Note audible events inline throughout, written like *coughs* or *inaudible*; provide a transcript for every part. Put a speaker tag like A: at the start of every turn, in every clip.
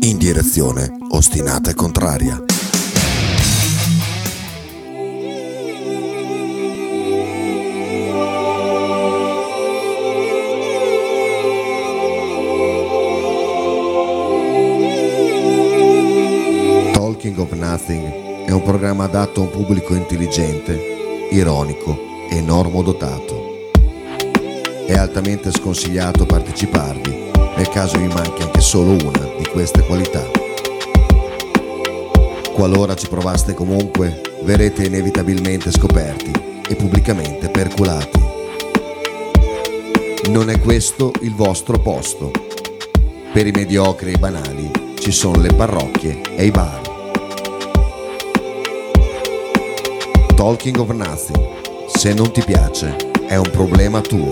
A: in direzione ostinata e contraria. Talking of Nothing è un programma adatto a un pubblico intelligente, ironico e normodotato. È altamente sconsigliato parteciparvi nel caso vi manchi anche solo una di queste qualità. Qualora ci provaste comunque, verrete inevitabilmente scoperti e pubblicamente perculati. Non è questo il vostro posto. Per i mediocri e i banali ci sono le parrocchie e i bar. Talking of Nothing. Se non ti piace, è un problema tuo.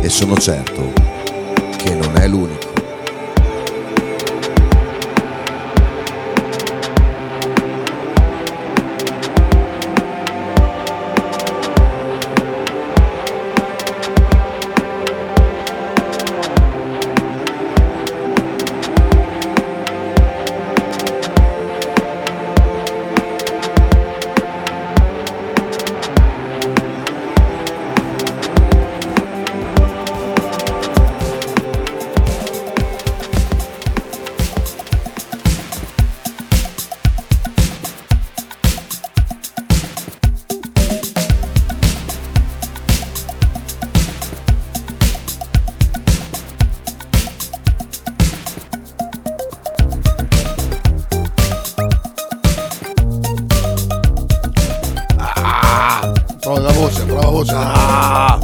A: E sono certo che non è l'unico.
B: Ah. Prova la voce, prova la voce. Ah.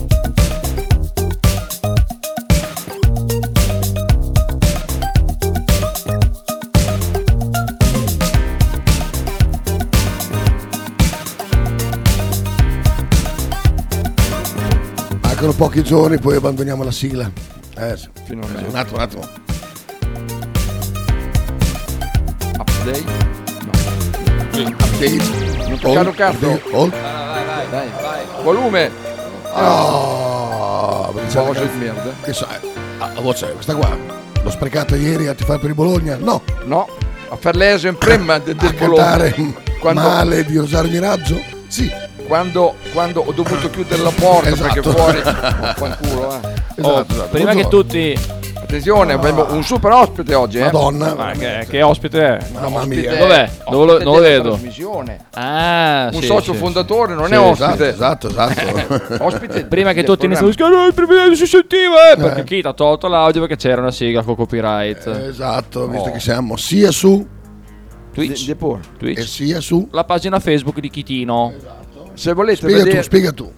B: Mancano pochi giorni, poi abbandoniamo la sigla. Eh, sì.
C: Finalmente.
B: un attimo, un attimo.
C: Update.
B: Update.
C: Non toccare un cazzo.
B: Update, on.
C: Volume.
B: Ah, diciamo
C: Voce
B: che-
C: di merda.
B: che sai, ah, la voce è questa qua. L'ho sprecata ieri a tifare per il Bologna? No,
C: No. A farlese in prima del
B: a
C: del Bologna.
B: cantare
C: Quando-
B: male di Rosario Miraggio? Sì,
C: Quando, quando ho dovuto chiudere la porta
B: Esatto.
C: perché
B: *laughs*
C: fuori oh, fanculo, eh.
B: esatto,
D: Oh,
B: esatto.
D: prima che
B: Buongiorno.
D: tutti,
C: attenzione abbiamo un super ospite oggi eh.
B: Madonna,
D: ma che, che ospite è?
B: mamma
C: Ospite-
B: mia.
D: Dov'è?
C: ospite
D: Dove lo- non lo
C: della
D: vedo.
C: trasmissione.
D: Ah,
C: un
D: sì,
C: socio
D: sì,
C: fondatore non
B: Sì,
C: è ospite
B: Esatto, esatto. esatto.
C: *laughs* ospite
D: sì. Prima che
C: del
D: tutti iniziano a
C: programma.
D: dire "Oh, il privilegio si sentiva, eh", perché chi ti ha tolto l'audio perché c'era una sigla con copyright.
B: Esatto,
C: Oh.
B: visto che siamo sia su
C: De-
D: Twitch,
C: de por.
B: e
D: Twitch.
B: sia su. Esatto.
D: La pagina Facebook di Chitino.
C: se volete
B: Spiega tu,
C: vedere
B: spiega tu.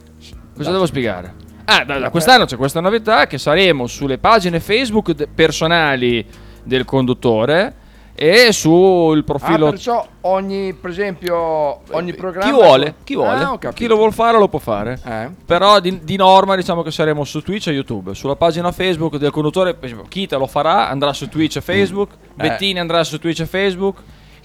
D: Cosa devo spiegare? Ah, da, da quest'anno c'è questa novità che saremo sulle pagine Facebook de- personali del conduttore e sul
C: Ah,
D: profilo...
C: perciò ogni, per esempio, ogni programma.
D: chi vuole, chi vuole,
C: Ah, ho capito.
D: chi lo vuol fare lo può fare.
C: Eh.
D: Però di, di norma diciamo che saremo su Twitch e YouTube. Sulla pagina Facebook del conduttore, per esempio, Kita lo farà, andrà su
C: Mm.
D: Twitch e Facebook, Bettini andrà su Twitch e Facebook,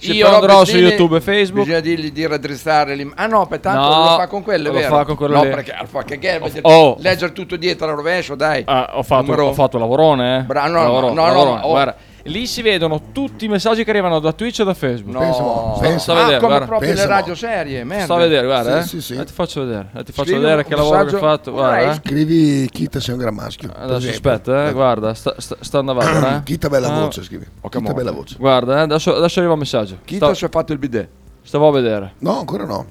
C: Se Eh.
D: io
C: però
D: andrò su
C: Bettini
D: YouTube e Facebook.
C: Bisogna dirgli di raddrizzare l'im- Ah no, per tanto
D: No,
C: lo fa con quello, è
D: lo
C: vero?
D: fa con quello
C: No,
D: lì.
C: perché alfa, che gherba,
D: Ho-
C: dire-
D: oh.
C: leggere tutto dietro al rovescio, dai.
D: Ah, ho, fatto,
C: Numero-
D: ho fatto lavorone, eh.
C: Bra- no, no,
D: Lavorone,
C: no, no,
D: lavorone,
C: no, oh.
D: guarda. Lì si vedono tutti i messaggi che arrivano da Twitch e da Facebook.
C: No.
B: pensa mo,
C: Ah,
B: pensa
D: mo.
C: come
D: Vedere, guarda.
C: proprio
B: Pensa
C: le
B: mo.
C: radio serie, merda.
D: Sto a vedere, guarda.
B: Sì,
D: eh.
B: sì, sì.
D: Eh, ti faccio vedere, eh, ti faccio
C: Scrivi
D: vedere
C: un
D: che lavoro che ho
C: messaggio-
D: fatto. Guarda,
C: Vorrei
D: eh.
B: Scrivi Kita sei un gran maschio. per
D: Adesso
B: esempio.
D: aspetta, eh, guarda, sta, sta, sta andando
B: *coughs*
D: avanti. eh.
B: Kita bella
D: Ah,
B: voce, scrivi. Kita
C: come
B: bella
C: on.
B: voce.
D: Guarda, eh, adesso, adesso arriva un messaggio.
C: Chi
D: Sta-
C: ci ha fatto il bidet?
D: stavo a vedere.
B: No, ancora no.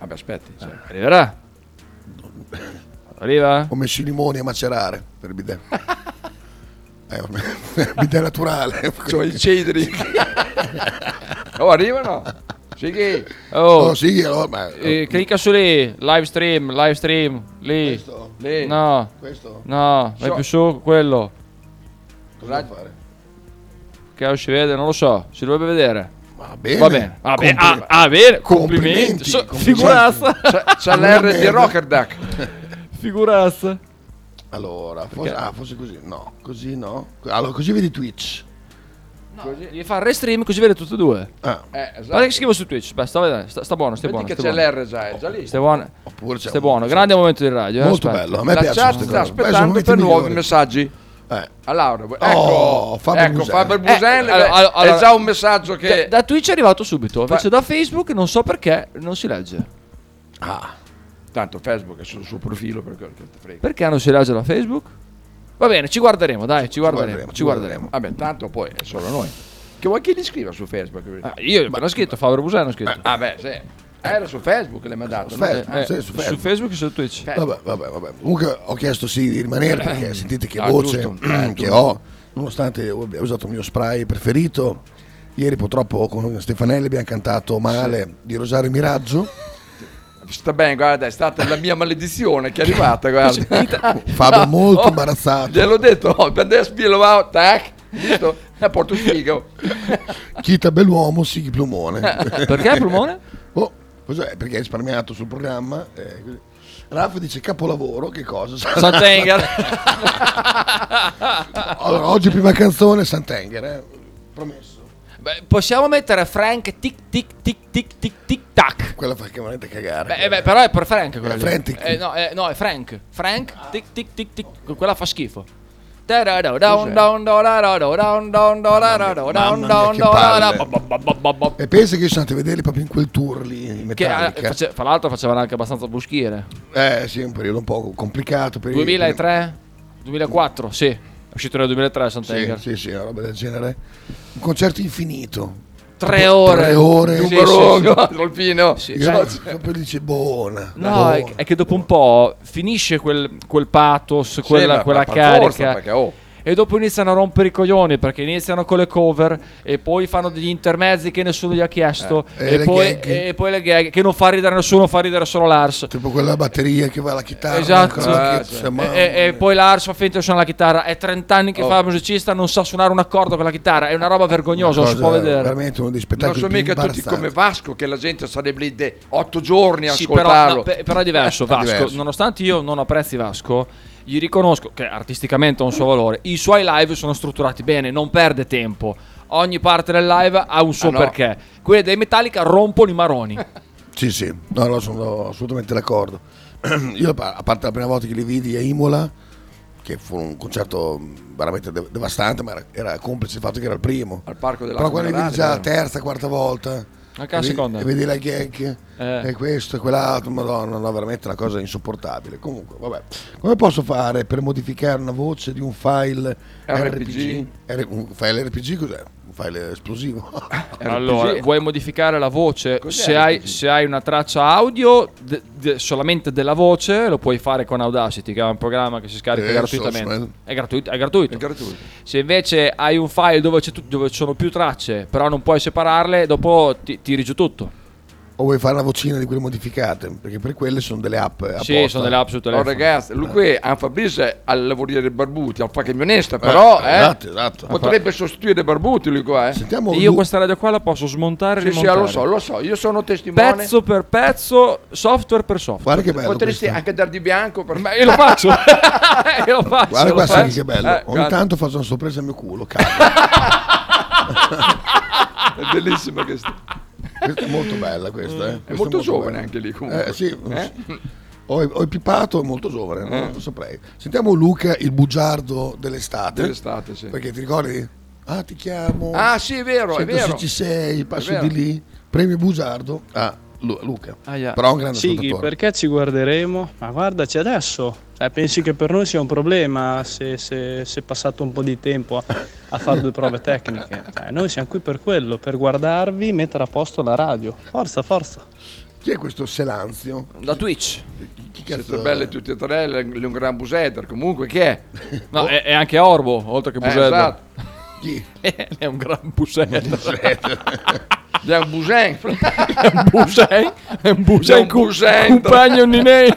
C: Vabbè, aspetti. cioè.
D: Arriverà. Arriva?
B: Ho messo i limoni a macerare per il
C: *laughs*
B: bidet. Eh, vabbè, il
C: *laughs*
B: bidet
D: *laughs*
B: naturale.
C: Sono i
B: *laughs*
C: cedri. oh, arrivano? Sì che...
D: Oh,
B: Oh, sì, allora, ma- oh,
D: eh, clicca su lì, live stream, live stream, lì.
B: questo,
C: Lì.
D: No,
B: questo,
D: no, vai
C: So-
D: più su, quello.
B: cosa devo fare?
D: Che non si vede, non lo so, si dovrebbe vedere.
B: Va bene.
D: Va bene, va bene, ah, ah, bene, complimenti.
B: Complimenti,
D: So-
B: complimenti.
D: Figurazza,
C: C'è, c'è l'R di Rockerduck.
D: figurazza.
B: Allora, forse, ah, forse così, no, così no. Allora, così vedi Twitch.
D: Devi fare restream così vede tutte e due.
B: Ah,
C: Eh, esatto.
D: Guarda che scrivo su Twitch, aspetta, sta, vedendo, sta, sta buono, sta
C: Vedi
D: buono.
C: che
D: Sta
C: c'è
D: buono.
C: l'R già, è già lì.
D: Sta buono,
B: oppure c'è
D: sta buono. grande momento di radio. eh,
B: Molto
D: aspetta.
B: bello, a me
C: La
B: piace.
C: chat sta aspettando per nuovi messaggi.
B: Eh,
C: A Laura, ecco,
B: Oh, Faber
C: ecco
B: Busel.
C: Faber Busel
D: Eh, allora-
C: è-
D: allora-
C: è già un messaggio che...
D: Da, da Twitch è arrivato subito, invece da Facebook non so perché non si legge.
B: ah,
C: Tanto Facebook è sul suo profilo, per quello che te frega.
D: Perché non si legge da Facebook? Va bene, ci guarderemo, dai, ci guarderemo,
B: guarderemo,
D: ci
B: ci
D: guarderemo.
C: Vabbè, tanto poi è solo noi. Che vuoi che gli scriva su Facebook?
D: Ah, io non ho scritto, Fabio Busano ho scritto.
C: Ah, beh, sì. Era su Facebook che l'hai mandato.
B: Eh, su
C: no?
B: Facebook.
D: Eh,
B: sì, su
D: su
B: Facebook.
D: Facebook e su Twitch.
C: Eh.
B: vabbè, vabbè, vabbè. Comunque ho chiesto sì di rimanere perché sentite che
C: Ah,
B: voce *clears throat*
C: giusto. Eh,
B: che
C: giusto.
B: ho, nonostante ho usato il mio spray preferito. Ieri purtroppo con Stefanelli abbiamo cantato male di Rosario Miraggio.
C: Sta bene, guarda, è stata la mia maledizione che è arrivata, guarda.
B: Fabio molto
C: oh,
B: imbarazzato.
C: Gliel'ho detto, oh, prende spillo, va, tac, visto? E porto un figo.
B: Chita Belluomo, sì, Plumone.
D: Perché Plumone?
B: *laughs* Oh, cos'è? Perché hai risparmiato sul programma? eh, così. Raffa dice capolavoro, che cosa?
D: Santenger.
B: Allora, oggi prima canzone Santenger, eh. promesso.
D: Beh, possiamo mettere Frank tic tic tic tic tic tic tac.
B: Quella fa che veramente cagare.
D: Beh, eh, beh, però è per Frank quella
B: Eh,
D: lì.
B: Frantic.
D: Eh, no, eh, no, è Frank. Frank tic tic tic tic. Quella fa schifo. Tarado, down, down, dorado, down, down, dorado, down,
B: mamma mia,
D: down,
B: che
D: dorado,
B: palle.
D: bo- bo- bo- bo- bo- bo-
B: E pensa che io sono andato a vederli proprio in quel tour lì in
D: Che eh,
B: Metallica.
D: face- fra l'altro facevano anche abbastanza buschire.
B: Eh sì, è un periodo un po' complicato. Per
D: 2003, 2004, sì. È uscito nel 2003
B: Sì,
D: Santenger.
B: sì, sì, una roba del genere. Un concerto infinito.
D: Tre ore.
B: Tre ore.
D: Sì, sì,
C: Rogo,
D: sì.
C: Rolfino.
D: Sì. cioè.
B: Io proprio dice buona.
D: No,
B: buona.
D: è, è che dopo un po' finisce quel, quel pathos, quella,
C: ma-
D: quella
C: ma per
D: carica.
C: forza, perché, oh.
D: E dopo iniziano a rompere i coglioni perché iniziano con le cover e poi fanno degli intermezzi che nessuno gli ha chiesto.
B: Eh, e
D: e,
B: le
D: poi,
B: gag.
D: e poi le gag che non fa ridere nessuno, fa ridere solo Lars.
B: Tipo quella batteria che va alla chitarra.
D: Esatto.
B: ancora,
C: Eh,
B: che-
C: sì.
B: cioè,
D: E,
B: mamma
D: e- e
B: mia.
D: poi Lars fa finta di suonare la chitarra. È 30 anni
C: Oh.
D: che fa il musicista, non sa suonare un accordo con la chitarra. È una roba vergognosa, non si può
B: Cosa-
D: vedere.
B: Veramente uno dei
C: Non
B: spettacoli
C: sono
B: più
C: mica tutti
B: imbarazzanti.
C: come Vasco che la gente sarebbe lì de- otto giorni a
D: Sì, però,
C: ascoltarlo. Eh,
D: no, pe- però è diverso. Vasco,
B: diverso.
D: nonostante io non apprezzi Vasco, gli riconosco che artisticamente ha un suo valore. I suoi live sono strutturati bene, non perde tempo. Ogni parte del live ha un suo
C: Ah, no.
D: perché. Quelli dei Metallica rompono i maroni.
C: *laughs*
B: Sì, sì, no, no, sono assolutamente d'accordo. *clears throat* Io, a a parte la prima volta che li vidi a Imola, *laughs* che fu un concerto veramente de- devastante, ma era, era complice il fatto che era il primo.
C: Al parco della
B: Però quando li vedi già la
C: Comunità,
B: terza, quarta volta,
D: Anche la
B: e vedi-
D: seconda.
B: e vedi la gag,
D: Eh.
B: e questo e quell'altro, madonna, no, veramente una cosa insopportabile. Comunque, vabbè, come posso fare per modificare una voce di un file
C: RPG?
B: RPG? R- un file RPG cos'è? Un file esplosivo? *laughs*
C: RPG.
D: Allora, vuoi modificare la voce?
C: Cos'è
D: Se
C: RPG?
D: hai, se hai una traccia audio de- de- solamente della voce, lo puoi fare con Audacity, che è un programma che si scarica
B: Eh,
D: gratuitamente.
B: so,
D: È gratuito, è gratuito.
C: È gratuito.
D: Se invece hai un file dove, c'è tut- dove ci sono più tracce, però non puoi separarle, dopo ti tiri giù tutto.
B: O vuoi fare la vocina di quelle modificate? Perché per quelle sono delle app apposta.
D: Sì, sono delle app sul
C: Oh,
D: telefono.
C: ragazzi, lui qui a Fabrizio al lavoriere Barbuti, al fa camionista, però eh,
B: esatto, esatto.
C: potrebbe sostituire Barbuti lui qua. Eh. Sì,
B: Sentiamo
D: Io
B: Lu-
D: questa radio qua la posso smontare e
C: sì, ah,
D: rimontare.
C: lo so, lo so, io sono testimone.
D: Pezzo per pezzo, software per software.
B: Guarda che bello
C: Potresti
D: *laughs*
B: questa.
C: anche dar di bianco per
D: Ma
C: me.
D: io lo faccio.
C: *laughs*
D: io lo
C: Ah,
D: faccio.
B: Guarda
D: Ah, lo
B: qua,
D: faccio.
B: senti che bello.
C: Eh,
B: Ogni
C: guarda.
B: tanto faccio una sorpresa al mio culo,
C: *laughs*
B: cavolo.
C: È bellissima questa.
B: Questa è molto bella questa, eh. Questa
C: È molto giovane
B: bella.
C: anche lì comunque.
B: Eh, sì.
C: Eh?
B: Ho, ho il pipato, è molto giovane, no? non lo saprei. Sentiamo Luca, il bugiardo dell'estate.
C: Dell'estate, sì.
B: Perché ti ricordi? Ah, ti chiamo.
C: Ah, sì, è vero, è
B: sento
C: vero.
B: se ci sei, passo
C: vero.
B: di lì. Premio bugiardo. Ah, Lu- Luca.
D: Ah, yeah.
B: Però è un grande
E: Sighi,
B: ascoltatore.
E: perché ci guarderemo? Ma guardaci adesso. Cioè, pensi che per noi sia un problema se, se- se è passato un po' di tempo a, a fare due prove tecniche? Cioè, noi siamo qui per quello, per guardarvi, mettere a posto la radio. Forza, forza.
B: Chi è questo Selanzio?
D: Da Twitch.
B: Chi
C: Siete
B: è?
C: belle tutte e tre, le- le- un gran busetter, comunque che è?
D: No, è, è anche Orbo, oltre che
C: Oh. Eh,
D: Busello.
C: esatto.
B: Chi?
D: è un gran Busello.
C: È un busen.
D: *laughs* è un Busello. È un Busello.
C: È un Busello.
D: Compagno
B: *laughs*
D: di nei.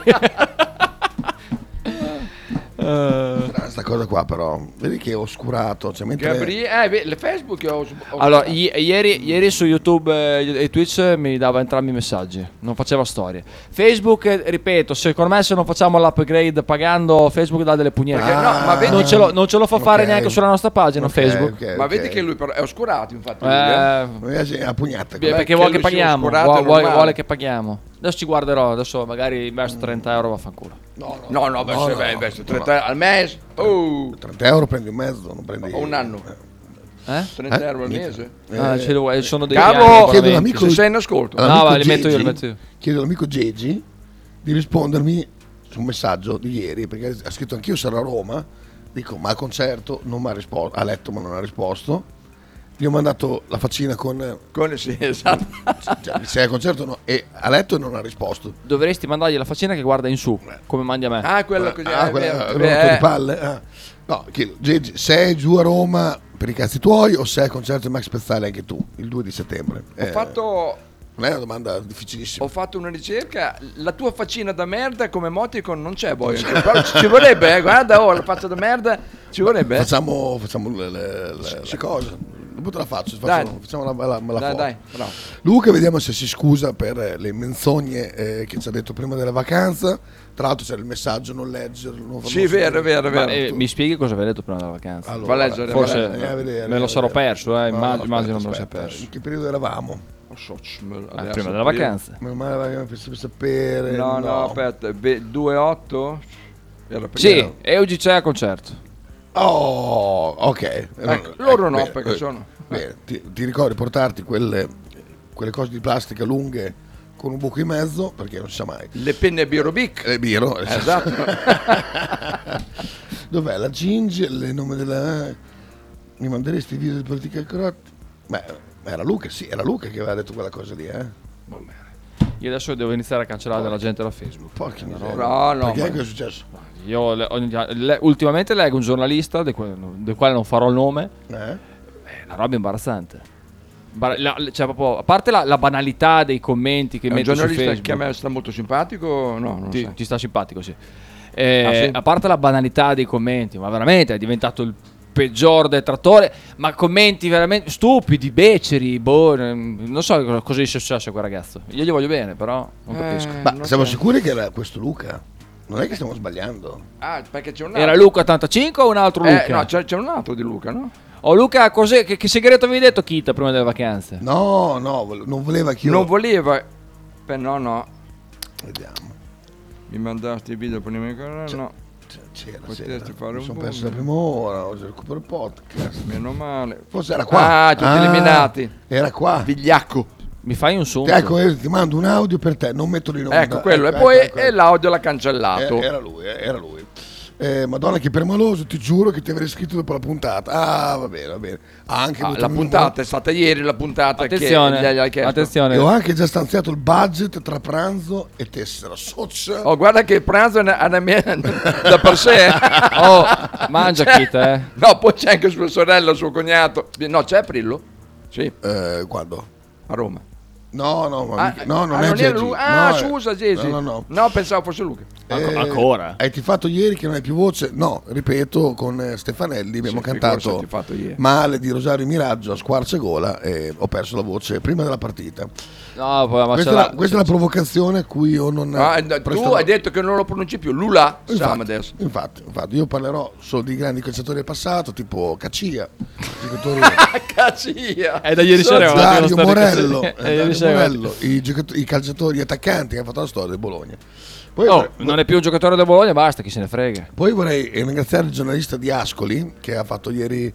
C: Eh.
B: Ah, Sta cosa qua però, vedi che è oscurato, cioè mentre
C: *laughs* Gabriele, eh, beh, le Facebook ho, ho-
D: Allora, i- ieri, ieri su YouTube eh, e Twitch eh, mi dava entrambi i messaggi, non faceva storie. Facebook, eh, ripeto, secondo me se non facciamo l'upgrade pagando, Facebook dà delle pugnette.
C: Perché no, ma vedi-
D: non, ce lo, non ce lo fa fare
B: Ah. Ok.
D: neanche sulla nostra pagina
B: Ok,
D: Facebook.
B: ok,
C: ma
B: ok.
C: vedi che lui però è oscurato infatti. lui, eh.
D: Eh,
B: Mi piace la pugnata.
D: perché
C: che
D: vuole che
C: lui sia
D: paghiamo?
C: oscurato è
D: vuole- vuole-
C: normale.
D: vuole che paghiamo. Adesso ci guarderò, adesso magari investo 30 euro, vaffanculo.
B: No, Mm. no,
C: No, eh, no, beh, se vai, beh, se 30 al mese, oh,
B: 30 euro prendi un mezzo, non prendi...
C: o un anno,
D: Eh?
C: 30
B: Eh?
C: euro al
B: Niente.
C: mese.
D: Ah, ce lo vuoi- sono dei
C: Cavolo!
D: piani,
B: Chiedo un
D: veramente.
B: amico-
C: Se sei in ascolto.
D: Ah.
B: All'amico
D: No, va, li metto io, li metto io.
B: Chiedo all'amico Gigi di rispondermi su un messaggio di ieri, perché ha scritto anch'io sarò a Roma, dico ma al concerto non mi ha risposto, ha letto ma non ha risposto. Gli ho mandato la faccina con eh,
C: Con sì, esatto.
B: cioè, sei al concerto no, e ha letto e non ha risposto. Eh.
D: Dovresti mandargli la faccina che guarda in su, come mandi a me.
C: Ah, quello così.
B: ah,
C: eh,
B: quella
C: beh,
B: eh, rotto
C: eh,
B: di palle. ah. No, chiedo, Gigi, sei giù a Roma per i cazzi tuoi o sei al concerto di Max Pezzali anche tu, il 2 di settembre?
C: Ho
B: Eh,
C: fatto,
B: Non è una domanda difficilissima.
C: ho fatto una ricerca, la tua faccina da merda come emoticon non c'è, boy. Però ci ci vorrebbe, eh, guarda, oh, la faccia da merda, ci vorrebbe. eh.
B: Facciamo, facciamo le, le, le- le cose. Dopo te la faccio, faccio-
C: Dai.
B: facciamo la, la, la
C: Dai,
B: foto.
C: dai, bravo.
B: Luca, vediamo se si scusa per eh, le menzogne eh, che ci ha detto prima della vacanza. Tra l'altro c'era il messaggio, non leggerlo. non- non
C: Sì, vero, vero,
D: Ma,
C: vero.
D: eh, mi spieghi cosa avevi detto prima della vacanza?
B: Allora,
C: Fa leggere,
D: Forse
C: eh,
B: eh, a vedere,
D: me
B: a
D: lo sarò
B: vedere.
D: perso, eh,
B: No,
D: immag-
B: no,
D: immagino
B: aspetta,
D: me lo sia
B: aspetta.
D: perso.
B: In che periodo eravamo?
C: Non so, ci me-
D: Ah,
C: adesso
D: prima della
C: aprire.
D: vacanza.
B: Meno male avevamo pensato per sapere.
C: No, no, aspetta, ve- 2-8? Era perché
D: Sì,
C: era-
D: Eugi c'è al concerto.
B: Oh, ok. Eh,
C: Ecco, loro no,
B: bene,
C: perché
B: eh,
C: sono-
B: bene. Ti, ti ricordi di portarti quelle, quelle cose di plastica lunghe con un buco in mezzo, perché non si sa mai.
C: Le penne Biorobic.
B: Le Eh, biro, *laughs*
D: *laughs*
C: Esatto.
B: Dov'è la Ginge? Il nome della. eh, Mi manderesti il video del Political Correct? Beh, era Luca, sì, era Luca che aveva detto quella cosa lì, eh.
D: Io adesso devo iniziare a cancellare della gente da Facebook.
B: Porca miseria.
C: No, no,
B: Eh, Perché
C: ma-
B: che è successo?
D: Io le- ogni- le- ultimamente leggo un giornalista, del quale, del quale non farò il nome,
B: Eh?
D: è una roba imbarazzante. Ba- la- le- cioè, proprio, a parte la, la banalità dei commenti che
C: È un
D: mette su
C: giornalista
D: Facebook,
C: che a me sta molto simpatico, no, non
D: ti,
C: so.
D: ti sta simpatico, sì. Eh,
C: Ah, sì?
D: A parte la banalità dei commenti, ma veramente è diventato il peggior detrattore, ma commenti veramente stupidi, beceri, boh, ehm, non so cosa- cosa è successo a quel ragazzo. Io gli voglio bene, però non capisco.
C: Eh,
B: Ma
C: non
B: siamo
C: so.
B: sicuri che era questo Luca? Non è che stiamo sbagliando.
C: Ah, perché c'è un altro.
D: Era Luca 85 o un altro Luca?
C: Eh, no, c'è, c'è un altro di Luca, no?
D: Oh Luca, cos'è- che, che segreto avevi detto Kita prima delle vacanze?
B: No, no, vol- non voleva che io.
C: Non voleva... Beh, no, no.
B: Vediamo.
C: Mi mandasti i video prima di ancora? No,
B: C'era, c'era.
C: Potresti
B: c'era.
C: fare
B: Mi
C: un
B: sono
C: boom.
B: perso la prima ora, oggi recupero il podcast.
C: meno male.
B: Forse era qua.
C: Ah, tutti eliminati.
B: Era qua.
C: Vigliacco.
D: Mi fai un sunto?
B: Ecco, eh, ti mando un audio per te, non metto in onda.
C: Ecco, quello.
B: Ecco,
C: e poi
B: ecco, ecco,
C: e
B: ecco.
C: l'audio l'ha
B: Eh,
C: cancellato.
B: era lui, eh, era lui. Eh, Madonna che permaloso, ti giuro che ti avrei scritto dopo la puntata. Ah, va bene, va bene. Ha anche
C: Ah,
B: avuto
C: la
B: il numero.
C: puntata è stata ieri, la puntata che gli- gli hai
D: Attenzione,
C: chiesto.
D: attenzione.
B: E ho anche già stanziato il budget tra pranzo e tessera. Socia.
C: Oh, guarda che il pranzo è una, è una mia- da per sé. eh.
D: *laughs* Oh, mangia Kita, eh.
C: No, poi c'è anche sua sorella, suo cognato. No, c'è Prillo? Sì,
B: Eh, quando?
C: a Roma.
B: No, no, ma mica- no, non
C: ah,
B: è
C: non era
B: Gigi.
C: lui. Ah,
B: No, è-
C: scusa, Gesi.
B: No, no, no.
C: pensavo fosse Luca.
B: Eh,
D: ancora?
B: Hai tifato ieri che non hai più voce? No, ripeto, con eh, Stefanelli abbiamo
C: Sì,
B: cantato
C: figurati, ho fatto ieri.
B: Male di Rosario Miraggio a squarce gola e ho perso la voce prima della partita.
D: No, poi, ma
B: questa è
D: c'era-
B: la, questa è la provocazione a cui io non...
C: Ah, no, tu
B: prestavo-
C: hai detto che non lo pronunci più. Lula, *laughs* siamo adesso.
B: infatti, infatti, io parlerò solo di grandi calciatori del passato, tipo Caccia, giocatori...
C: Ah, Cazia.
D: *laughs* È da ieri sera.
B: Dario
D: avanti lo storico,
B: Morello,
D: sì.
B: eh,
D: *laughs* È
B: Dario
D: ieri sera.
B: Morello, i, giocato- i calciatori attaccanti che hanno fatto la storia del Bologna. Poi
D: Oh,
B: vorrei-
D: non è più un giocatore del Bologna, basta, chi se ne frega.
B: Poi vorrei ringraziare il giornalista di Ascoli che ha fatto ieri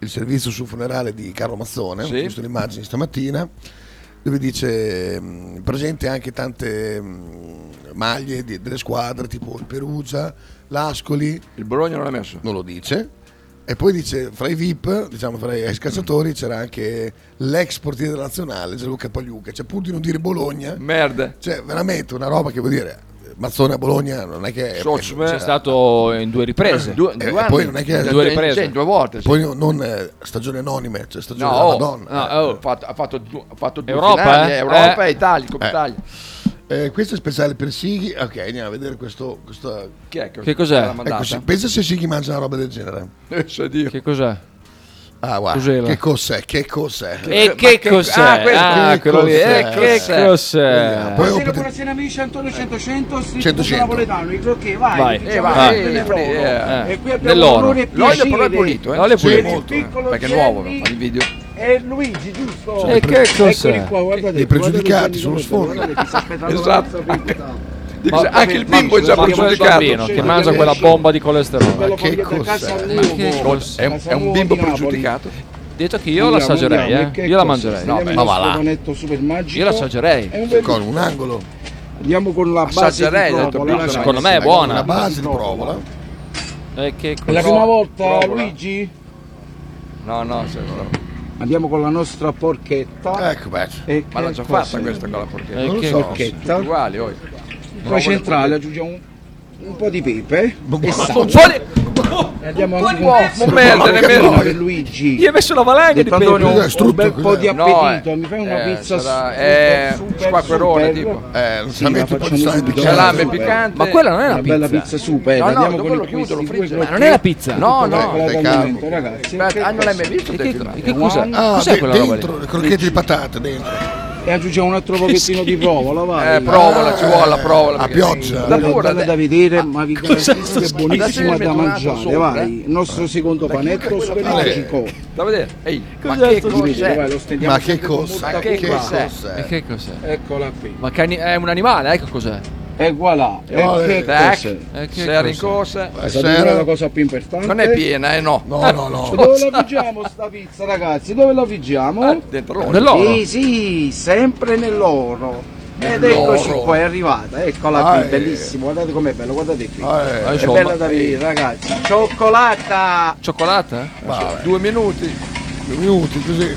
B: il servizio sul funerale di Carlo Mazzone,
C: Sì.
B: ho visto le immagini stamattina, dove dice mh, presente anche tante mh, maglie di- delle squadre tipo il Perugia, l'Ascoli,
C: Il Bologna non l'ha messo.
B: non lo dice. E poi dice fra i VIP, diciamo fra
C: Mm.
B: i scacciatori, c'era anche l'ex portiere della nazionale Gianluca Pagliuca, cioè pur di non dire Bologna,
C: Merda.
B: cioè veramente una roba che vuol dire Mazzone a Bologna non è che è-
C: Socio,
D: C'è
C: eh,
D: stato in due riprese.
C: Due,
B: eh,
C: due
B: e poi
C: anni.
B: non è che-
D: Due
C: Sì,
D: riprese.
C: sì, due volte. sì.
B: Poi no- non eh, stagioni anonime, cioè stagioni
C: No,
B: della
C: oh,
B: Madonna.
D: no,
B: eh.
D: oh.
C: Ha fatto, ha fatto due, ha fatto due
D: Europa,
C: finali,
D: eh?
C: Europa
D: Eh.
C: e Italia, Coppa
B: Eh.
C: Italia.
B: Eh, questo è speciale per Sighi. Ok, andiamo a vedere questo. questo...
C: Chi è che,
D: Che cos'è?
C: l'ha mandata?
B: Ecco, se- pensa se Sighi mangia una roba del genere.
C: Eh, sa Dio.
D: Che cos'è?
B: Ah, guarda,
D: Cos'era?
B: che cos'è? Che cos'è?
D: E
C: che
D: che cos'è?
C: ah, questo-
D: Ah,
B: che
D: quello lì.
B: cos'è?
D: E che
C: Cos'è?
F: eh,
D: cos'è?
B: Poi ho
F: Buonasera,
B: potuto-
F: buonasera amici,
B: Eh.
F: Antonio 100
B: 100.
F: Istituto Napoletano, il crocchè, vai,
D: Vai.
F: diciamo
C: Eh,
D: Ah.
C: va,
F: che
C: eh,
F: è
C: fri-
F: l'oro.
C: eh.
D: Eh.
F: E qui abbiamo
D: Dell'oro.
F: l'onore e
C: L'olio però è
F: piacere
C: pulito, eh?
D: L'olio è pulito.
F: Piccolo
C: perché è nuovo,
F: Jenny.
C: fa il video.
F: è Luigi, giusto?
D: E che cos'è?
F: Eccoli qua, guardate.
B: Dei pregiudicati,
F: guardate
B: sono
F: quelli che
B: sfondi.
F: guardano, che si aspettano
B: Esatto.
F: l'alzo, quindi,
C: Ma- anche il bimbo è già
D: Ma c'è il
C: pregiudicato.
D: bambino che
F: Sì,
D: mangia
F: perché
D: quella
F: sì.
D: bomba di colesterolo.
F: quello
B: che
F: voglio per
B: cos'è?
F: casa al
D: Ma che
F: uovo.
D: cos'è?
C: È un, è un bimbo
F: Napoli.
C: pregiudicato.
D: Detto che io la assaggerei, eh. Io la mangerei.
F: No,
G: ma va là.
F: super magico.
D: Io la assaggerei.
B: Con un angolo,
F: Andiamo con la Ecco, base
C: Assaggerei,
F: di
C: ha detto
F: provola.
C: Pinzo,
D: Secondo me è buona.
B: una base di provola.
D: Eh, che
F: È la
D: cos'è?
F: prima volta,
C: Provola.
F: Luigi?
C: No, no, se- no.
F: Andiamo con la nostra porchetta.
B: Ecco, beh,
F: E
C: ma l'ha già
F: che cos'è?
C: fatta questa con la porchetta.
D: Eh,
B: non lo
D: che
B: so.
D: cos'è?
F: Porchetta.
C: Uguali, oh.
F: Poi centrale aggiungiamo un, un po' di pepe. E sale.
C: Un po' di...
F: E andiamo
C: po'
F: anche
C: di
F: con
C: uovo,
F: questo.
C: merda, ne merda.
F: Per Luigi.
D: Gli hai messo la valanga di
F: Pantone,
D: pepe.
B: Cos'è,
F: un, un
B: strutto,
F: bel po'
B: cos'è?
F: di appetito, mi fai una
C: eh,
F: pizza
C: sarà-
F: super,
C: è
F: super,
C: squacquerone,
F: super.
C: tipo.
B: eh, non
F: Sì,
B: si
F: la
B: mette un po' di
F: facciamo
B: sale
F: subito.
B: piccante.
C: Salame
B: vabbè.
C: piccante.
D: Ma quella non è
F: Una
D: una
F: bella
D: pizza.
F: pizza super,
C: No, no,
F: andiamo
C: dopo
F: con
C: lo
F: questi
C: chiudo, lo
F: due
C: friggo.
F: crocchetti.
D: Ma non è la pizza.
C: No,
F: Quella
C: no.
F: quella
B: Stai
F: del
B: calmo.
F: momento, ragazzi.
C: Aspetta, ah, non l'hai mai visto?
D: E
C: te,
D: che,
C: filmato?
D: e che cos'è?
B: Ah,
D: cos'è
B: de-
D: quella roba lì?
B: dentro, crocchetti di patate dentro.
F: E aggiungiamo un altro pochettino di provola, vai.
C: Eh, provola, ci vuole la provola.
B: A
C: perché-
B: pioggia.
C: Da
F: Guarda,
C: pure, Ah,
F: bella
C: dai.
F: da vedere, ma vi garantisco che è buonissima
C: Adesso io
F: da
C: mi metto un altro
F: mangiare,
C: sopra, eh.
F: vai. Il nostro secondo panetto super
B: quella-
F: magico.
C: Da vedere. Ehi, ma
D: Cos'è
C: che
D: sto
F: Di vedere, vai,
C: cos'è?
F: lo stendiamo
B: Ma che
F: sempre con
B: cos'è?
F: molta
C: Eh, che
F: cura.
C: cos'è?
D: E che cos'è?
F: Eccola qui.
D: Ma cani- è un animale, ecco cos'è.
F: E voilà, e
B: Vale.
F: che
C: Tac,
F: cos'è?
D: Eh, che
C: sei
D: cos'è?
C: rincorsa.
B: Eh,
F: Sapete qual è la
B: Sera?
F: cosa più importante?
C: Non è piena, eh no.
B: No, no, no.
F: Dove la avviggiamo sta pizza, ragazzi? Dove la avviggiamo?
C: Eh, Dentro l'olio.
D: Nell'oro.
F: Sì, sì, sempre nell'oro. Ed eccoci qua, è arrivata, eccola
B: Ah,
F: qui,
B: eh.
F: bellissimo, guardate com'è bello, guardate qui.
B: Eh,
D: Eh,
F: È
D: insomma.
F: bella da vedere, ragazzi. Cioccolata!
D: Cioccolata?
B: vabbè,
C: Due minuti.
B: due minuti così.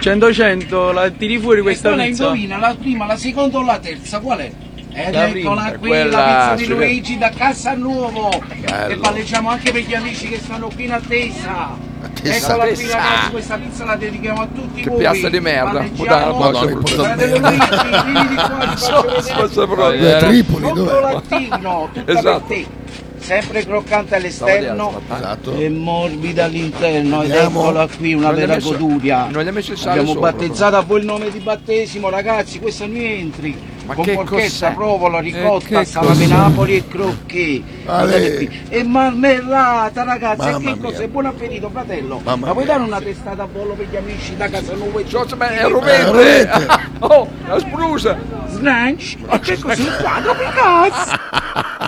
E: 100 100 la tiri fuori questa
F: la
E: pizza
F: indovina, la prima, la seconda o la terza, qual è? Ed
E: La
F: eccola
E: prima,
F: qui
C: quella-
F: la pizza di Luigi da Casa Nuovo e palleggiamo anche per gli amici che stanno qui in attesa.
B: Attesa.
F: Eccola qui
C: Attesa.
F: ragazzi, questa pizza la dedichiamo a tutti
C: Che
F: voi.
C: piazza di merda.
F: Palleggiamo.
B: Madonna, che puttana
F: Guardate
B: di merda.
F: Luigi, vieni di qua, ti faccio vedere
C: Forse proprio.
B: Due
D: Eh,
B: Tripoli, dov'è?
F: Cioccolattino, tutta
C: Esatto.
F: per te. Sempre croccante
C: Stavo dietro,
F: all'esterno
C: stavo attaccando.
B: Esatto.
F: e morbida all'interno. Ed
B: Andiamo.
F: eccola qui, una
C: Non gli ha
F: vera
C: messo-
F: goduria.
C: non gli ha messo il sale
F: Abbiamo
C: sopra,
F: battezzato a voi il nome di battesimo, ragazzi, questo non entri.
C: Ma
F: Con
C: che
F: porchetta,
C: cos'è?
F: provola, ricotta,
D: Eh, che
F: salame Napoli e crocchi. Guardate
B: Ale.
F: qui. E marmellata, ragazzi, e
B: Mamma
F: che cos'è?
B: mia.
F: Buon appetito, fratello.
B: Mamma
F: Ma vuoi
B: mia.
F: dare una testata a bollo per gli amici da casa nuova? e
C: Cioè,
F: tutti?
C: ma è
B: Eh,
C: rovente.
B: rovente.
C: Oh, la sprusa.
F: Snatch? E che cos'è?
C: *laughs*
F: Un quadro Picasso!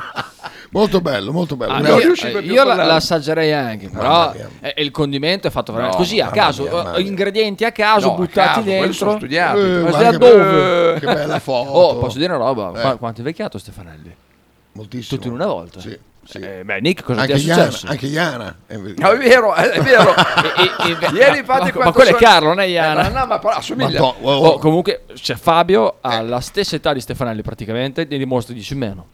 B: *laughs* Molto bello, molto bello.
D: Ah,
B: Una-
C: non
D: io
C: riuscivo
D: eh,
C: più a
D: io la,
C: parlare.
D: la assaggerei anche,
C: Ah,
D: però
B: Mamma mia.
D: eh, il condimento è fatto veramente
C: No,
D: così a
B: mamma
D: caso,
B: mia,
D: eh,
B: mamma mia.
D: ingredienti a caso
C: No, a caso,
D: buttati
C: quelli sono
D: dentro.
C: studiati.
B: Eh,
D: Ma
B: guarda
D: sei a
B: che
D: dove?
B: be- Che bella foto.
D: *laughs* Oh, posso dire una roba? Qua-
B: Eh.
D: Quanto è invecchiato Stefanelli?
B: Moltissimo.
D: Tutto in una volta.
B: Sì, sì.
D: Eh, beh, Nick, cosa
B: anche,
D: ti è
B: Iana,
D: successo?
B: anche Iana. è ver-
C: No, è vero, è
B: *laughs*
C: vero.
D: E- e- e-
C: Ieri infatti
D: ma,
C: quando
D: ma quello
C: sono-
D: è Carlo, non è
C: Eh,
D: Iana.
C: ma no, ma però assomiglia.
B: Madonna, oh, oh. Eh.
D: Oh, comunque, cioè, Fabio ha la stessa età di Stefanelli praticamente, ne dimostra 10 in meno.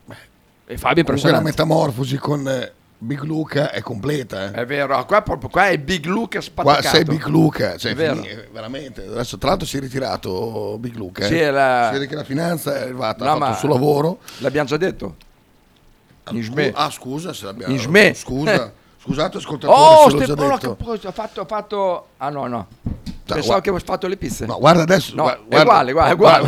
D: E Fabio è
B: Comunque la
D: impressionante.
B: metamorfosi con eh, Big Luca è completa. eh.
C: È vero, qua, proprio- qua è Big Luca
B: Qua
C: spaccato.
B: sei Big Luca, cioè,
C: È vero.
B: fini- eh, veramente. Adesso, tra l'altro, si è ritirato Big Luca. eh.
C: Sì, è la-
B: Si vede che la finanza è arrivata,
C: Ah. No,
B: ha fatto
C: ma-
B: il suo lavoro.
C: L'abbiamo già detto. In sme.
B: Ah, scusa se l'abbiamo.
C: In sme. *laughs*
B: Scusa. Scusate, ascoltatore,
C: Oh,
B: se l'ho già
C: Stefano, no,
B: detto.
C: che poi ha fatto, ha fatto... Ah no, no.
B: Ciao,
C: Pensavo
B: gua-
C: che avevo fatto le pizze.
B: No, guarda adesso.
C: No,
B: gua-
C: è
B: guarda.
C: uguale, guarda, è uguale.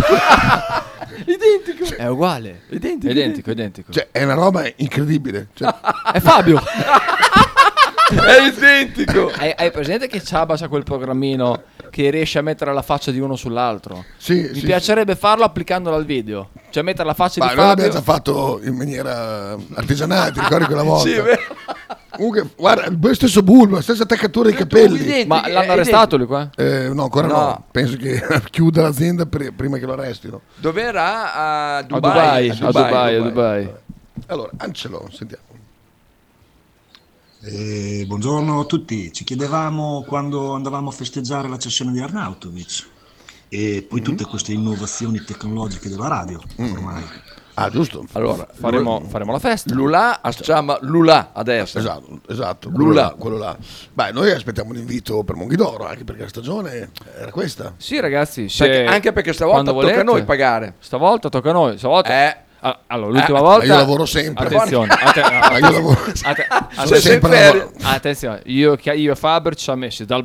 C: Identico.
D: È uguale.
C: Identico,
D: Identico, identico. identico.
B: Cioè, è una roba incredibile.
C: *laughs*
B: Cioè,
D: È Fabio.
C: È identico.
D: *laughs* hai, hai presente che Ciabas ha quel programmino che riesce a mettere la faccia di uno sull'altro?
B: sì,
D: Mi
B: sì,
D: piacerebbe farlo applicandolo al video. Cioè mettere la faccia
B: Ma
D: di
B: noi
D: Fabio.
B: l'abbiamo già fatto in maniera artigianale, ti ricordi quella
C: *laughs*
B: volta?
C: Sì, è vero.
B: Comunque, guarda, il stesso bulbo, la stessa attaccatura ai capelli.
C: identico.
D: Ma
C: È
D: l'hanno
C: identico.
D: arrestato lui qua?
B: Eh, no, ancora no.
C: No.
B: Penso che *laughs* chiuda l'azienda pri- prima che lo arrestino.
C: *laughs* Dov'era? A
D: A
C: Dubai.
D: Dubai, a Dubai, a Dubai.
B: Allora, Ancelo, sentiamo.
H: Eh, buongiorno a tutti, ci chiedevamo quando andavamo a festeggiare la cessione di Arnautovic e poi
B: Mm-hmm.
H: tutte queste innovazioni tecnologiche della radio ormai.
B: Mm. Ah, giusto.
C: Allora,
D: Faremo, faremo la festa.
C: Lula si chiama Lula adesso.
B: Cioè, Esatto, esatto. Quello
C: Lula.
B: là, quello là. Beh, noi aspettiamo l'invito per Monghidoro, anche perché la stagione era questa.
D: Sì, ragazzi. se-
C: Perché- anche perché stavolta
D: quando
C: tocca a
D: volete.
C: noi pagare.
D: Stavolta tocca a noi. Stavolta.
C: Eh.
D: Ah, allora, l'ultima
C: Eh,
D: volta.
B: ma io lavoro sempre.
D: *laughs* Attenzione. atte-
B: Ma io lavoro...
D: atte-
B: Sono
D: atte-
C: sei in
B: sempre
C: ferie.
B: lavoro.
D: Attenzione, io, che- io e Faber ci ha messi dal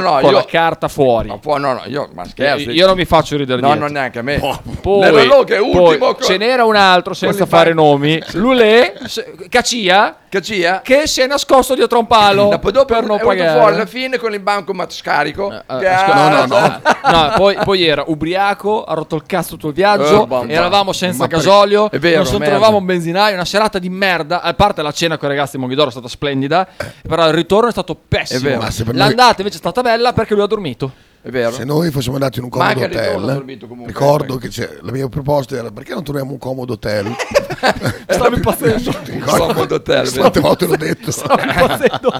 C: No, no,
D: con
C: io-
D: la carta fuori. Eh,
C: Ma poi- no, no, io, ma scherzi.
D: Io, io non mi faccio ridere
C: No,
D: dietro.
C: non neanche a me.
D: Poi,
C: Nella Loghe,
D: poi
C: ultimo. co-
D: ce n'era un altro senza
C: *laughs* Quelli
D: fare
C: fa-
D: nomi. Lulè, se- Cacia
C: Cacia?
D: Che si è nascosto dietro un palo
C: Dopo, dopo
D: per non
C: è venuto fuori alla
D: pagare.
C: fine con il banco ma scarico.
D: Eh,
C: Che-
D: ascol-
C: ah, *laughs*
D: No, poi, poi era ubriaco, ha rotto il cazzo tutto il viaggio.
C: Eh, bamba.
D: eravamo senza
C: Ma per-
D: gasolio,
C: è vero,
D: non so-
C: merda. *laughs*
D: trovavamo un benzinaio. Una serata di merda. A parte la cena con i ragazzi di Monghidoro è stata splendida, però il ritorno è stato pessimo.
C: È vero.
B: Ma se per noi-
D: L'andata invece è stata bella perché lui ha dormito.
C: È vero.
B: Se noi fossimo andati in un comodo
C: anche al ritorno ho
B: hotel,
C: dormito comunque,
B: ricordo
C: poi.
D: eh,
B: che c'è- la mia proposta era perché non troviamo un comodo hotel?
D: *laughs*
B: *laughs*
D: Stavo impazzendo.
B: Ti ricordi?
C: comodo hotel, vero?
B: Quante volte l'ho detto? *laughs*
D: Stavo impazzendo.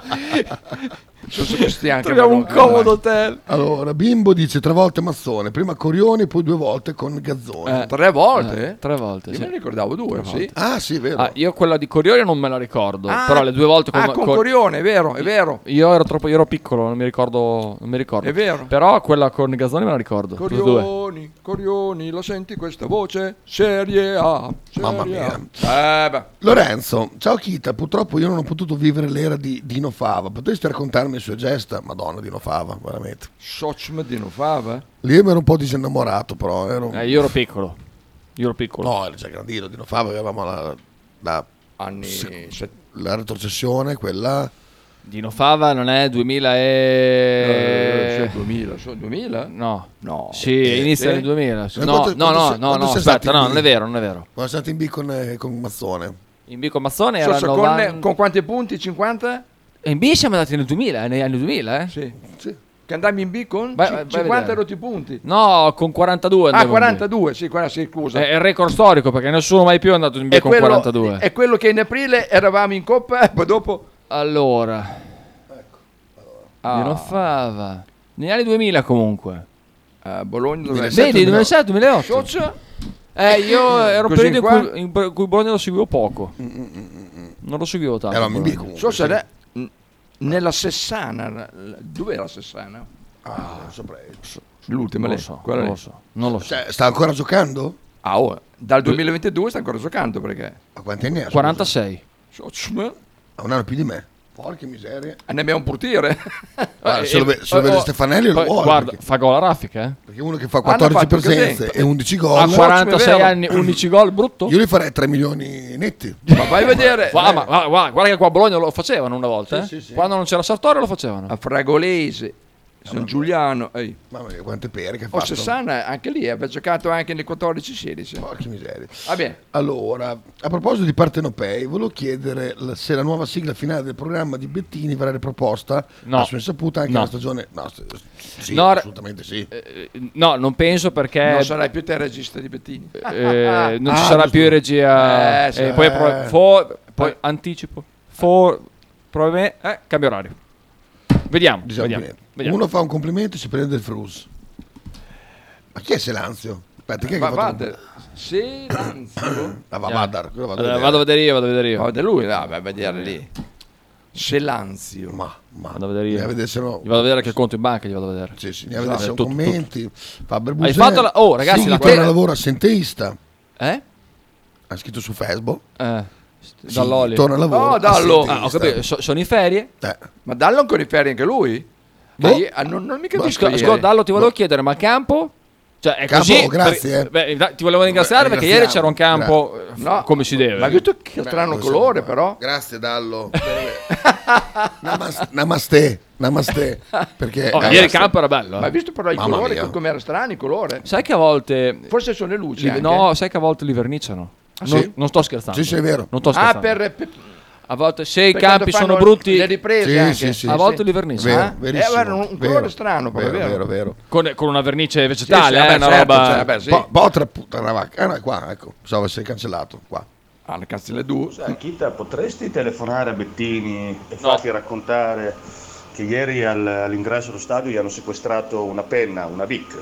C: Sono soprusti anche, Eh,
D: Troviamo
C: ma
D: un
C: no,
D: comodo hotel.
B: Allora, Bimbo dice tre volte Mazzone, prima Corione, poi due volte con Gazzone.
C: dai. Tre volte?
D: Eh, Tre volte.
C: Io
D: sì.
C: me ne ricordavo due, sì.
B: Ah, sì, è vero.
D: Ah, io quella di Corione non me la ricordo.
C: Ah,
D: però le due volte con,
C: ah, con
D: con-
C: Corione, è vero, è vero.
D: Io ero troppo. Io ero piccolo, non mi ricordo. Non mi ricordo.
C: È vero.
D: Però quella con Gazzone me la ricordo. tutte e due.
C: Corioni, Corioni, la senti questa voce? Serie A. serie
B: Mamma
C: A. Eh beh.
B: Lorenzo, ciao Kita, purtroppo io non ho potuto vivere l'era di Dino Fava. Potresti raccontarmi le sue gesta? Madonna, Dino Fava, veramente.
C: Socm di Nofava.
B: Lì mi ero un po' disinnamorato, però ero...
D: Eh, io ero piccolo. Io ero piccolo.
B: No, era già grandino, Dino Fava, avevamo la, la-
C: Anni set-
B: la retrocessione, quella...
D: Dino Fava non è 2000 e.
C: eh, sì, 2000, so- 2000?
D: No. Eh,
C: No.
D: Sì,
B: Eh,
D: inizia
C: sì.
D: nel 2000.
C: Eh,
B: Ma quanto-
D: No, no,
B: quanto
D: no,
B: sei- quanto
D: no, no,
B: sei
D: aspetta,
B: stato in
D: no, non è
B: B?
D: vero, non è vero.
B: Quando siamo stati in B con, eh, con Mazzone.
D: In B con Mazzone
C: So-
D: era
C: so, con,
D: 90...
C: con quanti punti? 50?
D: E in B siamo andati nel 2000, eh, negli anni 2000, eh?
C: Sì. Che andammo in B con
D: Vai-
C: cin-
D: vai a
C: 50
D: vedere.
C: rotti punti.
D: No, con 42
C: Ah,
D: andavamo in B.
C: 42, sì, quella sì, scusa.
D: È il record storico perché nessuno mai più è andato in B
C: È
D: con
C: quello-
D: 42.
C: È quello che in aprile eravamo in coppa e poi dopo...
D: Allora,
B: Ecco, Ah.
D: Dino Fava. Negli anni 2000 comunque.
B: Eh,
C: A Bologna dove...
B: 2007,
D: Vedi,
B: 2008.
D: 2007-2008.
C: Socio?
D: Eh,
B: Mm,
D: io ero un
C: Così
D: periodo
C: qua?
D: in cui, in, in cui Bologna lo seguivo poco.
B: mm,
D: Non lo seguivo tanto.
B: Eravamo in B
D: Bologna.
B: comunque.
C: Socio era- n- Nella Sessana... la- la- Dove era la Sessana?
B: Ah, non saprei.
C: L'ultima
D: Non lo
C: lì,
D: so,
C: quella
D: non
C: lì.
D: lo so. Non lo so.
B: Cioè, sta ancora giocando?
C: Ah, oh, dal 2022 sta ancora giocando perché...
B: A quanti anni ha? scusa?
D: 46.
C: Socio,
B: Ha un anno più di me. Porca miseria.
D: Ah,
C: ne abbiamo un portiere.
B: Guarda, Ah, se lo, ve- se lo
D: *laughs* Eh,
B: vede
D: oh,
B: Stefanelli lo
D: poi,
B: vuole.
D: Guarda,
B: perché,
D: fa gol a raffica, eh.
B: perché uno che fa
C: Hanno
B: 14
C: fatto così.
B: presenze e 11
D: A
B: gol,
C: Socio,
D: 46
C: vero.
D: anni, 11 gol, brutto.
B: io gli farei 3 milioni netti.
C: Ma vai a vedere. Eh.
D: Qua- ah, ma- guarda, guarda, guarda che qua a Bologna lo facevano una volta.
B: Sì,
D: eh.
B: sì, sì.
D: Quando non c'era Sartori lo facevano.
C: a Fragolese, San Giuliano. ehi.
B: Mamma mia, quante pere che ha
C: Oh,
B: fatto.
C: Sessana anche lì, aveva giocato anche nel 14-16.
B: Porca miseria.
C: Va bene,
B: Allora, a proposito di Partenopei, volevo chiedere l- se la nuova sigla finale del programma di Bettini verrà riproposta
D: No.
B: a sua insaputa anche
D: No.
B: nella stagione. No, s- s- sì,
D: No, ra-
B: assolutamente sì.
D: Eh, No, non penso perché
C: non sarai più te regista di Bettini.
D: eh, non ci
B: Ah,
D: sarà
B: giusto.
D: più in regia.
C: Eh, sì.
D: e poi, apro- fo- poi anticipo. For, probabilmente eh, cambio orario. Vediamo.
B: Diciamo
D: vediamo,
B: che
D: vediamo.
B: Uno fa un complimento e si prende il frus. Ma chi è Selanzio? Aspetta, chi è che
C: Va,
B: ha fatto-
C: vada. Sì, Lanzio.
B: *coughs* Ah, va, Vadar, quello vado a
D: Eh,
B: vedere. Eh.
D: vado a vedere io, vado a vedere io.
C: Va da lui, là, vai a vedere lì. Selanzio.
B: Ma, ma.
D: Vado a vedere
B: Ne
D: io.
B: vedesse no.
D: Gli vado a vedere che il conto in banca, gli vado a vedere.
B: Sì, sì, ne avete
D: Esatto,
B: sono
D: tutto,
B: commenti. Faber
D: Hai
B: Busè,
D: fatto la- oh, ragazzi,
B: Sighi
D: la-
B: torna a lavoro assenteista.
D: Eh?
B: Ha scritto su Facebook.
D: eh.
B: Sighi
D: Dall'olio.
B: Torna a lavoro.
C: Oh, Dallo.
B: assenteista.
D: Ah, ho capito, so- sono in ferie.
B: Eh,
C: Ma Dallo ancora in ferie anche lui?
B: Boh.
C: Eh, ah, non, non mi capisco.
D: Scusa,
C: ieri. Boh.
D: scusa, Dallo, ti volevo chiedere, ma campo? Cioè, è
B: Campo,
D: così?
B: grazie, eh.
D: Beh, intanto ti volevo ringraziare perché ieri c'era un campo eh, f-
C: No.
D: come si deve.
C: Ma che tu che
B: beh,
C: strano
B: dove siamo
C: colore,
B: qua?
C: però.
B: Grazie,
D: *laughs*
B: Dallo. Namas- namaste, namaste.
D: *laughs*
B: Perché
D: Oh,
B: eh,
D: ieri il campo era bello. eh.
C: Ma hai visto però il
B: Mamma
C: colore,
B: mia.
C: co- com'era strano il colore?
D: Sai che a volte.
C: Forse sono le luci.
D: li-
C: anche.
D: no, sai che a volte li verniciano. non,
B: Ah, sì?
D: non sto scherzando.
B: Sì, sì, è vero.
D: Non sto
C: Ah,
D: scherzando.
C: per, per-
D: A volte se i
C: per quando
D: campi
C: fanno
D: sono brutti,
C: Le riprese
B: Sì,
C: anche.
B: sì, sì.
D: a volte li
B: è
D: verniciano.
B: vero,
D: eh?
B: verissimo.
C: Eh, era un- un
B: vero,
C: colore strano, però,
B: vero,
C: vero.
B: vero, vero.
D: Con, con una vernice vegetale,
C: Sì, sì,
D: eh,
C: vabbè,
D: una
C: certo,
D: roba.
C: cioè, vabbè, sì.
B: Bo- Botra puttana vacca. Ah, no, è qua, ecco. Pensavo si è cancellato qua.
C: Ah, le cazzo le due.
I: Chita, potresti telefonare a Bettini e farti raccontare che ieri al- all'ingresso dello stadio gli hanno sequestrato una penna, una Bic,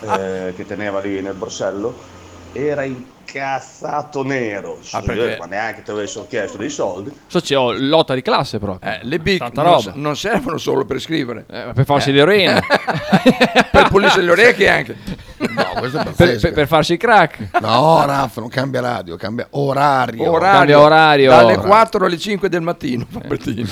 I: eh, che teneva lì nel borsello. Era incazzato nero.
C: Ah, perché?
I: Ma neanche ti avessero chiesto dei soldi.
D: So, c'è oh, lotta di classe, però.
C: Eh, le big
D: Tanta
C: non,
D: roba.
C: *laughs* non servono solo per scrivere,
D: Eh, ma per farsi l'eroina,
C: *laughs* per pulire le orecchie anche.
B: No, questo è
D: per,
B: pazzesco.
D: per- per farsi i crack.
B: No, Raffa, non cambia radio, cambia
C: *laughs*
B: orario.
C: Orario,
D: orario. Eh.
C: dalle
D: Orario.
C: 4 alle 5 del mattino.
D: *laughs*
C: Fabertino.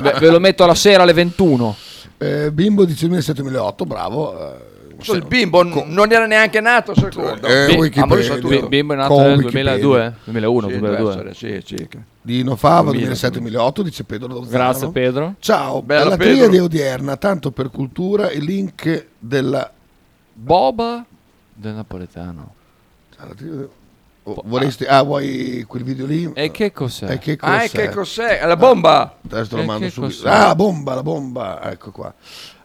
D: Beh, ve lo metto alla sera alle 21.
B: Eh, bimbo dice 2007-2008, bravo. eh,
C: Cioè, il bimbo n- non era neanche nato, secondo
B: Eh,
C: Bi-
B: Wikipedia.
C: ha morso tutto.
B: Bi-
D: Bimbo è nato
B: Con
D: nel eh.
B: Wikipedia.
D: 2002, 2001,
C: Sì,
D: 2002.
C: deve essere, sì, circa.
B: Di Nofava
C: 2000.
B: 2007-2008 dice Pedro Dozzano.
D: Grazie Pedro.
B: Ciao,
C: Bella,
B: alla
C: Pedro.
B: triade odierna, tanto per cultura, il link della...
D: Boba del napoletano.
B: alla triade- oh, vorresti... Ah, vuoi quel video lì?
D: E che cos'è?
B: Eh, che cos'è?
C: Ah, e che cos'è? È La bomba!
B: Adesso te lo
D: Eh, che
B: mando subito.
D: cos'è?
B: Ah, la bomba, la bomba, ecco qua.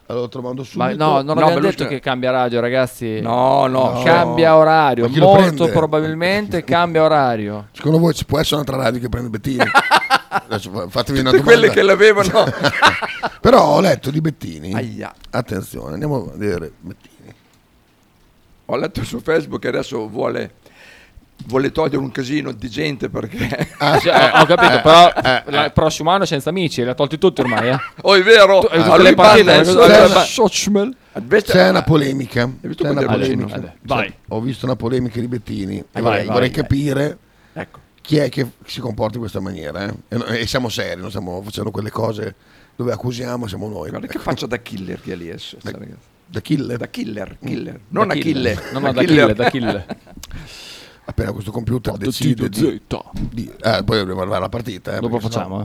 B: Allora te lo mando subito.
D: Ma no, non
C: No,
D: abbiamo
C: Berlusconi-
D: detto che cambia radio, ragazzi.
C: No, no,
B: No.
D: Cambia orario,
B: Ma chi lo
D: molto
B: prende? *laughs*
D: probabilmente cambia orario.
B: Secondo voi ci può essere un'altra radio che prende Bettini?
C: *laughs*
B: Adesso fa- Fatemi una
C: tutti
B: domanda.
C: quelli che l'avevano.
B: *laughs* Però ho letto di Bettini.
C: Aia.
B: Attenzione, andiamo a vedere Bettini.
C: Ho letto su Facebook che adesso vuole, vuole togliere un casino di gente perché...
B: Ah. Eh,
D: Cioè, ho, ho capito, però la- il prossimo anno senza amici, li ha tolti tutti ormai. Eh.
C: Oh, è vero!
D: Tu- hai tutte
C: Ah,
D: le
C: lui
D: partite,
C: parla adesso-
D: hai tutte
B: eh,
D: le
C: adesso- Adesso-
B: C'è una polemica.
C: visto
B: c'è una
C: quanti
D: erano?
B: polemica.
D: Vabbè, vai. Eh,
B: Cioè, Ho visto una polemica di Bettini. e
D: Vai,
B: vorrei,
D: vai,
B: vorrei
D: vai.
B: capire
C: Ecco.
B: chi è che si comporta in questa maniera. eh. E, no- e siamo seri, non stiamo facendo quelle cose dove accusiamo, siamo noi. Ecco.
C: Guarda che faccia da killer che ha lì adesso, sta ragazza.
B: Da killer. Mm.
C: Da killer, killer. Non a killer.
D: No, no, da kill, da kill.
B: *laughs* Appena questo computer decide di, di- eh, poi dobbiamo arrivare alla partita. eh,
D: Dopo
B: perché sennò-
D: facciamo.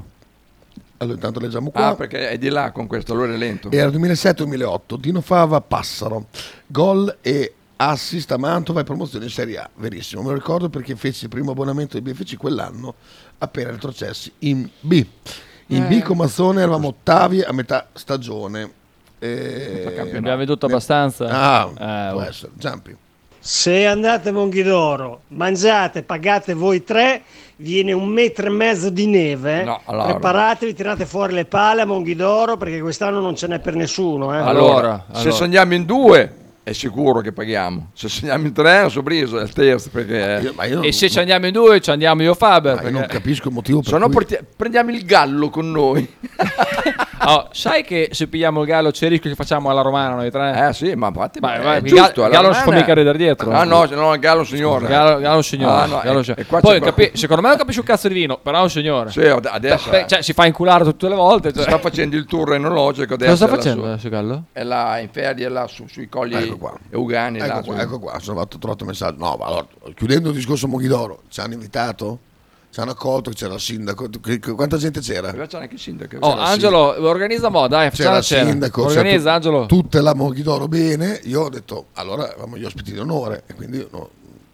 D: eh.
B: Allora intanto leggiamo qua.
C: Ah, perché è di là con questo, allora è lento.
B: Era 2007-2008, Dino Fava Passaro, gol e assist a Mantova e promozione in Serie A, verissimo, me lo ricordo perché feci il primo abbonamento ai BFC quell'anno appena retrocessi in B. In
D: Eh.
B: B con Mazzone eravamo ottavi a metà stagione. E...
D: Abbiamo veduto abbastanza.
B: Ah,
D: Eh,
B: può
D: oh.
B: essere, Giampi.
J: Se andate a Monghidoro, mangiate, pagate voi tre, viene un metro e mezzo di neve.
C: No, allora.
J: Preparatevi, tirate fuori le pale a Monghidoro perché quest'anno non ce n'è per nessuno. Eh.
D: Allora,
C: se
D: allora.
C: sogniamo in due è sicuro che paghiamo. Se sogniamo in tre, non so briso, è il terzo perché...
B: Io- ma io,
D: E se ci andiamo in due, ci andiamo io Faber.
B: ma io
D: perché-
B: non capisco il motivo per
C: Se no
B: cui...
C: porti- prendiamo il gallo con noi.
D: Oh, sai che se pigliamo il gallo c'è il rischio che facciamo alla romana noi tre?
C: Eh sì, ma infatti
D: Vai,
C: è
D: vai, il
C: giusto.
D: Ga-
C: alla
D: Gallo non si
C: romana-
D: fa mica ridere dietro.
C: Ah no, se no, il Gallo signore.
D: Gallo, gallo signore.
C: Ah, no,
D: Gallo
C: e-
D: signore.
C: e qua c'è
D: Poi
C: qualcuno-
D: capi- secondo me non capisce un cazzo di vino, però è un signore.
C: Sì, ad- adesso
D: Beh,
C: eh,
D: cioè, si fa inculare tutte le volte. Cioè.
C: sta facendo il tour enologico adesso.
D: Cosa sta
C: è là
D: facendo
C: su-
D: adesso Gallo?
C: È là in ferie, è là su- sui colli
B: Ecco qua.
C: Eugani. là,
B: Ecco qua,
C: su-
B: ecco qua, sono fatto trovato messaggio. No, ma allora, chiudendo il discorso Monghidoro, ci hanno invitato? Ci hanno accolto? C'era il sindaco? Che- che- Quanta gente c'era?
C: Però c'è anche il sindaco.
D: Oh, Angelo, organizza mo, dai, facciamo
B: c'era
D: la
B: il
D: cena.
B: sindaco, c'era
D: Eh, organizza,
B: tut-
D: Angelo.
B: tutta la Monghidoro bene. Io ho detto, allora avevamo gli ospiti d'onore e quindi io no-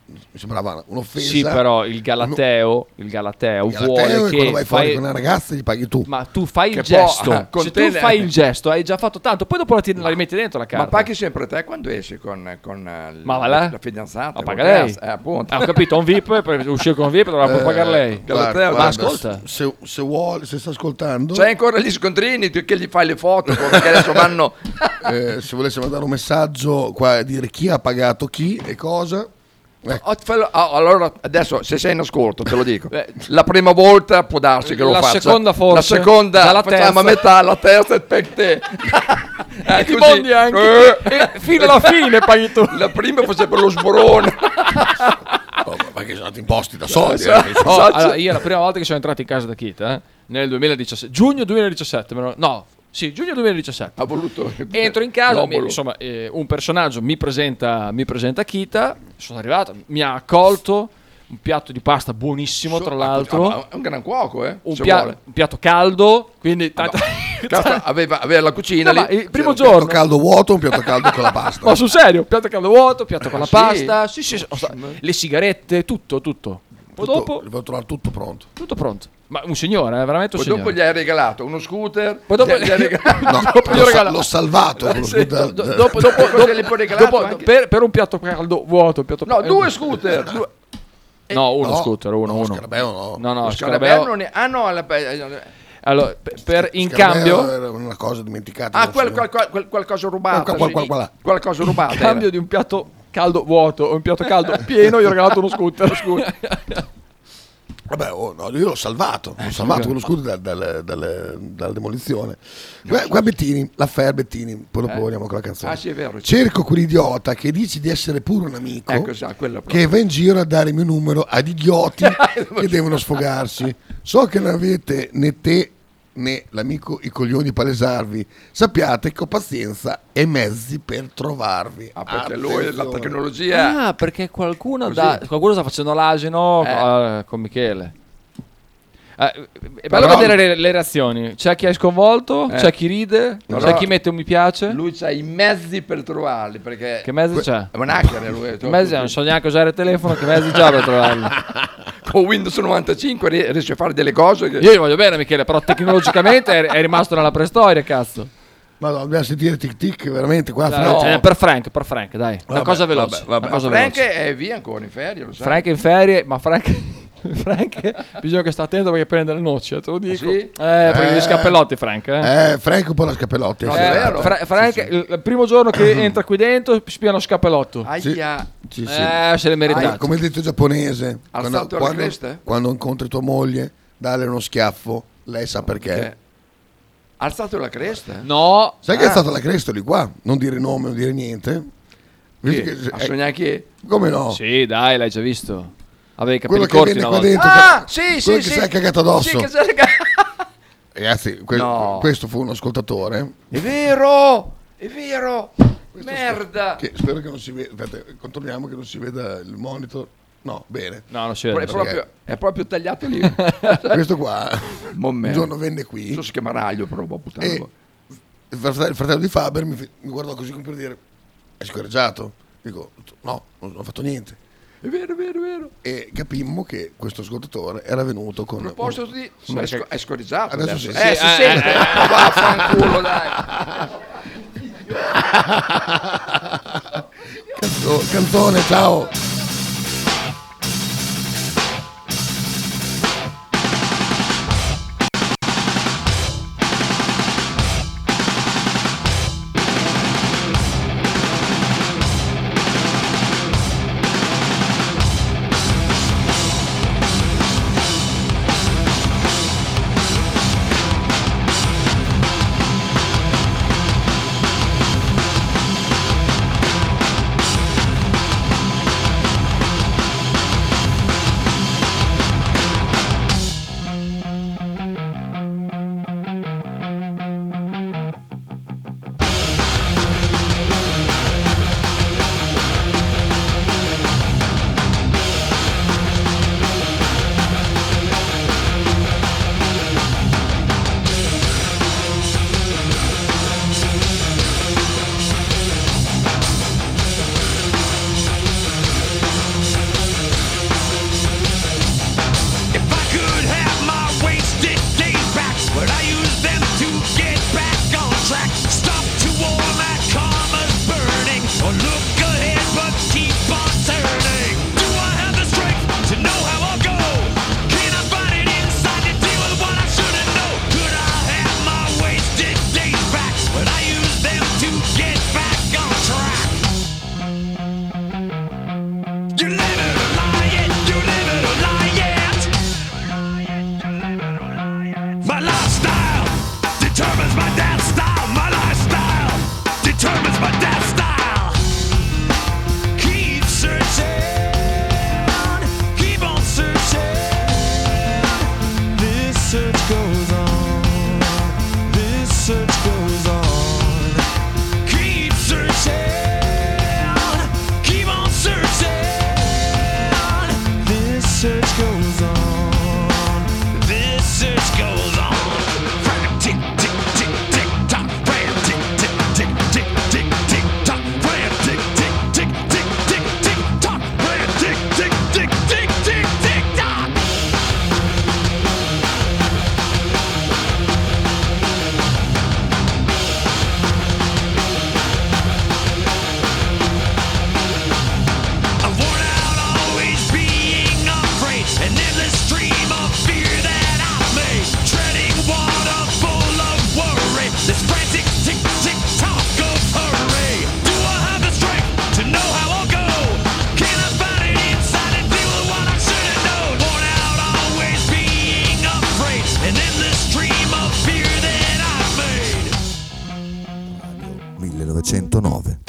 B: mi sembrava un'offesa.
D: sì, però il Galateo, il Galateo,
B: Alla te,
D: vuole
B: quando
D: che
B: vai fuori
D: fai-
B: con una ragazza gli paghi tu.
D: Ma tu fai
C: Che *laughs*
D: il gesto.
C: può- con
D: se
C: te-
D: tu fai il gesto, hai già fatto tanto. Poi dopo la, ti- la rimetti dentro la carta.
C: Ma paghi sempre te quando esci con, con eh, l-
D: Ma va là?
C: la fidanzata?
D: Ma paga
C: con te?
D: lei.
C: Eh, appunto.
D: Ah, ho capito, *laughs* un VIP, per uscire con un VIP dovrà pure pagare lei.
C: Galateo,
B: Eh, Guarda,
C: ma
B: guarda,
D: ascolta. Cioè,
B: Se, se vuole, se sta ascoltando,
C: C'hai ancora gli scontrini tu- che gli fai le foto perché adesso vanno...
B: eh, se volesse mandare un messaggio qua e dire chi ha pagato chi e cosa,
C: Oh, te fallo- oh, allora, adesso se sei in ascolto, te lo dico. la prima volta può darsi che lo
D: Eh. La
C: faccia.
D: seconda forse.
C: La seconda
D: Dalla
C: facciamo a
D: terza.
C: metà, la terza è per te. Eh,
D: ti
C: così.
D: mondi anche.
C: Eh,
D: E fino alla fine paghi tu.
C: la prima faceva per lo
D: *laughs*
C: sborone.
B: oh, ma perché sono andati imposti da soldi. eh.
D: Oh, allora, io la prima volta che sono entrato in casa da Kit, eh, nel 2017, giugno 2017, me lo- no, sì, giugno 2017.
C: ha voluto
D: Entro in casa, mi-
C: L'obolo.
D: insomma, eh, un personaggio mi presenta, mi presenta Kita, sono arrivato, mi ha accolto, un piatto di pasta buonissimo tra
C: Ah,
D: l'altro,
C: ma è un gran cuoco eh
D: un,
C: se
D: pia-
C: vuole.
D: un piatto caldo, quindi tanta-
C: Cazzo, aveva, aveva la cucina
D: No, ma
C: lì
D: il primo
B: Un piatto
D: giorno,
B: caldo vuoto, un piatto caldo con la pasta.
D: *laughs* ma sul serio, piatto caldo vuoto, piatto con la
C: Ah, sì?
D: pasta, sì, sì, sì, sta- le sigarette, tutto, tutto. Poi
B: Tutto-
D: dopo,
B: devo trovare tutto pronto.
D: tutto pronto. Ma un signore, eh, veramente un
C: poi
D: signore.
C: dopo gli hai regalato uno scooter
D: Poi dopo-
C: gli, gli hai regalato
B: No,
D: Dopo gli ho
B: l'ho, sa-
D: regalato- Eh,
B: l'ho eh. salvato. con lo
D: *laughs* Sì,
B: scooter.
D: do-
C: *laughs*
D: do- dopo, dopo-
C: Cosa
D: dopo-
C: gli puoi regalare
D: dopo-
C: anche?
D: per, per un piatto caldo vuoto, un piatto
C: no
D: eh,
C: due scooter Eh, due.
D: no, uno
B: No,
D: scooter, uno,
B: no,
D: uno.
B: Scarabeo no.
D: No, no,
C: Lo
D: Scarabeo.
C: scarabeo non è- ah no la-
D: Allora, pe- per, in
B: Scarabeo
D: cambio,
B: era una cosa dimenticata.
C: ah
B: non
C: quel,
B: so.
C: quel- quel- quel- qualcosa rubato
B: Qual- qual-
C: sì.
B: qual- qual-
C: qualcosa rubato
D: in
C: era.
D: *laughs* cambio di un piatto caldo vuoto o un piatto caldo pieno, gli ho regalato uno scooter.
C: *laughs*
B: Vabbè, oh, no, io l'ho salvato. L'ho salvato con lo scooter dal- dal- dal- dalla demolizione. Qua, qua Bettini, l'affair Bettini. Poi
D: Eh.
B: dopo veniamo con la canzone.
C: ah sì è vero
B: Cerco quell'idiota che dici di essere pure un amico.
C: ecco sa, quello proprio.
B: che va in giro a dare il mio
D: *laughs*
B: numero ad idioti che devono sfogarsi. So che non avete né te né l'amico i coglioni palesarvi. Sappiate che ho pazienza e mezzi per trovarvi. Ah,
C: perché lui la tecnologia.
D: Ah, perché qualcuno,
C: Così.
D: da, qualcuno sta facendo l'asino eh, con Michele. Eh, è bello
C: Però-
D: vedere le, le reazioni. C'è chi è sconvolto,
C: Eh.
D: c'è chi ride,
C: Però-
D: c'è chi mette un mi piace.
C: Lui c'ha i mezzi per trovarli. Perché
D: Che mezzi c'è?
C: È un hacker lui.
D: Che mezzi c'è? Non so neanche usare il telefono, che mezzi già per trovarli.
B: *laughs*
C: Con Windows 95 ri- riesce a fare delle cose. Che...
D: Io gli voglio bene Michele, però tecnologicamente è, è rimasto nella preistoria, cazzo.
B: Ma dobbiamo sentire tic tic veramente qua.
D: Dai,
B: Ah, Frank.
D: eh, Per Frank, per Frank, dai. una
B: Vabbè,
D: cosa veloce.
B: vabbè, vabbè.
D: una cosa
C: Frank
D: veloce.
C: è via ancora in ferie, lo sai.
D: Frank è in ferie, ma Frank... *laughs* Frank bisogna che sta attento perché prende le noci, eh, te lo dico.
C: sì?
D: Eh, perché gli
B: Ah, Eh.
D: scappellotti Frank, eh.
B: Eh, Frank un po' la scappellotti.
C: No,
B: sì.
C: davvero?
D: Fra- Frank, il il primo
B: *coughs*
D: giorno che entra qui dentro, spia uno scappellotto.
C: Aia.
B: Sì, sì.
D: Eh, se l'è meritato.
B: Come il detto giapponese, quando,
C: Alzato alla cresta?
B: quando, quando incontri tua moglie, dalle uno schiaffo, lei sa perché.
C: Perché? Ha alzato la cresta?
D: No,
B: Sai che
C: Ah.
B: è stata la Crestoli qua? Non dire nome, non dire niente. Visto
C: Chi?
B: che-
C: A
B: eh,
C: sognare chi?
B: come no?
D: Sì, dai, l'hai già visto. Avevi i
B: Quello
D: capelli
B: che viene
D: corti una
B: qua
D: volta.
B: dentro,
C: Ah,
B: che-
C: sì,
B: quello
C: sì,
B: che
C: sì.
B: si è cagato addosso.
C: Sì, che si è cagato-
B: Ragazzi, que-
C: No.
B: questo fu un ascoltatore.
C: È vero, è vero. Merda.
B: Che spero che non si veda. Aspetta, controlliamo che non si veda il monitor. No, bene.
D: No, non si
C: È
D: vede.
C: proprio, è proprio tagliato lì.
B: *laughs* Questo qua
C: Momento.
B: un giorno venne qui
C: So si chiama Raglio, però boh, puttana.
B: e il frate- il fratello di Faber mi, fe- mi guardò così come per dire: È scorreggiato? Dico: No, non non ho fatto niente.
C: È vero, è vero, è vero.
B: E capimmo che questo ascoltatore era venuto con.
C: A proposito di...
B: Ma
C: è,
B: che-
C: sco- è scorizzato
B: Adesso
C: adesso.
B: sì.
C: Eh, si
D: Sì, eh,
C: sente.
D: eh, eh.
C: Vaffanculo, dai.
D: *laughs*
B: Canto- cantone, ciao.
K: If I could have my wasted days back, would I use them to get back on track? Stop to all my karma's burning, or look ahead but keep on turning. Do I have the strength to know how I'll go? Can I find it inside to deal with what I shouldn't know? Could I have my wasted days back? Would I use them to get back on track? You live in a lie, yet you live in a lie, yet. My lifestyle determines my death style. My lifestyle determines my death style. Keep searching, keep on searching. This search goes on. This search goes on. Keep searching, keep on searching. This search goes on. This is goes on. Ram, Tick tick tick tick tock. Ram, tick tick tick tick tick tick tock. Ram, tick tick tick tick tick tick tock. Ram, tick tick tick tick tick tick tock. I'm worn out always being afraid An endless stream of fear that I've made Treading water full of worry This frantic tick tick tock of hurry Do I have the strength to know how I'll go? Can I find it inside and deal with what I should have known? Worn out always being afraid An endless stream of fear that I've made
A: 1909.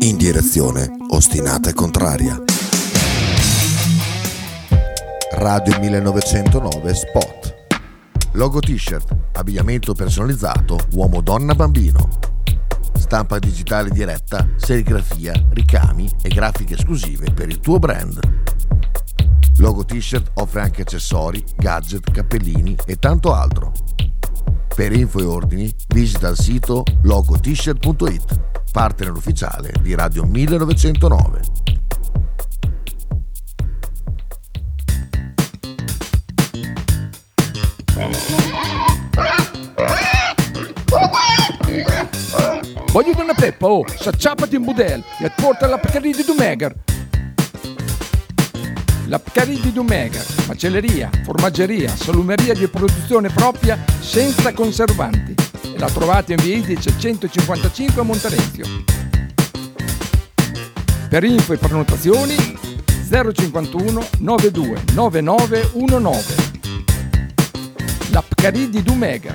A: In direzione ostinata e contraria. Radio 1909 Spot. Logo t-shirt, abbigliamento personalizzato, uomo, donna, bambino. Stampa digitale diretta, serigrafia, ricami e grafiche esclusive per il tuo brand. Logo t-shirt offre anche accessori, gadget, cappellini e tanto altro. Per info e ordini visita il sito logotshirt.it, partner ufficiale di Radio 1909.
C: Voglio una peppa, oh, s'acciappati in budel e porta la Pcaridi di Dumegar. La Pcaridi di Dumegar, macelleria, formaggeria, salumeria di produzione propria senza conservanti. E la trovate in via Idice 155 a Monterezio. Per info e prenotazioni 051 92 9919. La Pcaridi di Dumegar.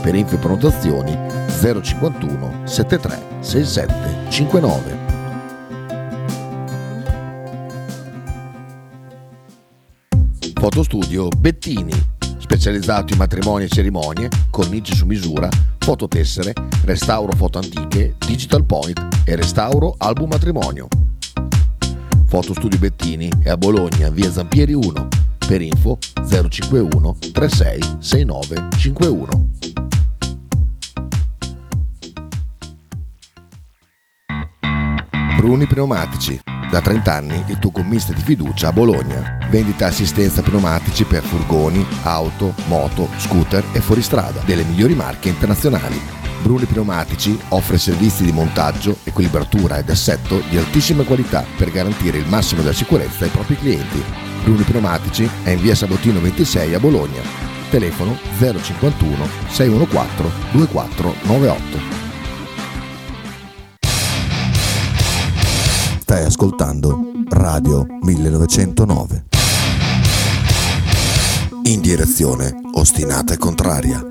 A: Per info e prenotazioni 051 73 67 59. Fotostudio Bettini, specializzato in matrimoni e cerimonie, cornici su misura, fototessere, restauro foto antiche, digital point e restauro album matrimonio. Fotostudio Bettini è a Bologna, via Zampieri 1, per info 051 36 69 51. Bruni Pneumatici. Da 30 anni il tuo commista di fiducia a Bologna. Vendita e assistenza pneumatici per furgoni, auto, moto, scooter e fuoristrada delle migliori marche internazionali. Bruni Pneumatici offre servizi di montaggio, equilibratura ed assetto di altissima qualità per garantire il massimo della sicurezza ai propri clienti. Bruni Pneumatici è in via Sabotino 26 a Bologna. Telefono 051 614 2498. Stai ascoltando Radio 1909. In direzione ostinata e contraria.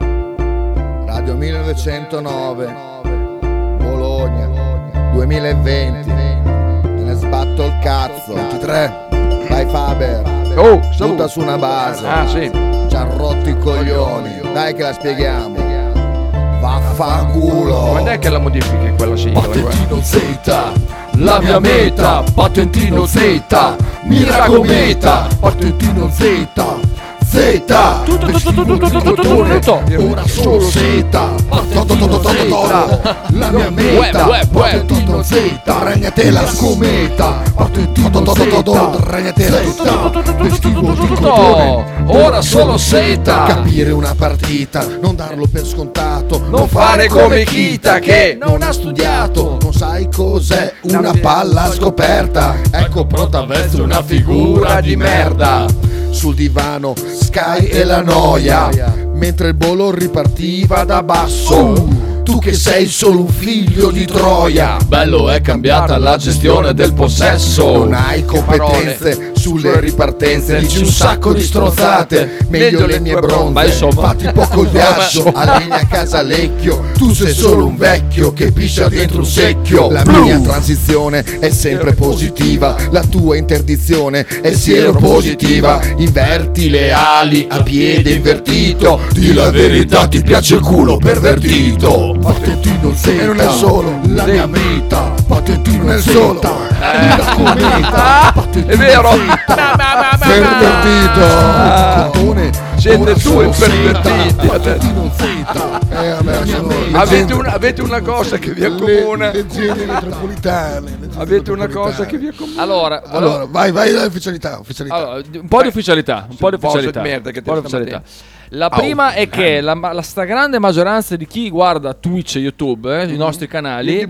A: Radio 1909. Bologna 2020. Me ne sbatto il cazzo. 23. Dai Faber.
C: Oh,
A: Butta su una base.
C: Ah, sì.
A: Ci ha rotto i coglioni. Dai che la spieghiamo. Vaffanculo.
C: Quando è che la modifichi quella sigla?
B: Patentino Z, la mia meta, patentino Z, mira cometa, patentino Z, Z, tutto tutto tutto tutto tutto ora solo Z, patentino Z, la mia meta, patentino Z, ragnatela scometa, patentino Z, ragnatela vestito di coglione, ora solo Z,
A: Capire una partita, non darlo per scontato. Non,
B: fare come Kita che
A: non ha studiato. Non sai cos'è una palla scoperta. Ecco pronta verso una figura di merda. Sul divano Sky e la noia. Mentre il bolo ripartiva da
D: Oh.
A: basso. Tu che sei solo un figlio di Troia.
B: Bello è cambiata la gestione del possesso.
A: Non hai competenze sulle ripartenze, dici un sacco di stronzate, meglio le mie
B: Ma
A: bronze,
B: insomma.
A: fatti un po' *laughs* col ghiaccio, almeno a casa lecchio, tu sei solo un vecchio che piscia dentro un secchio, la
B: Blu.
A: mia transizione è sempre positiva, la tua interdizione è sieropositiva, inverti le ali a piede invertito,
B: Di la verità ti piace il culo pervertito.
L: patentino Z
B: E non è solo.
L: La mia meta, patentino
B: è
L: Z
B: solo.
D: Eh.
L: La
C: Ah,
L: cometa, patentino È vero
C: *laughs*
B: Pervertito.
C: Ah. Siete due pervertiti.
L: Patentino Z
C: *laughs*
B: Eh,
C: Avete una, avete una cosa che vi accomuna.
B: leggende metropolitane.
C: Avete una cosa che vi accomuna.
D: Allora,
B: Allora, vai, vai all'ufficialità. ufficialità.
D: Allora, un po' di ufficialità. Un po' di
B: un po' di
D: ufficialità.
B: merda che
D: un po' di
B: te stamattina.
D: ufficialità. La prima è che la, ma- la stragrande maggioranza di chi guarda Twitch e YouTube, eh,
C: Mm-hmm.
D: i nostri canali,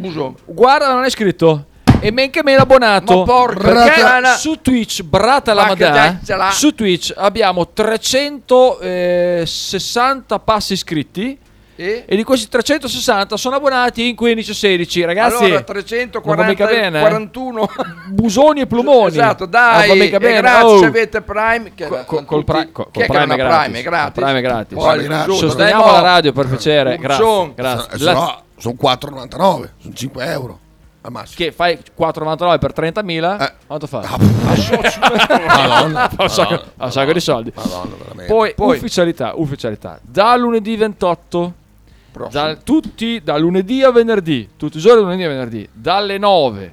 D: guarda non è iscritto. E men che meno abbonato.
C: Ma porca
D: perché
C: puttana.
D: su Twitch, brata la
C: Ma che
D: madà,
C: daccela.
D: su Twitch abbiamo 360 passi iscritti. E?
C: E?
D: di questi 360 sono abbonati in 15 o 16, ragazzi.
C: allora
D: Ah, non va mica bene,
C: 340
D: eh.
C: 41
D: Busoni e plumoni.
C: *laughs* Esatto,
D: Non va
C: dai.
D: mica
C: e
D: bene,
C: grazie,
D: oh.
C: avete Prime che era- con
D: Col, col,
C: tutti-
D: Prime- col-
C: chi è
D: col
C: che era
D: Prime è
C: una
D: gratis.
C: Prime è gratis.
D: Col Prime è gratis.
C: Poi, giusto,
D: Sosteniamo
C: dai,
D: la
C: mo.
D: radio per piacere. Grazie.
C: Buccion.
D: grazie.
B: Se
D: La-
B: no, sono 4,99, sono 5 euro. Al massimo. Eh. Ah,
D: Che fai 4,99 per 30.000? Quanto fa?
B: Madonna,
D: Fa *laughs* un sacco,
B: Madonna,
D: fa un sacco di soldi.
B: Madonna, veramente.
D: Poi,
C: Poi-
D: ufficialità, ufficialità. Da lunedì 28, da, tutti, da lunedì a venerdì, tutti i giorni da lunedì a venerdì, dalle 9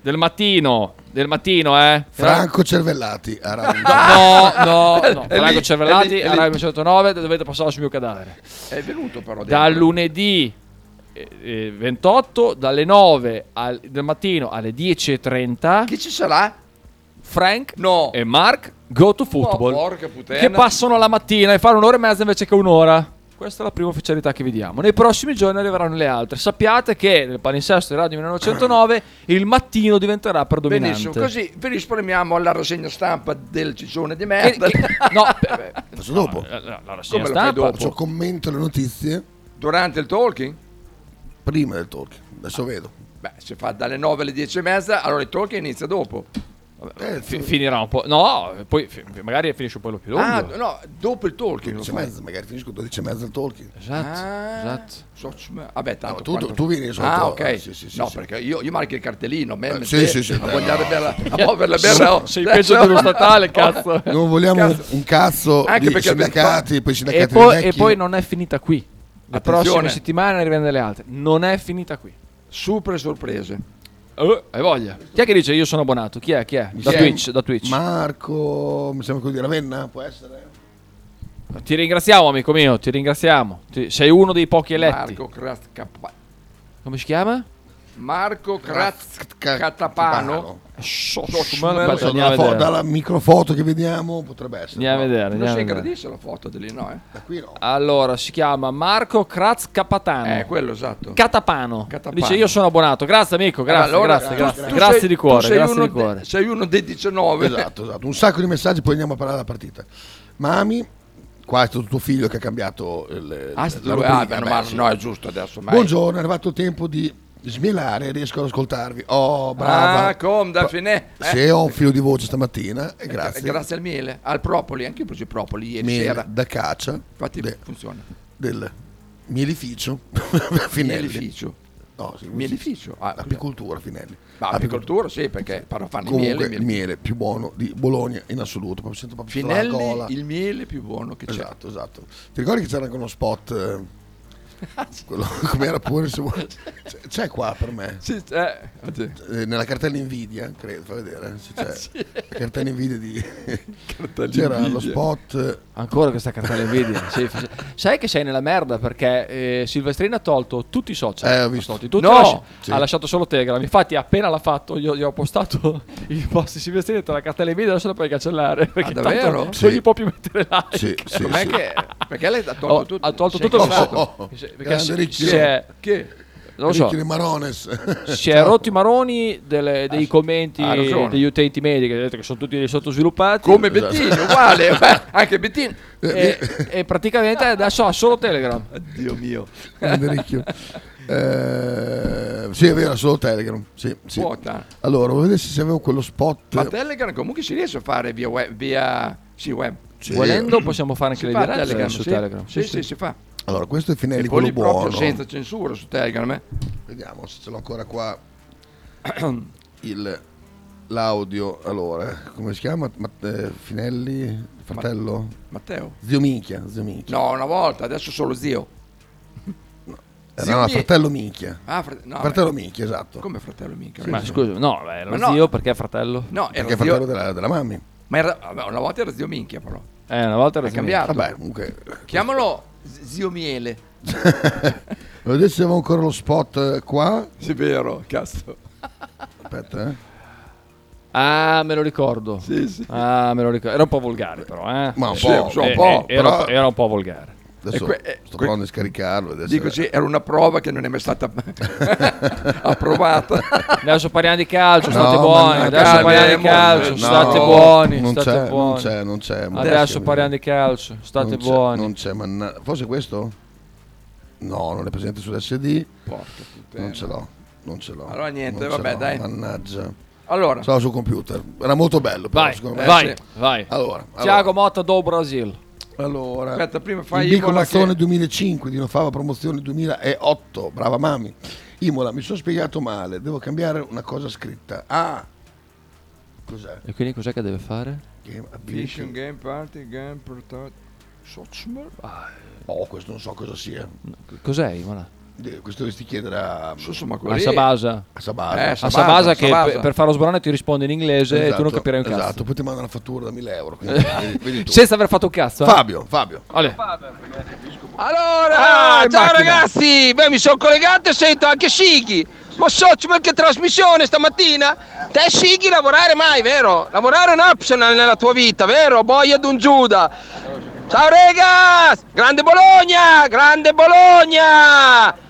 D: del mattino, del mattino eh.
B: Franco Cervellati a
D: *laughs*
B: Radio
D: No,
B: *laughs*
D: no, no.
C: È
D: Franco
C: lì, è lì,
D: Cervellati,
C: è lì.
D: Arabi 109, dovete passare sul mio cadavere.
C: È venuto però dentro.
D: Da
C: Oh,
D: lunedì eh, eh, 28, dalle 9 al- del mattino alle 10.30. Chi
C: ci sarà?
D: Frank
C: No.
D: e Mark Go to Football.
C: Oh, porca puttana.
D: che passano la mattina e fanno un'ora e mezza invece che un'ora. Questa è la prima ufficialità che vi diamo. Nei prossimi giorni arriveranno le altre. Sappiate che nel palinsesto di Radio
C: *clears throat*
D: 1909 il mattino diventerà predominante.
C: Benissimo, così vi risparmiamo alla rassegna stampa del ciccione di merda. *laughs*
D: no,
B: Adesso dopo.
D: La,
C: rassegna stampa?
B: Cioè, commento le notizie
C: Durante il talking?
B: prima del talk. Adesso vedo.
C: Beh, si fa dalle 9 alle 10 e mezza, allora il talking inizia dopo.
D: Eh,
B: Eh,
D: Fi- finirà un po'. No, poi fi- magari finisce un po' lo più lungo.
C: Ah, no, dopo il talking.
B: 12 e mezza, magari finisco 12 e mezza il talking.
D: Esatto,
B: Ah.
D: esatto.
C: So- vabbè, tanto
B: No, tu- tu vieni sotto-
C: Ah, ok.
B: eh, sì, sì, sì,
C: no,
B: sì.
C: perché io, io marco il cartellino. a Me,
B: Eh,
C: me-
B: sì, sì, Eh, sì,
C: a
B: dai,
C: vogliare
B: no.
C: bella, a muoverla bella. oh.
D: Sei peggio dello
C: *laughs*
D: statale, cazzo.
B: Non vogliamo
C: Cazzo.
B: un cazzo
C: Anche
B: di
C: perché
B: sindacati,
C: abbiamo-
B: poi i sindacati
D: e, poi,
B: vecchi.
D: e poi non è finita qui. La
C: Attenzione.
D: prossima settimana arrivano delle altre. Non è finita qui.
C: Super sorprese.
D: Eh, hai voglia? Chi è che dice io sono abbonato? Chi è? Chi è? Da
B: Chi è?
D: Twitch, da Twitch.
B: Marco, mi sembra quello di Ravenna, può essere?
D: Ti ringraziamo, amico mio, ti ringraziamo. Ti- sei uno dei pochi eletti.
C: Marco Kratz Capa-
D: Come si chiama?
C: Marco Kratz Catapano.
D: Eh,
B: Oh,
D: Sossman,
C: Sossman.
D: aspetta,
B: dalla,
D: andiamo a
B: fo-
D: vedere.
B: dalla microfoto che vediamo potrebbe essere.
D: Andiamo a vedere.
C: Non si
D: andiamo a vedere.
C: ingradisce la foto di lì, no? Eh?
D: Allora, si chiama Marco Kratz Capatano.
C: Eh, quello esatto.
D: Catapano.
C: Catapano.
D: Dice io sono abbonato. Grazie amico, grazie,
C: Eh, Allora,
D: grazie,
C: tu-
D: grazie.
C: tu
D: Grazie
C: sei-
D: di
C: tu
D: cuore,
C: sei
D: grazie
C: uno
D: di
C: de-
D: cuore.
C: sei uno dei 19.
B: Esatto, esatto. Un sacco di messaggi, poi andiamo a parlare della partita. Mami, qua è stato tuo figlio che ha cambiato il,
C: Ah, sì, dove-
B: la rubrica,
C: ah, beh,
B: beh,
C: ma-
B: sì.
C: no, è giusto adesso. ma-
B: Buongiorno, è arrivato il tempo di smielare, riesco ad ascoltarvi. Oh,
C: *laughs*
B: brava.
C: Ah, com, da
B: Pa-
C: finè. Eh.
B: Se ho un filo di voce stamattina, e grazie.
C: Eh, Grazie al miele, al propoli, anche io ho preso i propoli ieri
B: Miele
C: sera.
B: da caccia
C: Infatti
B: de-
C: funziona.
B: del mielificio. *laughs* Finelli.
C: Mielificio.
B: No, sì,
C: Mielificio. Ah,
B: apicoltura, Finelli.
C: Ma apicoltura sì, perché per farne il miele.
B: Comunque
C: il
B: il miele più buono di Bologna in assoluto, proprio sento proprio tutta la
C: Finelli,
B: gola.
C: il miele più buono che c'è.
B: Esatto, esatto. Ti ricordi che c'era anche uno spot
C: *laughs*
B: eh, quello *laughs* com'era pure se vuoi- c'è, c'è qua per me.
C: Sì, eh, sì.
B: Eh, nella cartella Nvidia, credo, fa vedere se
C: *laughs*
B: c'è.
C: Sì.
B: La cartella Nvidia di
C: *laughs* Cartella
B: C'era lo
C: Nvidia.
B: spot eh,
D: Ancora questa cartella Nvidia. sì, fa- sai che sei nella merda perché eh, Silvestrini ha tolto tutti i social.
B: Eh, ho
D: Ha
B: visto.
D: tolti tutti,
C: No!
D: ha lasci-
B: Sì.
D: Ha lasciato solo Telegram. Infatti, appena l'ha fatto, io gli ho postato *laughs* i post di Silvestrini tra la cartella Nvidia. Adesso la puoi cancellare. Perché tanto
C: davvero?
D: Non
B: Ah, Sì.
D: gli può più mettere like.
B: Sì, sì,
C: Com'è
B: sì.
C: che perché lei ha tolto
D: Oh,
C: tutto?
D: ha tolto
C: Sì,
D: tutto il
C: che-
D: fatto.
B: *laughs* Oh,
D: Sì, perché
B: grande
D: si,
B: Ricchio.
D: si è,
C: Che?
D: non lo so,
B: Ricchi di Marones.
D: si è rotti i maroni
B: Ah,
D: delle- dei commenti
C: ha ragione.
D: degli utenti medi che ha detto che sono tutti dei sottosviluppati. Esatto.
C: Come Bettini,
D: *laughs*
C: uguale, eh, anche Bettini.
D: e, e Eh, praticamente adesso ha solo Telegram.
C: Dio mio.
B: *laughs* Grande Ricchio. Eh, sì, è vero, solo Telegram. Sì, sì.
C: Vuota.
B: Allora, volevo vedere se avevo quello spot.
C: Ma Telegram comunque si riesce a fare via web, via sì, web.
B: Sì.
D: Volendo possiamo fare anche
C: Si
D: le
C: fa
D: dirette
C: Telegram,
D: su
C: sì.
D: Telegram.
C: Sì, sì, si fa.
B: Allora, questo è Finelli,
C: e poi
B: quello
C: lì proprio
B: buono.
C: senza censura su Telegram, eh.
B: Vediamo se ce l'ho ancora qua. *clears throat* Il, l'audio, allora, come si chiama? Ma- eh, Finelli, fratello?
C: Matteo.
B: zio Minchia, zio Minchia.
C: No, una volta, adesso solo zio.
B: Eh, no,
K: Mie-
B: fratello minchia.
K: Ah, fr- no,
B: fratello
K: beh.
B: minchia, esatto.
K: Come fratello minchia?
D: Ma scusa, no, beh, era
K: Ma no.
D: Eh, zio perché fratello?
K: No, era
B: Perché è
K: zio-
B: fratello della, della mamma.
K: Ma era- vabbè, una volta era zio minchia però.
D: Eh, una volta era
K: È
D: zio
K: cambiato.
D: Minchia.
B: Vabbè, comunque.
K: Chiamalo z- zio miele.
B: Adesso avevo ancora lo spot eh, qua.
K: Sì, vero, cazzo.
B: Aspetta, eh.
D: Ah, me lo ricordo. Ah, me lo ricordo. Era un po' volgare, però, eh.
B: Ma un
D: Sì,
B: po', un
D: eh,
B: po',
D: eh, era,
B: però-
D: era un po' volgare.
B: Adesso
K: E que-
C: eh,
K: e
B: sto
K: que-
B: provando a scaricarlo. Adesso
K: Dicoci, era una prova che non è mai *laughs* stata approvata.
D: Adesso parliamo di calcio,
B: No,
D: state
B: ma
D: buoni.
B: no,
D: Adesso
B: calma,
D: parliamo di
B: calma,
D: calcio,
B: eh, no,
D: state buoni.
B: non
D: state
B: c'è, non
D: buoni.
B: c'è, non c'è, ma-
D: Adesso parliamo di calcio, state
B: non c'è-
D: buoni.
B: Non c'è, manna- forse questo? No, non è presente sull'SD.
K: Porca puttana.
B: Non ce l'ho, non ce l'ho.
K: Allora niente,
B: non ce
K: vabbè,
B: l'ho,
K: dai.
B: Mannaggia.
K: Allora.
B: Sono sul computer. Era molto bello, però,
D: Vai,
B: secondo me.
D: vai,
B: Eh, sì.
D: vai.
B: Allora,
D: Thiago Motta do Brasil.
B: Allora.
K: Aspetta, prima
B: il
K: fai
B: Bico
K: Imola
B: Mazzone
K: che...
B: 2005 di Nofava Promozione 2008, brava mami. Imola, mi sono spiegato male, devo cambiare una cosa scritta. Ah, cos'è?
D: E quindi cos'è che deve fare?
B: Game
K: Vision
B: Application.
K: Game Party, Game Protect... Sochmer?
D: Ah,
K: eh.
B: Oh, questo non so cosa sia.
D: Cos'è Imola?
B: De- Questo dovresti chiedere a,
D: A Sabasa.
B: A Sabasa.
D: Eh, a Sabasa che per, per fare lo sbrano ti risponde in inglese e tu non capirai un cazzo.
B: Esatto, poi ti manda una fattura da 1000 euro.
D: *laughs*
B: quindi- vedi- vedi tu.
D: Senza aver fatto un cazzo. eh?
B: Fabio, Fabio.
D: Ale. Ah,
M: Allora, eh, ciao ragazzi, beh mi sono collegato e sento anche Sighi. Ma socio, ma che trasmissione stamattina? Te Sighi lavorare mai, vero? Lavorare è un optional nella tua vita, vero? Boia d'un Giuda. Ciao regas, grande Bologna, grande Bologna.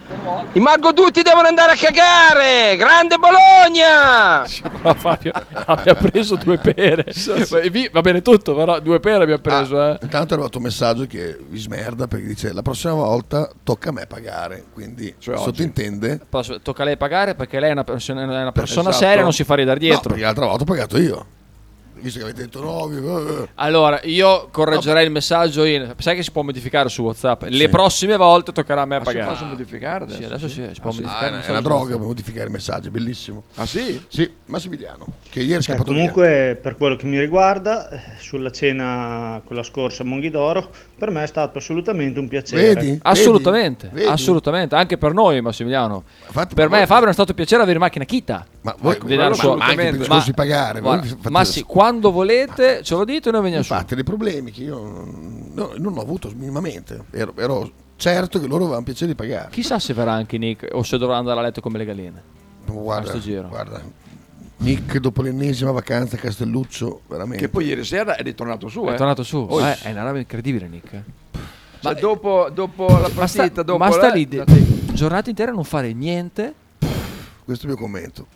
M: I Margoduti devono andare a cagare, grande Bologna.
D: Ma Fabio abbiamo preso due pere. E vi- Va bene tutto, però due pere abbiamo preso. eh.
B: Ah, Intanto è arrivato un messaggio che vi smerda perché dice la prossima volta tocca a me pagare, quindi
D: Cioè oggi.
B: sottintende
D: Posso- tocca a lei pagare perché lei è una, perso- è una persona
B: Esatto.
D: seria e non si fa ridare
B: No,
D: dietro.
B: perché l'altra volta ho pagato io. Visto che avete detto no, vi- eh, eh.
D: Allora, io correggerei il messaggio in... Sai che si può modificare su WhatsApp? Le prossime volte toccherà a me
K: si
D: pagare.
K: posso modificare adesso?
D: Sì, adesso sì, si può
B: Ah, sì.
D: modificare. il
B: Ah, è
D: messaggio
B: una
D: su
B: droga
D: WhatsApp.
B: per modificare i messaggi, bellissimo.
K: Ah sì?
B: Sì, Massimiliano, che ieri è
N: Cioè,
B: scappato
N: comunque, per quello che mi riguarda, eh, sulla cena quella scorsa a Monghidoro, per me è stato assolutamente un
O: Eh,
N: piacere.
D: Assolutamente, assolutamente, anche per noi Massimiliano. per me e Fabio è stato un piacere avere macchina Kita.
B: Ma voi-
D: Vedere
B: quello
D: la sua-
B: assolutamente, anche per discorsi pagare,
D: guarda,
B: voi fate-
D: ma sì, quando volete ce lo dite e noi veniamo
B: Infatti, dei problemi che io non, no, non ho avuto minimamente. Ero, ero certo che loro avevano piacere di pagare.
D: su. Chissà se verrà anche Nick o se dovrà andare a letto come le galline.
B: Guarda,
D: A sto giro.
B: guarda. Nick, dopo l'ennesima vacanza a Castelluccio, veramente.
K: Che poi ieri sera è tornato su,
D: È
K: eh.
D: tornato su,
K: Oh,
D: ma è,
K: sì.
D: è una roba incredibile Nick. eh.
K: Cioè, dopo, dopo la
D: Ma
K: partita,
D: sta,
K: dopo
D: ma sta
K: la-
D: lì de- giornata intera a non fare niente.
B: Questo è il mio commento.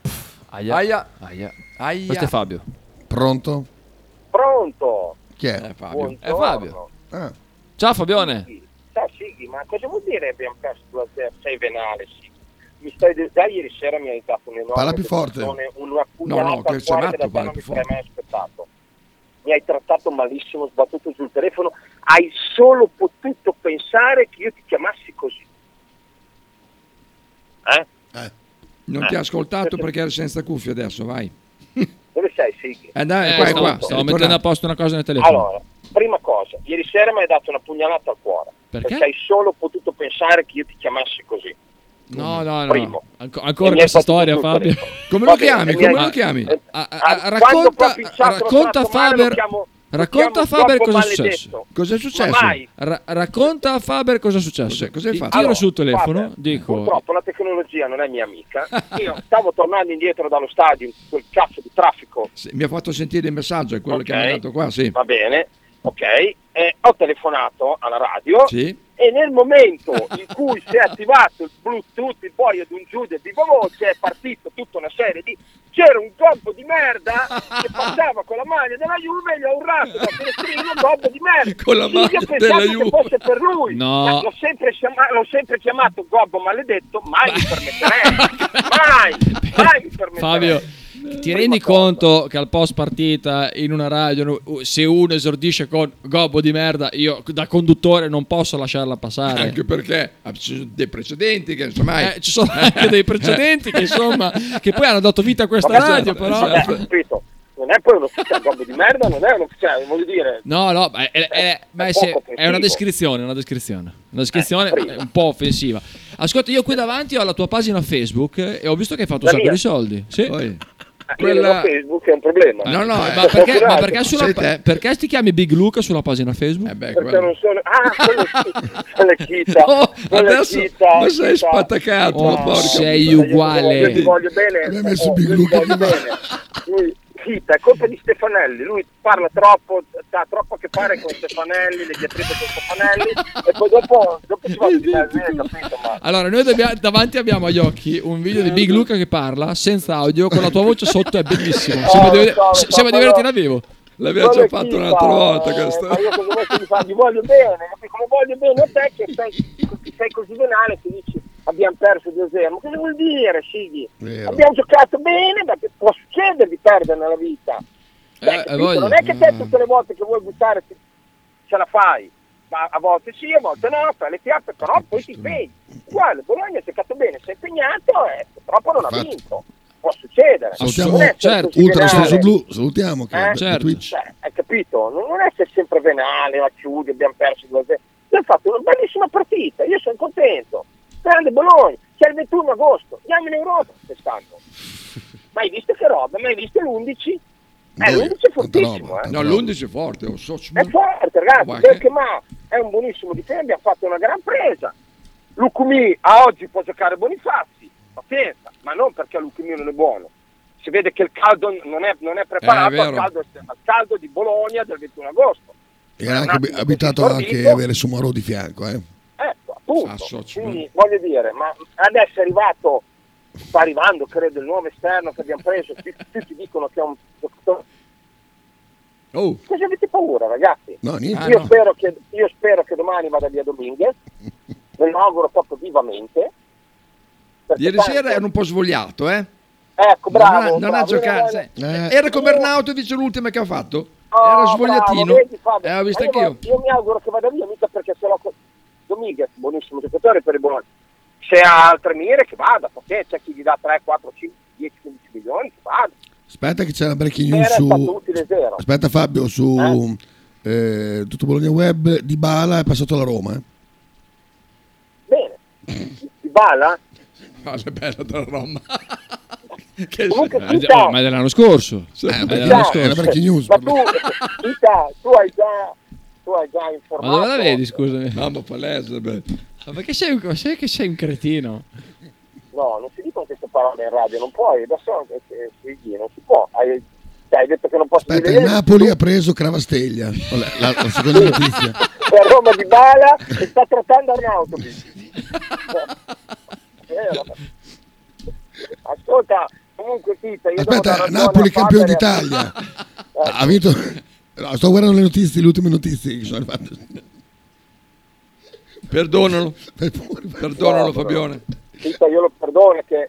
D: Aia.
K: Aia.
D: Aia.
K: Aia.
D: Questo è Fabio.
B: Pronto?
O: Pronto?
B: Chi è?
D: Eh,
B: Ah.
D: Fabio. È
O: Buongiorno.
D: Fabio. Ciao Fabione.
O: Ciao Sighi, ma cosa vuol dire abbiamo perso 2-0? Sei venale, Sighi. Mi stai de- già ieri sera mi hai dato un'enorme
B: Parla più
O: delusione,
B: forte.
O: una pugnalata
B: No, no,
O: fuori
B: quel senato
O: che da te
B: parla
O: non
B: più
O: mi sarei mai aspettato. Mi hai trattato malissimo, sbattuto sul telefono, hai solo potuto pensare che io ti chiamassi così. Eh?
K: Non ti ha ascoltato perché era senza cuffie adesso, vai.
O: Dove sei Sighi?
K: Eh, dai,
D: Eh,
K: qua,
D: stavo
K: qua,
D: stavo
K: è
D: mettendo
K: tornato.
D: a posto una cosa nel telefono.
O: Allora, prima cosa, ieri sera mi hai dato una pugnalata al cuore.
D: Perché?
O: hai solo potuto pensare che io ti chiamassi così.
D: No, no, no.
O: Primo.
D: Anco-
O: E
D: ancora
O: mi
D: questa
O: hai fatto
D: storia,
O: tutto
D: Fabio.
O: adesso.
K: *laughs* Come
O: Va
K: lo
O: bene,
K: chiami?
O: mi
K: Come
O: hai-
K: lo chiami?
O: eh,
K: Ah, ah, ah,
O: ah, quando
K: racconta
O: proprio il sacro
K: racconta a
O: tratto male, lo
K: Faber,
O: chiamo- lo
D: Racconta
O: chiamo
D: a Faber
O: troppo
D: cosa è
O: maledetto.
D: successo.
K: Cosa è successo?
O: Ma vai.
D: Ra- racconta a Faber cosa è successo.
K: Cos'è- cos'hai
D: Ti
K: fatto?
D: Tiro
K: Allora,
D: sul telefono,
O: Faber,
D: dico
O: Purtroppo la tecnologia non è mia amica. Io stavo tornando indietro dallo stadio in quel cazzo di traffico.
K: *laughs* Sì, Mi ha fatto sentire il messaggio, è quello che
O: Ok.
K: mi ha dato qua, sì.
O: Va bene, ok. E ho telefonato alla radio
K: Sì.
O: e nel momento in cui si è attivato il Bluetooth, il boia di un giude di viva voce, è partito tutta una serie di... C'era un gobbo di merda che passava con la maglia della Juve e gli ha urlato dal finestrino un gobbo di merda.
D: *laughs* Con la
O: Sì, io
D: maglia
O: pensavo
D: della
O: che
D: Juve.
O: fosse per lui.
D: No.
O: Ma L'ho, sempre chiama- l'ho sempre chiamato gobbo maledetto, mai mi
D: *laughs*
O: permetterei. mai, mai mi permetterei.
D: Fabio ti rendi conto che al post partita in una radio no, se uno esordisce con gobbo di merda io da conduttore non posso lasciarla passare
K: Anche perché ah, ci sono dei precedenti che insomma...
D: Eh, ci sono anche dei precedenti che insomma che poi hanno dato vita a questa
O: Vabbè,
D: radio
C: certo,
D: però eh.
O: vabbè, capito. Non è poi un ufficiale gobbo di merda, non è un ufficiale, voglio dire.
D: No, no, ma è, è- è- ma è
O: poco
D: se- è
O: offensivo. Eh,
D: una descrizione, una descrizione, una descrizione un po' offensiva. Ascolta, io qui davanti ho la tua pagina Facebook e ho visto che hai fatto
O: La
D: un sacco
O: mia?
D: di soldi. Sì.
O: Quella...
D: Quella-
O: Facebook è un problema.
D: No, no,
O: Eh,
D: ma perché,
O: procurato.
D: ma perché sulla-
C: eh,
D: perché ti chiami Big Luca sulla pagina Facebook? Eh beh,
O: Perché
D: *laughs*
O: non sono... Ah, quello sì, con la chita.
D: Oh,
O: con la
C: adesso-
O: chita,
C: ma sei
O: chita.
C: spaccato, Oh, ma porca
D: sei
O: puttana.
D: uguale.
O: Io ti voglio bene.
C: L'hai messo
O: oh,
C: Big
O: io ti
C: Luca
O: voglio
C: di mano.
O: bene. Lui, chita, è colpa di Stefanelli. Lui parla troppo, ha troppo a che fare con Stefanelli, le diatribe con Stefanelli. e poi dopo, dopo ci va a dire, eh, capito? Ma...
D: Allora, noi dobbia- davanti abbiamo agli occhi un video di Big Luca che parla senza audio con la tua voce sotto, è bellissimo. Sembra di,
O: lo
D: vede-
O: so, lo
D: se-
O: so,
D: sembra di
O: però-
D: vederti da vivo.
O: Quello è Chita, eh, Ma io cosa vuoi che gli fa? Gli voglio bene, capi? come voglio bene a te che sei, che sei così venale che dici abbiamo perso 2-0. Ma cosa vuol dire, Sighi?
P: Vero.
O: Abbiamo giocato bene, ma che può succedere di perdere nella vita. Cioè,
D: Eh,
O: capito?
D: voglio-
O: non è che te tutte le volte che vuoi buttare ti- ce la fai. Ma a volte sì, a volte no, fai le piatte, però poi ti impegni. Uguale, Bologna ha giocato bene, si è impegnato e purtroppo non ha vinto. Può succedere. Non
B: Salutiamo
O: è sempre così
B: Certo, Ultra
O: venale.
B: Stesso Blu, salutiamo che
O: certo, Eh?
B: è da Twitch.
O: Cioè, hai capito? Non, non essere sempre venale, la chiudi, abbiamo perso due zero. Abbiamo fatto una bellissima partita, io sono contento. Grande Bologna, c'è il 21 agosto, andiamo in Europa quest'anno.
B: *laughs*
O: Ma hai visto che roba? Ma hai visto l'11? Eh, l'11 è fortissimo, eh.
C: No, l'11 è forte. oh, so-
O: È forte, ragazzi.
C: Guarda che-
O: Perché ma è un buonissimo difensore, abbiamo fatto una gran presa. Lucumi a oggi può giocare Bonifazzi, ma pensa, ma non perché Lucumi non è buono. Si vede che il caldo non è, non è preparato
B: Eh, è
O: al,
B: vero.
O: caldo, al caldo di Bologna del 21 agosto.
B: Era anche
O: Certo.
B: ab- abitato
O: così,
B: anche
O: gordito.
B: avere Sumaro di fianco, eh.
O: Ecco, appunto. Quindi voglio dire, ma adesso è arrivato, sta arrivando credo il nuovo esterno che abbiamo preso, tutti, tutti dicono che è un giocatore. Cosa avete paura ragazzi?
B: No, niente.
O: io,
B: Ah, no.
O: spero che, io spero che domani vada via Dominguez, ve lo auguro proprio vivamente. perché
C: Ieri
O: tanto-
C: sera era un po' svogliato, eh?
O: Ecco, bravo.
C: Non ha, non ha
O: bravo, Eh,
C: giocato.
O: bravo.
C: sai. Era con Bernautovic l'ultima che ha fatto?
O: Oh,
C: era
O: bravo,
C: svogliatino.
O: vedi, Fabio.
C: Eh, ho visto
O: Ma io,
C: anch'io.
O: io mi auguro che vada via, mica perché se l'ho con Dominguez, buonissimo giocatore per i buoni. Se ha altre mire che vada, perché c'è chi gli dà 3, 4, 5, 10, 15 milioni, che vada.
B: Aspetta che c'è la breaking
O: Era
B: news
O: stato
B: su...
O: utile
B: *laughs*
O: zero.
B: Aspetta Fabio, su eh, Tutto Bologna Web, Di Bala è passato alla Roma, eh.
O: Bene. Di Bala?
C: è Ah, bella della
O: *laughs*
C: Roma.
O: Comunque,
D: Eh,
O: Chita,
D: oh, ma è dell'anno scorso.
C: Eh,
D: È
C: perché-
D: dell'anno
C: era
D: scorso.
C: breaking news.
O: ma tu, Chita, tu hai già, tu hai già informato.
D: Ma dove la vedi, scusami?
C: No, ma palese. beh.
D: Ma perché sei un, sai che sei un cretino?
O: No, non si dicono queste parole in radio, non puoi, da solo eh, eh, Sighi, non si può. Hai, cioè, hai detto che non posso
B: Aspetta,
O: dire
B: il Napoli ha preso Cravasteglia, la, la-
O: *laughs*
B: la seconda notizia.
O: per Roma di Bala e sta
C: *laughs*
O: trattando Arnautovic. Eh, vabbè. Ascolta, comunque Tita, io
B: Aspetta, Napoli campione d'Italia.
O: *laughs*
B: Ha vinto... No, sto guardando le notizie, le ultime notizie che sono arrivate.
C: Perdonalo. Perdonalo,
O: No, però-
C: Fabione.
O: Tita, io lo perdono che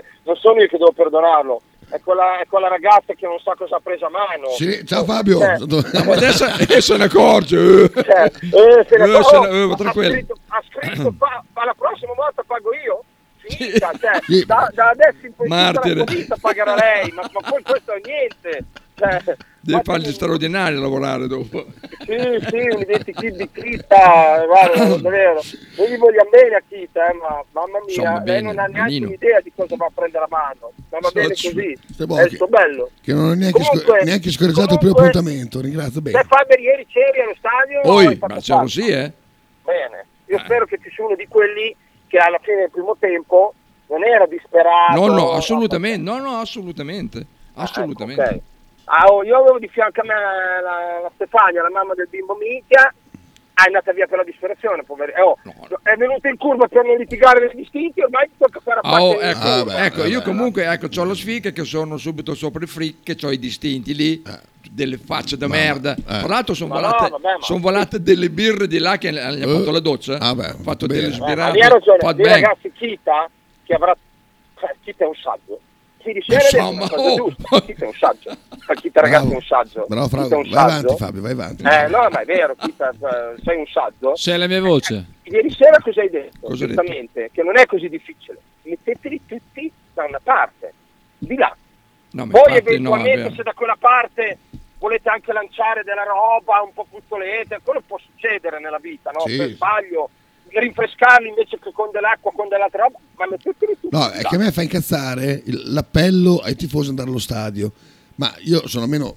O: *laughs* non sono io che devo perdonarlo. È quella, è quella ragazza che non sa cosa ha preso a mano.
B: Sì,
C: cioè,
B: ciao Fabio.
O: Eh.
C: No, ma
B: *laughs*
C: adesso eh, se ne accorge. eh.
O: Cioè, eh, se ne-
C: Eh, se ne-
O: oh,
C: eh, ma
O: ha
C: tranquillo.
O: scritto, ha scritto fa, fa la prossima volta pago io? Finita, cioè,
C: *laughs* Sì.
O: da, da adesso in poi tutta la
C: Martire.
O: tua vita pagherà lei, ma, ma poi questo è niente. Cioè,
C: Devi fargli straordinari a lavorare dopo.
O: sì, sì, un identikit di Kita,
B: Ah.
O: guarda, davvero. Noi gli vogliamo bene a Kita, eh, ma mamma mia,
B: Insomma,
O: lei
B: bene,
O: non ha neanche
B: benino.
O: un'idea di cosa va a prendere a mano. Ma va bene
B: Sì,
O: così,
B: sì,
O: è il suo bello.
B: Che non ho neanche, scor-
O: Comunque-
B: neanche scorreggiato il primo
O: comunque-
B: appuntamento, ringrazio
O: Te
B: bene.
O: Faber ieri c'eri allo stadio? o hai
C: Poi,
O: fatto
C: ma c'ero sì, eh?
O: Bene, io
B: Ah.
O: spero che ci sia uno di quelli che alla fine del primo tempo non era disperato.
C: No, no, assolutamente. No, no, assolutamente.
O: ecco,
C: Assolutamente.
O: Ah, oh, io avevo di fianco a me la, la Stefania, la mamma del bimbo minchia, è andata via per la disperazione, povera. eh, oh, È venuta in curva per non litigare negli istinti, ormai ti tocca fare a
C: Ah,
O: parte
C: oh,
O: di-
C: ecco,
O: Ah, beh,
C: ecco,
O: eh,
C: io
O: beh.
C: comunque ecco, ho la sfiga che sono subito sopra i fric, che ho i distinti lì, delle facce da merda. Tra l'altro sono
O: Ma no,
C: volate,
O: vabbè, ma-
C: son volate delle birre di là che gli hanno fatto la doccia. Ho fatto delle
O: Eh, ma
C: sbirate.
O: Aveva ragione,
C: Pat
O: dei
C: Bang.
O: ragazzi Kita, che avrà... eh, Kita è un saggio. Chi diceva è una
C: Insomma,
O: cosa
C: oh.
O: giusta, Kita è un saggio. Ma Kita ragazzi è un saggio.
B: Bravo,
O: Kita
B: Fra-
O: è un
B: vai
O: saggio.
B: avanti Fabio, vai avanti.
O: Eh, no, ma è vero, Kita, eh, sei un saggio.
D: Sei la mia voce.
O: Ieri sera cosa hai detto?
D: Cosa ho detto?
O: Giustamente, che non è così difficile. Metteteli tutti da una parte, di là.
C: No, Ah, ma
O: Poi
C: infatti no, è
O: eventualmente
C: vero.
O: se da quella parte volete anche lanciare della roba un po' puzzolete, quello può succedere nella vita, no?
C: Sì.
O: Per sbaglio rinfrescarli invece che con dell'acqua, con dell'altra roba, ma metteteli tutti.
B: No, è che a me fa incazzare il- l'appello ai tifosi ad andare allo stadio. Ma io sono almeno.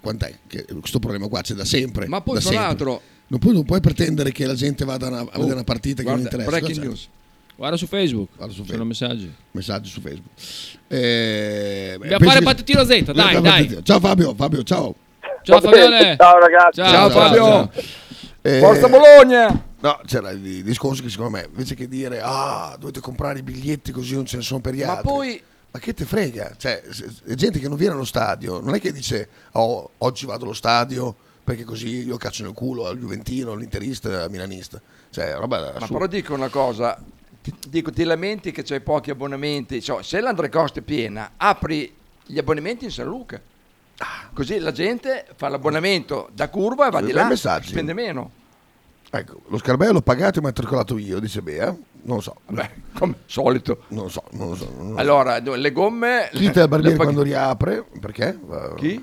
B: Quant'è? Che questo problema qua c'è da sempre.
C: Ma poi,
B: da
C: tra
B: sempre.
C: l'altro-
B: Non puoi, non puoi pretendere che la gente vada a una- a
C: Oh,
B: vedere una partita che
C: guarda,
B: non interessa.
C: breaking
B: Cioè,
C: news.
D: Guarda su Facebook.
B: Guarda su
D: Sono messaggi.
B: Messaggi su Facebook. Eh,
D: Dobbiamo
B: penso
D: fare
B: che-
D: patatino Z, dai,
B: Dobbiamo
D: dai.
B: patatino. Ciao Fabio, Fabio, ciao.
D: Ciao, Fabione.
O: Ciao ragazzi.
D: Ciao,
C: Ah,
D: Ciao, Fabio. ciao.
B: Eh,
D: Forza Bologna.
B: No, c'era il discorso che secondo me, invece che dire ah, dovete comprare i biglietti così non ce ne sono per gli
D: Ma
B: altri.
D: poi-
B: Ma che te frega? Cioè, se- se- gente che non viene allo stadio, non è che dice oh, oggi vado allo stadio perché così io caccio nel culo al Juventino, all'interista, al milanista. Cioè, roba
C: Ma
B: assurda.
C: però dico una cosa, ti, dico, ti lamenti che c'hai pochi abbonamenti, cioè, se l'Andrecosta è piena, apri gli abbonamenti in San Luca.
B: Ah.
C: Così la gente fa l'abbonamento da curva e va
B: Sì,
C: di
B: bei
C: là,
B: messaggi.
C: spende meno.
B: Ecco, lo scarbello l'ho pagato e mi ha matricolato io, dice Bea. Non lo so.
C: Beh, come solito.
B: Non lo so, non lo so. non lo so.
C: Allora, do- le gomme...
B: Dite al
C: le
B: barbiere
C: paghi-
B: quando riapre, perché?
C: Chi?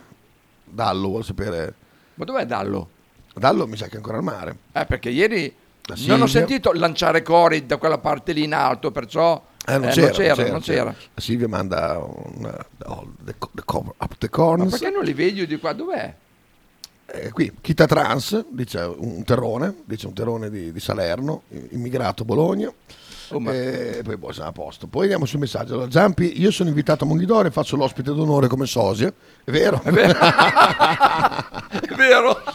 B: Dallo vuol sapere.
C: Ma dov'è Dallo?
B: Dallo mi sa che è ancora al mare.
C: Eh, perché ieri non
B: Silvia.
C: ho sentito lanciare cori da quella parte lì in alto, perciò
B: Eh, non,
C: eh,
B: c'era,
C: non c'era, non c'era.
B: La Silvia manda un oh, the, co- the cover up the
C: Ma
B: corns.
C: perché non li vedi io di qua? Dov'è?
B: Eh, qui, Chita Trans, dice un terrone, dice un terrone di, di Salerno, immigrato a Bologna.
C: Oh,
B: E poi boh, siamo a posto. Poi andiamo sul messaggio. Allora, Giampi, io sono invitato a Monghidore e faccio l'ospite d'onore come sosia. È vero? È vero. *laughs*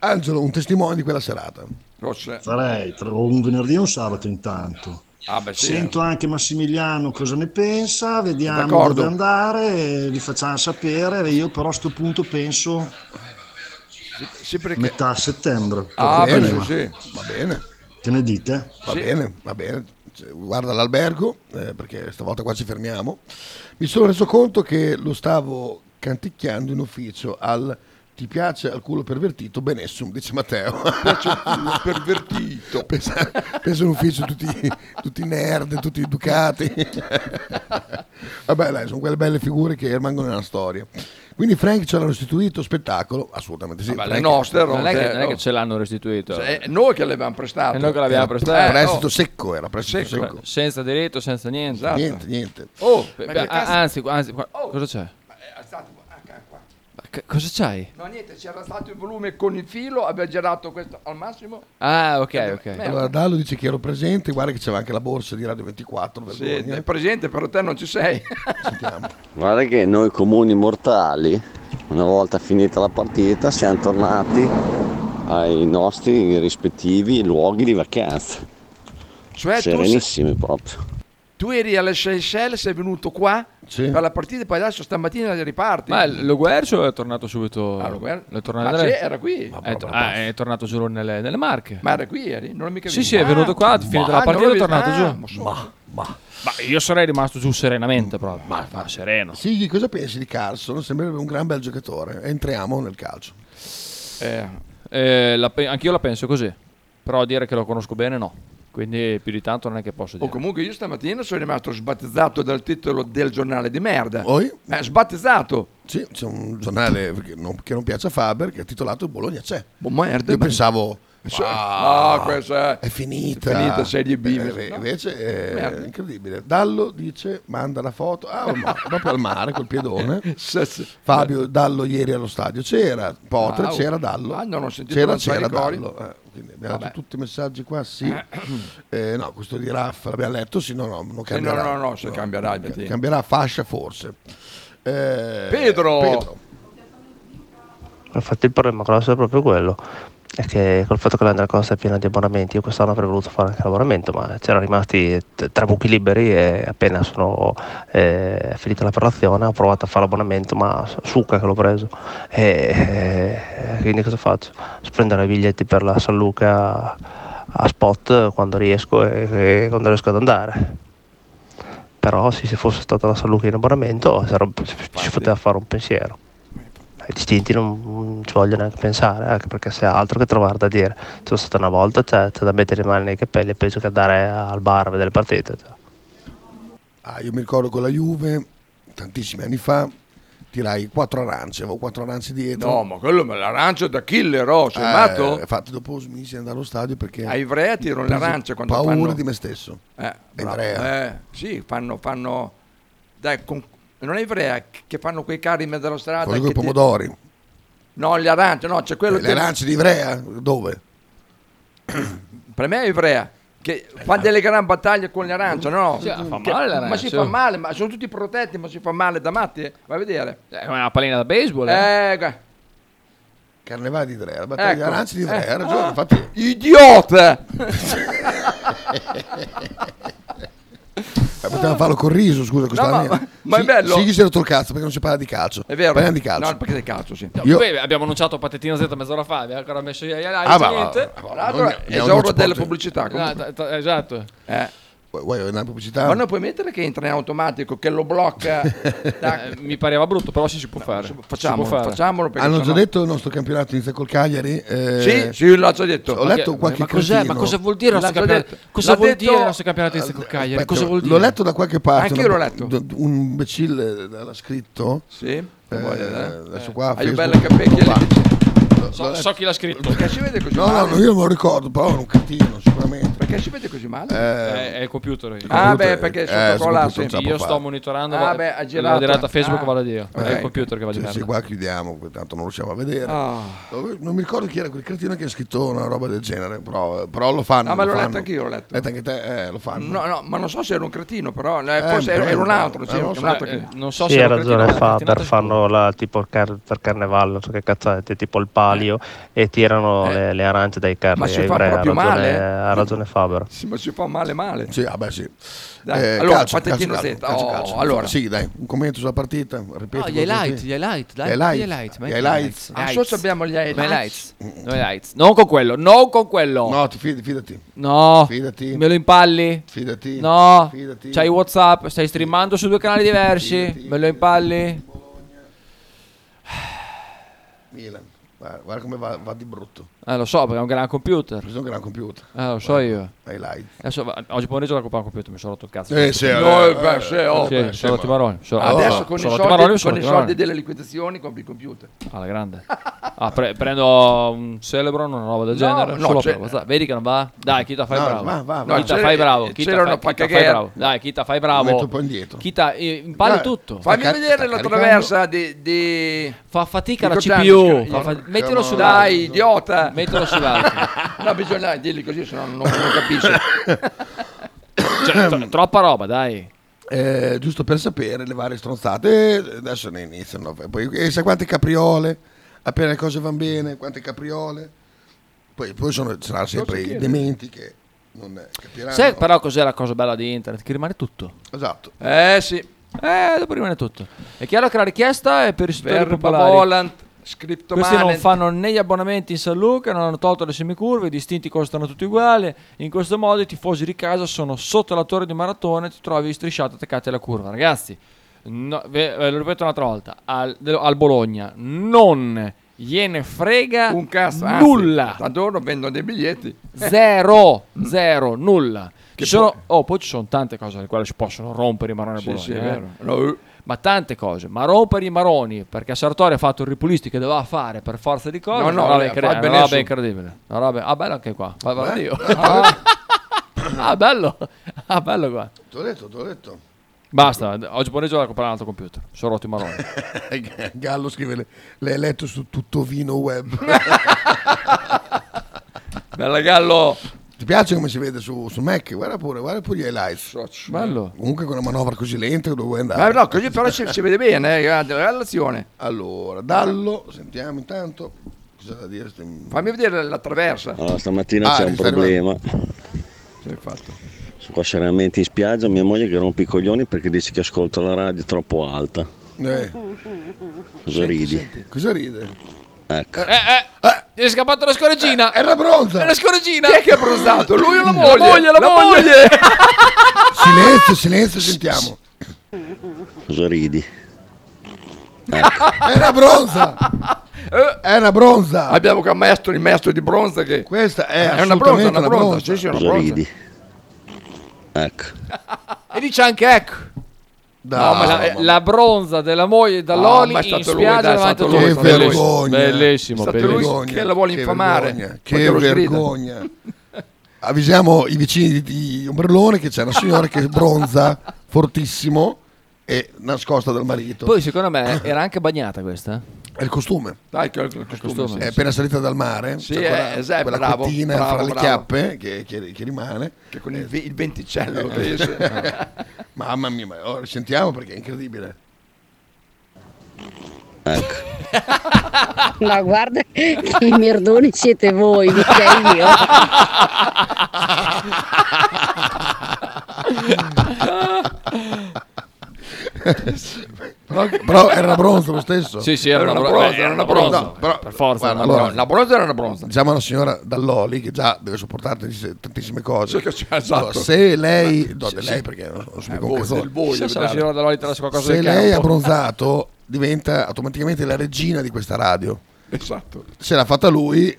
B: Angelo, un testimone di quella serata.
C: Rosse.
H: Farei tra un venerdì e un sabato intanto.
C: Ah, beh, sì,
H: Sento anche Massimiliano cosa ne pensa, vediamo
C: D'accordo.
H: dove andare, eh, li facciamo sapere. Io però a sto punto penso
C: Sì, perché-
H: metà settembre.
B: Ah,
H: poco
B: bene,
H: prima.
B: sì, va bene.
H: Che ne dite?
B: Va bene, va bene. Cioè, Guarda l'albergo, eh, perché stavolta qua ci fermiamo. Mi sono reso conto che lo stavo canticchiando in ufficio al ti piace al culo pervertito, benessum, dice Matteo. piace al culo pervertito. *laughs* Pensa, pensa in ufficio tutti, tutti nerd, tutti *laughs* educati. Vabbè, dai, sono quelle belle figure che rimangono nella storia. Quindi Frank ce l'ha restituito, spettacolo, assolutamente sì.
C: Vabbè, le
B: Frank-
C: nostre erano
D: Non è, che,
C: te-
D: non è che
C: no.
D: ce l'hanno restituito.
C: Cioè, è noi che le abbiamo prestate. Eh.
D: È noi che l'abbiamo
C: Era
D: prestato.
C: prestito
B: secco, era prestito
C: eh.
B: secco.
D: Senza diritto, senza niente.
C: Esatto.
B: Niente, niente.
D: Oh,
C: Ma
D: beh,
C: che
D: ah,
C: cazzo-
D: anzi, anzi, qua- cosa c'è? Ma che- cosa c'hai?
C: ecco, No, niente, c'era stato il volume con il filo, abbiamo girato questo al massimo.
D: Ah, ok, ok.
B: Eh, Allora Dallo dice che ero presente, guarda che c'era anche la borsa di Radio 24,
C: Sì,
D: eh.
B: vergogna.
C: è presente, però te non ci sei.
I: Guarda che noi comuni mortali, una volta finita la partita, siamo tornati ai nostri rispettivi luoghi di vacanza.
C: *laughs* Cioè, tu
I: Serenissimi proprio.
C: tu eri alle Seychelles, sei venuto qua per la partita e poi adesso stamattina riparti.
D: Ma lo Guercio è tornato subito.
C: Ah, Lo Guercio.
D: È tornato
C: Ma
D: nelle-
C: sì, era qui.
D: È, to- ah, è tornato giù nelle, nelle Marche.
C: Ma era qui ieri? Non l'ho mica
D: Sì,
C: visto.
D: sì, è venuto qua,
C: Ah,
D: finita
C: ma-
D: la
C: ah, non
D: partita,
C: l'ho
D: è tornato
C: visto. Ah,
D: giù.
C: ma so-
D: Ma io sarei rimasto giù serenamente proprio.
C: Ah,
D: Ma, sereno.
B: Sigli, cosa pensi di Carlson? Sembrerebbe un gran bel giocatore. Entriamo nel calcio.
D: Eh, la pe- anch'io la penso così. Però dire che lo conosco bene, no. Quindi più di tanto non è che posso
C: O
D: dire.
C: oh, comunque io stamattina sono rimasto sbattezzato dal titolo del giornale di merda.
B: Poi?
C: Eh, sbattezzato.
B: Sì, c'è un giornale che non, che non piace a Faber che è titolato Bologna c'è.
C: Boh, merda,
B: Io
C: ma-
B: pensavo...
C: Ah,
B: "Ah,
C: questa
B: è finita.
C: è finita Serie B,
B: Eh,
C: invece no.
B: invece è
C: Merda.
B: incredibile. Dallo dice, manda la foto, ah,
C: *laughs*
B: ma- proprio al mare col piedone. Fabio Dallo ieri allo stadio c'era, Potre
C: Wow.
B: c'era Dallo.
C: Ah, non ho sentito
B: c'era,
C: lanciare
B: c'era
C: i cori.
B: Dallo. eh, quindi abbiamo
C: Vabbè.
B: letto tutti i messaggi
C: *clears throat*
B: qua, sì. Eh, no, questo di Raffa l'abbiamo letto, sì, no, no, non
C: Sì,
B: cambierà.
C: Eh, no, no, no, se cambierà,
B: ca-
C: sì.
B: Cambierà fascia forse. Eh,
C: Pedro!
Q: Infatti il problema grosso è proprio quello, è che col fatto che l'Andrea Costa è piena di abbonamenti, io quest'anno avrei voluto fare anche l'abbonamento, ma c'erano rimasti t- tre buchi liberi e appena sono eh, finita la promozione ho provato a fare l'abbonamento, ma s- succa che l'ho preso. E, eh, quindi cosa faccio? Sprenderò i biglietti per la San Luca a spot quando riesco e, e quando riesco ad andare. Però sì, se fosse stata la San Luca in abbonamento sarebbe- ci poteva fare un pensiero ai distinti non, non ci voglio neanche pensare, anche perché se ha altro che trovare da dire. C'è stata una volta, c'è, c'è da mettere le mani nei capelli, peggio che andare al bar a vedere le partite. cioè.
B: Ah, io mi ricordo con la Juve, tantissimi anni fa, tirai quattro arance, avevo quattro arance dietro.
C: No, ma quello me l'arancio da killer, oh, sei
B: Eh,
C: matto?
B: Infatti dopo smisi di andare allo stadio perché...
C: Ai Ivrea tirano
B: ho preso
C: l'arancia quando
B: paura
C: fanno-
B: di me stesso.
C: Eh, bravo.
B: Ivrea.
C: Eh, sì, fanno, fanno... Dai, con- non è Ivrea che fanno quei carri in mezzo alla strada.
B: Quello con
C: Ah, che
B: i
C: ti-
B: pomodori.
C: No, le arance, no, c'è quello...
B: Eh, le arance di Ivrea? Dove?
C: Per me è Ivrea. Che
D: Eh,
C: fa delle gran battaglie con le arance, no?
D: Cioè, fa
C: Che-
D: male l'arancia.
C: ma si fa male, ma sono tutti protetti, ma si fa male da matti. Vai a vedere.
D: Eh, È una pallina da baseball.
C: Eh, guarda.
B: Carnevale di Ivrea, la battaglia
C: Ecco.
B: di arance di Ivrea,
C: Eh.
B: ha ragione,
C: Ah.
B: infatti...
C: Idiota!
B: Eh, potevamo farlo col riso, scusa, costava
C: ma-
B: meno.
C: ma è
B: Sì-
C: bello.
B: Sì, chi si è rotto il cazzo perché non si parla di calcio.
C: È vero.
B: Parliamo di calcio.
C: No, perché del calcio, sì.
D: No,
B: Io-
D: poi abbiamo annunciato Patettino Z mezz'ora fa, abbiamo ancora messo gli highlights,
B: Ah, ma-
D: niente.
B: ma- ma-
C: Allora,
B: Abbiamo
C: esauro
B: già
C: della
B: fatto-
C: pubblicità.
D: Ah,
C: comunque.
D: ta- ta- esatto.
C: Eh.
B: Vuoi- Vuoi una pubblicità?
C: Ma non puoi mettere che entra in automatico, che lo
B: *laughs*
C: blocca.
D: Eh, mi pareva brutto, però sì, si può fare.
C: facciamolo,
D: Si può fare.
C: facciamolo perché
B: Hanno già
C: sennò-
B: detto il nostro campionato inizia col Cagliari. eh,
C: Sì, sì, l'ho già detto.
B: Ho letto qualche
D: ma cos'è?
B: cretino.
D: Ma cosa vuol dire il nostro
C: L'ha già
D: campionato?
C: detto-
D: Cosa
C: l'ha
D: vuol
C: detto-
D: dire il nostro campionato di Stecco Cagliari? Cosa vuol dire?
B: L'ho letto da qualche parte.
C: Anche io
B: una-
C: l'ho letto.
B: d- Un imbecille l'ha scritto.
C: Sì.
B: Eh,
C: Vuoi vedere?
B: adesso
C: Eh.
B: qua.
C: Hai
B: Facebook-
C: bella capecchia
B: qua.
D: So, so chi l'ha scritto.
C: Perché si vede così
B: No, no,
C: male?
B: no, io non me lo ricordo, però era un cretino sicuramente.
C: Perché si vede così male?
D: Eh, è il computer. il
C: Ah,
D: computer.
C: beh, perché sotto
B: sotto
C: qua là,
B: Eh, computer
C: sì.
B: non si
D: Io
B: può
D: sto
B: fare.
D: monitorando.
C: Ah,
D: va-
C: beh, ha
D: La
C: girato.
D: diretta Facebook
C: Ah.
D: vada Dio.
B: Ok.
D: È il computer che va di
B: Ecco. Sì, sì,
D: merda.
B: qua chiudiamo, tanto non riusciamo a vedere.
C: Ah.
B: Non mi ricordo chi era quel cretino che ha scritto una roba del genere, però, però lo fanno.
C: Ah, ma
B: lo
C: l'ho
B: fanno.
C: letto anch'io, l'ho letto.
B: Letto anche te, eh, lo fanno.
C: No, no, ma non so se era un cretino, però eh,
B: Eh,
C: forse era,
B: però-
C: era un altro. sì,
B: eh,
C: era
B: non
C: un
B: so,
C: altro
B: eh,
C: cretino.
D: Non so
Q: Sì,
D: se
Q: ha
D: lo cretino,
Q: ragione
D: ma
Q: fa,
D: cretinata
Q: per farlo là, tipo car- per carnevale, non so che cazzate, tipo il palio e tirano le, le arance dai carri.
C: Eh. Ma si
Q: ai
C: fa
Q: re, ha
C: proprio
Q: ragione-
C: male, eh?
Q: Ha ragione Faber.
C: Sì, ma si fa male male.
B: Sì, vabbè, sì.
C: Dai,
B: Eh,
C: allora,
B: calcio,
C: Patettino
B: calcio,
C: Z.
B: calcio,
C: oh,
B: calcio.
C: allora.
B: Sì, dai, un commento sulla partita. Ripeto,
D: No, gli
B: quello che
D: highlight,
B: sì.
D: gli highlight, dai, gli highlight, metti
B: Gli
D: gli
B: highlights.
D: highlights.
C: Ah, so se abbiamo gli
D: Ma i
C: highlights.
D: lights. No, i lights. Non con quello, non con quello.
B: No, ti fidi, fidati.
D: No,
B: Fidati.
D: me lo impalli?
B: Fidati.
D: No,
B: Fidati.
D: c'hai WhatsApp, stai streamando su due canali diversi. me lo impalli?
B: Ah, Milan. Guarda, guarda come va, va di brutto.
D: Eh, lo so, perché è un gran computer.
B: Questo è un gran computer.
D: Eh, lo so io.
B: Highlight.
D: Adesso, va- oggi pomeriggio la coppa un computer, mi sono rotto il cazzo.
B: Eh, sì,
C: No,
B: eh,
C: eh, beh, sì, oh,
D: Sì,
C: beh,
D: sono
C: sì,
D: rotti
C: ma-
D: i maroni, sono-
C: Adesso
D: oh,
C: con i
D: sono rotti i
C: soldi,
D: maroni, sono
C: con i
D: rotti i
C: soldi
D: maroni.
C: delle liquidazioni compri il computer.
D: Alla grande. Ah, pre- prendo un Celebron, una roba del
C: No,
D: genere.
C: no,
D: solo
C: c'è-
D: per WhatsApp. Vedi che non va? Dai, Chita, fai
B: No,
D: bravo.
B: va, va,
C: va.
D: Chita,
C: No,
D: fai
C: c'era-
D: bravo.
C: c'era
D: Chita, fai,
C: una
D: Chita, fai
C: paccaghera.
D: bravo. Dai, Chita, fai
B: Lo metto
D: bravo.
B: un po' indietro.
D: Chita, eh, impari
B: Dai,
D: tutto.
B: fai-
C: Fammi
B: car-
C: vedere
B: sta
C: la
B: caricando.
C: traversa di... di...
D: Fa fatica la
C: Ricordami,
D: CPU.
C: scusa,
D: fa
C: io-
D: fa- Mettilo
C: Dai,
D: sull'altro.
C: idiota!
D: Mettilo sull'altro.
C: *laughs* No, bisogna dirgli così, sennò non, non capisce. *laughs*
D: Cioè,
B: *coughs*
D: tro- troppa roba, dai.
B: Eh, giusto per sapere le varie stronzate. Eh, Adesso ne iniziano. eh, Poi, e sai quante capriole? Appena le cose vanno bene, quante capriole? Poi, poi sono, ci saranno sempre i
D: chiede?
B: dementi che non eh, capiranno.
D: Sai però cos'è la cosa bella di internet? Che rimane tutto.
B: Esatto.
C: Eh sì,
D: Eh, dopo rimane tutto. È chiaro che la richiesta è per i settori
C: verba
D: popolari.
C: volant,
D: Questi non
C: scriptomanent.
D: fanno né gli abbonamenti in San Luca, non hanno tolto le semicurve, i distinti costano tutti uguali. In questo modo i tifosi di casa sono sotto la torre di maratona e ti trovi strisciato attaccati alla curva. Ragazzi, no- ve- ve lo ripeto un'altra volta, al, del- al Bologna non gliene frega
C: Un cazzo, anzi,
D: nulla.
C: Adoro, vendono dei biglietti.
D: Zero, zero, nulla.
C: Che
D: Ci sono- oh, poi ci sono tante cose alle quali si possono rompere i maroni a
C: Sì,
D: Bologna.
C: sì, è
D: eh.
C: vero. No.
D: Ma tante cose, ma rompere i maroni perché Sartori ha fatto il ripulisti che doveva fare per forza di cose.
C: No, no,
D: una roba,
C: eh,
D: incre-
C: fa
D: una
C: benissimo.
D: roba incredibile. Una roba- Ah, bello anche qua. Va- va-
B: Eh?
C: *laughs*
D: Dio. Ah, ah, bello. Ah, bello qua.
B: Te l'ho detto, te l'ho detto. *laughs*
D: Basta, oggi pomeriggio vado a comprare un altro computer. Sono rotto i maroni.
B: Gallo scrive, le- l'hai letto su tutto vino
D: *laughs*
B: web. *laughs*
C: Bella Gallo.
B: Ti piace come si vede su, su Mac? Guarda pure, guarda pure gli highlights.
D: Bello.
B: Comunque con una manovra così lenta dove vuoi andare.
C: Ma no, così però si, si vede bene, eh, guarda, guarda l'azione.
B: Allora, Dallo, sentiamo intanto. Cosa da dire?
C: Fammi vedere la traversa.
I: Allora, stamattina
B: Ah,
I: c'è un
B: riserva-
I: problema.
C: Sì, fatto.
I: Sono qua seriamente in spiaggia, mia moglie che rompe i coglioni perché dice che ascolto la radio troppo alta.
B: Eh,
I: Cosa ridi?
B: cosa ride?
I: Ecco.
D: Eh, eh, gli è scappata la scoregina.
B: Era bronza!
D: È la scoregina.
C: Eh, Chi è che ha bronzato? Lui o la
D: La
C: moglie?
D: moglie, la, moglie.
B: Silenzio, silenzio, sentiamo.
I: Cosa ridi?
C: *laughs*
B: Era bronza! Era bronza!
C: *laughs* Eh. Abbiamo qua maestro, il maestro di bronza che...
B: Questa è,
C: È una
B: assolutamente
C: bronza, una bronza. Sì, sì, è una
I: Cosa
C: bronza.
I: ridi? Ecco.
D: E dice anche ecco. No, ma la,
B: mamma.
D: la bronza della moglie dall'Oli
C: ma è
D: in
C: stato lui,
D: spiaggia
C: dai, è
D: davanti a
C: stato lui,
D: tutti.
C: è stato lui.
D: Bellissimo,
C: Vergogna.
D: bellissimo,
C: È stato
D: bellissimo.
C: lui che la vuole
B: che
C: infamare.
B: vergogna,
C: Ma te
B: Che
C: lo sgrida. *laughs*
B: vergogna. Avvisiamo i vicini di, di Ombrellone che c'è una signora che bronza fortissimo e nascosta dal marito.
D: Poi secondo me era anche bagnata questa. eh.
B: È il costume.
C: Dai, che Ah, è il costume,
B: è appena salita dal mare,
C: Sì,
B: c'è
C: è,
D: eh,
C: esatto,
B: quella
C: bravo,
B: cottina
C: bravo,
B: fra le
C: bravo.
B: chiappe che, che- che rimane.
C: Che con il vi- il venticello
B: Eh,
C: che esce.
B: eh. *laughs* Mamma mia, ma oh, sentiamo perché è incredibile.
R: Ma guarda che i merdoni siete voi, mica io.
B: *laughs* però, però era bronzo lo stesso.
D: Sì, sì, era una bro- era una bronza. Per forza, era una bronza.
B: la
C: bronza era una bronza.
B: Diciamo alla signora Dall'Oli che già deve sopportare tantiss- tantissime cose.
C: Sì, che- esatto.
B: Se lei, no,
C: Sì,
B: de-
C: sì.
B: lei perché non, non so
C: Eh,
B: mica un
C: voi,
B: cazzone.
C: del voi,
D: Chissà se la signora Dall'Oli tralascia qualcosa
B: Se
D: del
B: lei ha
D: campo.
B: bronzato, diventa automaticamente la regina di questa radio.
C: Esatto.
B: Se l'ha fatta lui,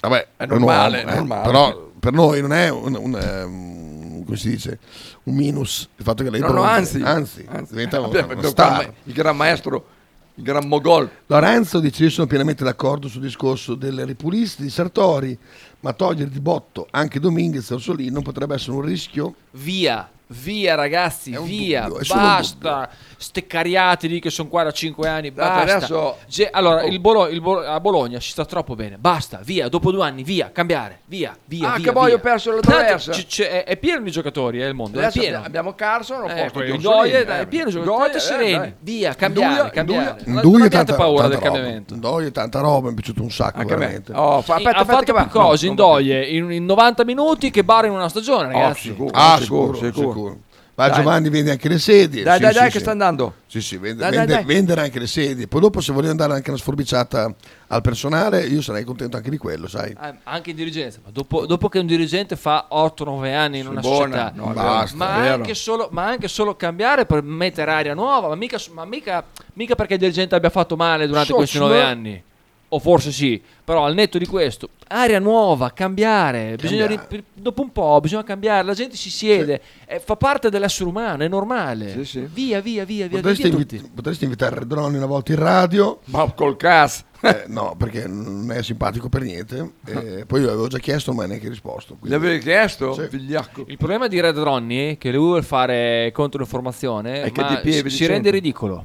B: vabbè,
C: È normale,
B: uomo, eh.
C: è normale.
B: Però per noi non è un, un, ehm, come si dice, un minus il fatto che lei
C: No, no,
B: bronzi.
C: anzi,
B: anzi, diventa un-
C: Abbiamo
B: uno
C: detto,
B: star.
C: il gran maestro, il gran mogol.
B: Lorenzo dice io sono pienamente d'accordo sul discorso del ripulista di Sartori, ma togliere di botto anche Dominguez e Orsolino potrebbe essere un rischio.
D: Via, via ragazzi, via,
B: dubbio, è solo un
D: basta. Ste cariati lì che sono qua da 5 anni, basta.
C: Tanto adesso-
D: Ge- allora,
B: Oh.
D: il Bolo- il Bolo- a Bologna ci sta troppo bene, basta, via, dopo due anni, via, cambiare, via, via.
C: Ah,
D: via,
C: che poi
D: via.
C: ho perso la
D: Tanto
C: traversa.
D: ci- c'è- è, è pieno di giocatori, eh, il mondo, è
C: Adesso
D: pieno.
C: abbi- abbiamo Carson, ho
D: Eh,
C: posto di
D: poi
C: Orsolini,
D: Goya,
C: eh,
D: dai, è pieno di
C: Goya,
D: giocatori,
C: eh,
D: sereni,
C: dai.
D: via, cambiare,
C: Induia,
D: cambiare.
C: Induia.
D: Non-
B: Doio
D: non
B: e
D: abbiate
B: tanta,
D: paura
B: tanta
D: del
B: roba.
D: cambiamento.
B: Doio e tanta roba, mi è piaciuto un sacco
C: Anche a me.
B: veramente.
C: Oh, fa- aspetta,
D: ha
C: aspetta che
D: fatto più
C: va.
D: cose
C: No,
D: in
C: non va.
D: Doie in, in 90 minuti che bar in una stagione, ragazzi.
C: sicuro,
B: Ah,
C: sicuro,
B: sicuro,
C: sicuro.
B: sicuro. Va
C: Dai.
B: Giovanni, vende anche le sedie.
C: Dai,
B: Sì,
C: dai,
B: sì,
C: dai,
B: sì.
C: che sta andando.
B: Sì, sì, vende-
C: Dai, dai,
B: vende-
C: dai.
B: vendere anche le sedie. Poi dopo se vogliono dare anche una sforbiciata al personale, io sarei contento anche di quello, sai.
D: Ah, anche in dirigenza, ma dopo, dopo che un dirigente fa 8-9 anni in
B: Sì,
D: una
B: buona,
D: società,
B: no, basta,
D: ma,
B: vero.
D: anche solo, ma anche solo cambiare per mettere aria nuova, ma mica, ma mica- mica perché il dirigente abbia fatto male durante
C: Socio,
D: questi 9
C: eh.
D: anni, o forse sì, però al netto di questo, aria nuova, cambiare, bisogna
C: Cambiare.
D: ri- dopo un po' bisogna cambiare, la gente si siede, eh, fa parte dell'essere umano, è normale, via via via via,
B: Potresti,
D: via tutti.
B: invi- potresti invitare Redroni una volta in radio. Eh,
C: Ma col cas.
B: no, perché non è simpatico per niente. Eh, poi io avevo già chiesto, ma neanche risposto.
C: Gli avevi chiesto?
B: Sì.
C: Vigliacco.
D: Il problema di Red Ronnie è che lui vuole fare controinformazione,
C: È che
D: ma
C: ti pieve
D: si-
C: di
D: si
C: gente.
D: rende ridicolo.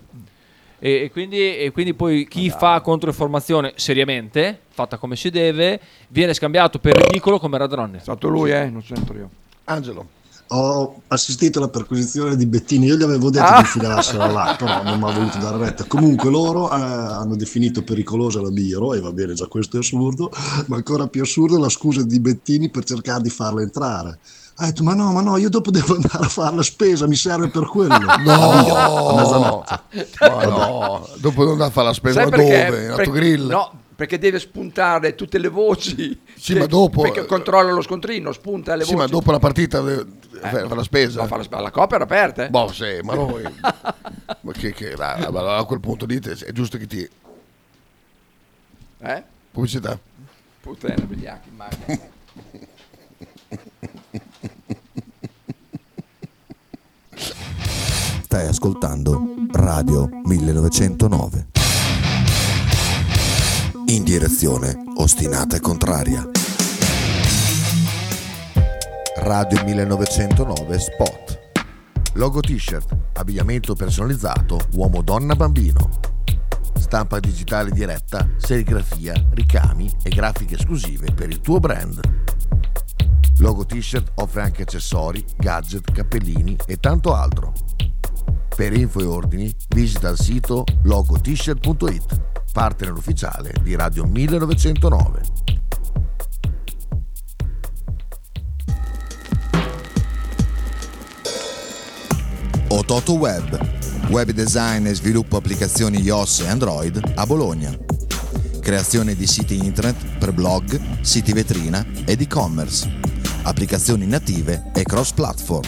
D: E, e quindi, e quindi poi chi fa controinformazione seriamente, fatta come si deve, viene scambiato per ridicolo come Red Ronnie. È
C: stato lui, eh, non c'entro io.
B: Angelo.
H: Ho assistito alla perquisizione di Bettini, io gli avevo detto
C: Ah.
H: di fidarsela là, però non mi ha voluto dare retta. Comunque loro eh, hanno definito pericolosa la Biro e va bene, già questo è assurdo, ma ancora più assurdo è la scusa di Bettini per cercare di farla entrare. Ha detto, ma no, ma no, io dopo devo andare a fare la spesa, mi serve per quello. Via, a
C: *laughs*
B: Ah,
H: mezzanotte.
B: Ma no, dopo non andare a fare la spesa,
C: Sai
B: ma
C: perché?
B: dove? In
C: Per-
B: autogrill?
C: No, perché deve spuntare tutte le voci.
B: Sì, ma dopo- eh,
C: Perché controlla lo scontrino, spunta le
B: sì,
C: voci.
B: ma dopo la partita eh, fa fa la spesa.
C: No, fa la sp- la coppa era aperta, eh.
B: Boh, sì, ma noi. ma che, che- la- la- la- a quel punto dite, è giusto che ti.
C: *laughs* Eh?
B: Pubblicità. *laughs*
C: Puttana, ah, vigliacchi, immagino.
A: Stai ascoltando Radio 1909. In direzione ostinata e contraria. Radio 1909 Spot. Logo t-shirt, abbigliamento personalizzato, uomo, donna, bambino. Stampa digitale diretta, serigrafia, ricami e grafiche esclusive per il tuo brand. Logo T-shirt offre anche accessori, gadget, cappellini e tanto altro. Per info e ordini visita il sito logotshirt.it, partner ufficiale di Radio 1909.
S: Ototo Web, web design e sviluppo applicazioni iOS e Android a Bologna. Creazione di siti internet per blog, siti vetrina ed e-commerce. Applicazioni native e cross-platform.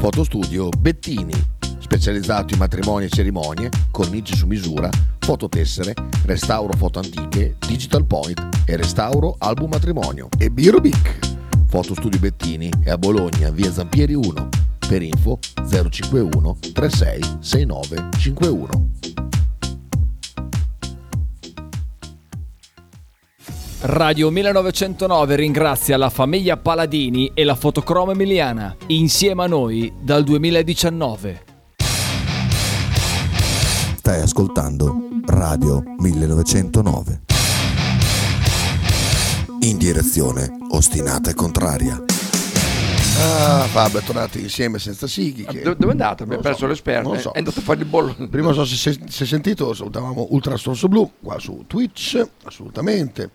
B: Fotostudio Bettini, specializzato in matrimoni e cerimonie, cornici su misura, fototessere, restauro foto antiche, digital point e restauro album matrimonio. E Birobic. Fotostudio Bettini è a Bologna, via Zampieri 1. Per info 051 36 69 51.
D: Radio 1909 ringrazia la famiglia Paladini e la fotocromo emiliana, insieme a noi dal 2019.
S: Stai ascoltando Radio 1909. In direzione ostinata e contraria.
B: Ah, Fabio, tornati insieme senza sighi. Che...
C: Ah, Dove dove è andato? Abbiamo
B: Non lo
C: perso
B: so,
C: l'esperto.
B: non lo so.
C: eh. È andato a fare il bollo.
B: Prima non so se se- se hai sentito, salutavamo Ultra Sorso Blu qua su Twitch, assolutamente.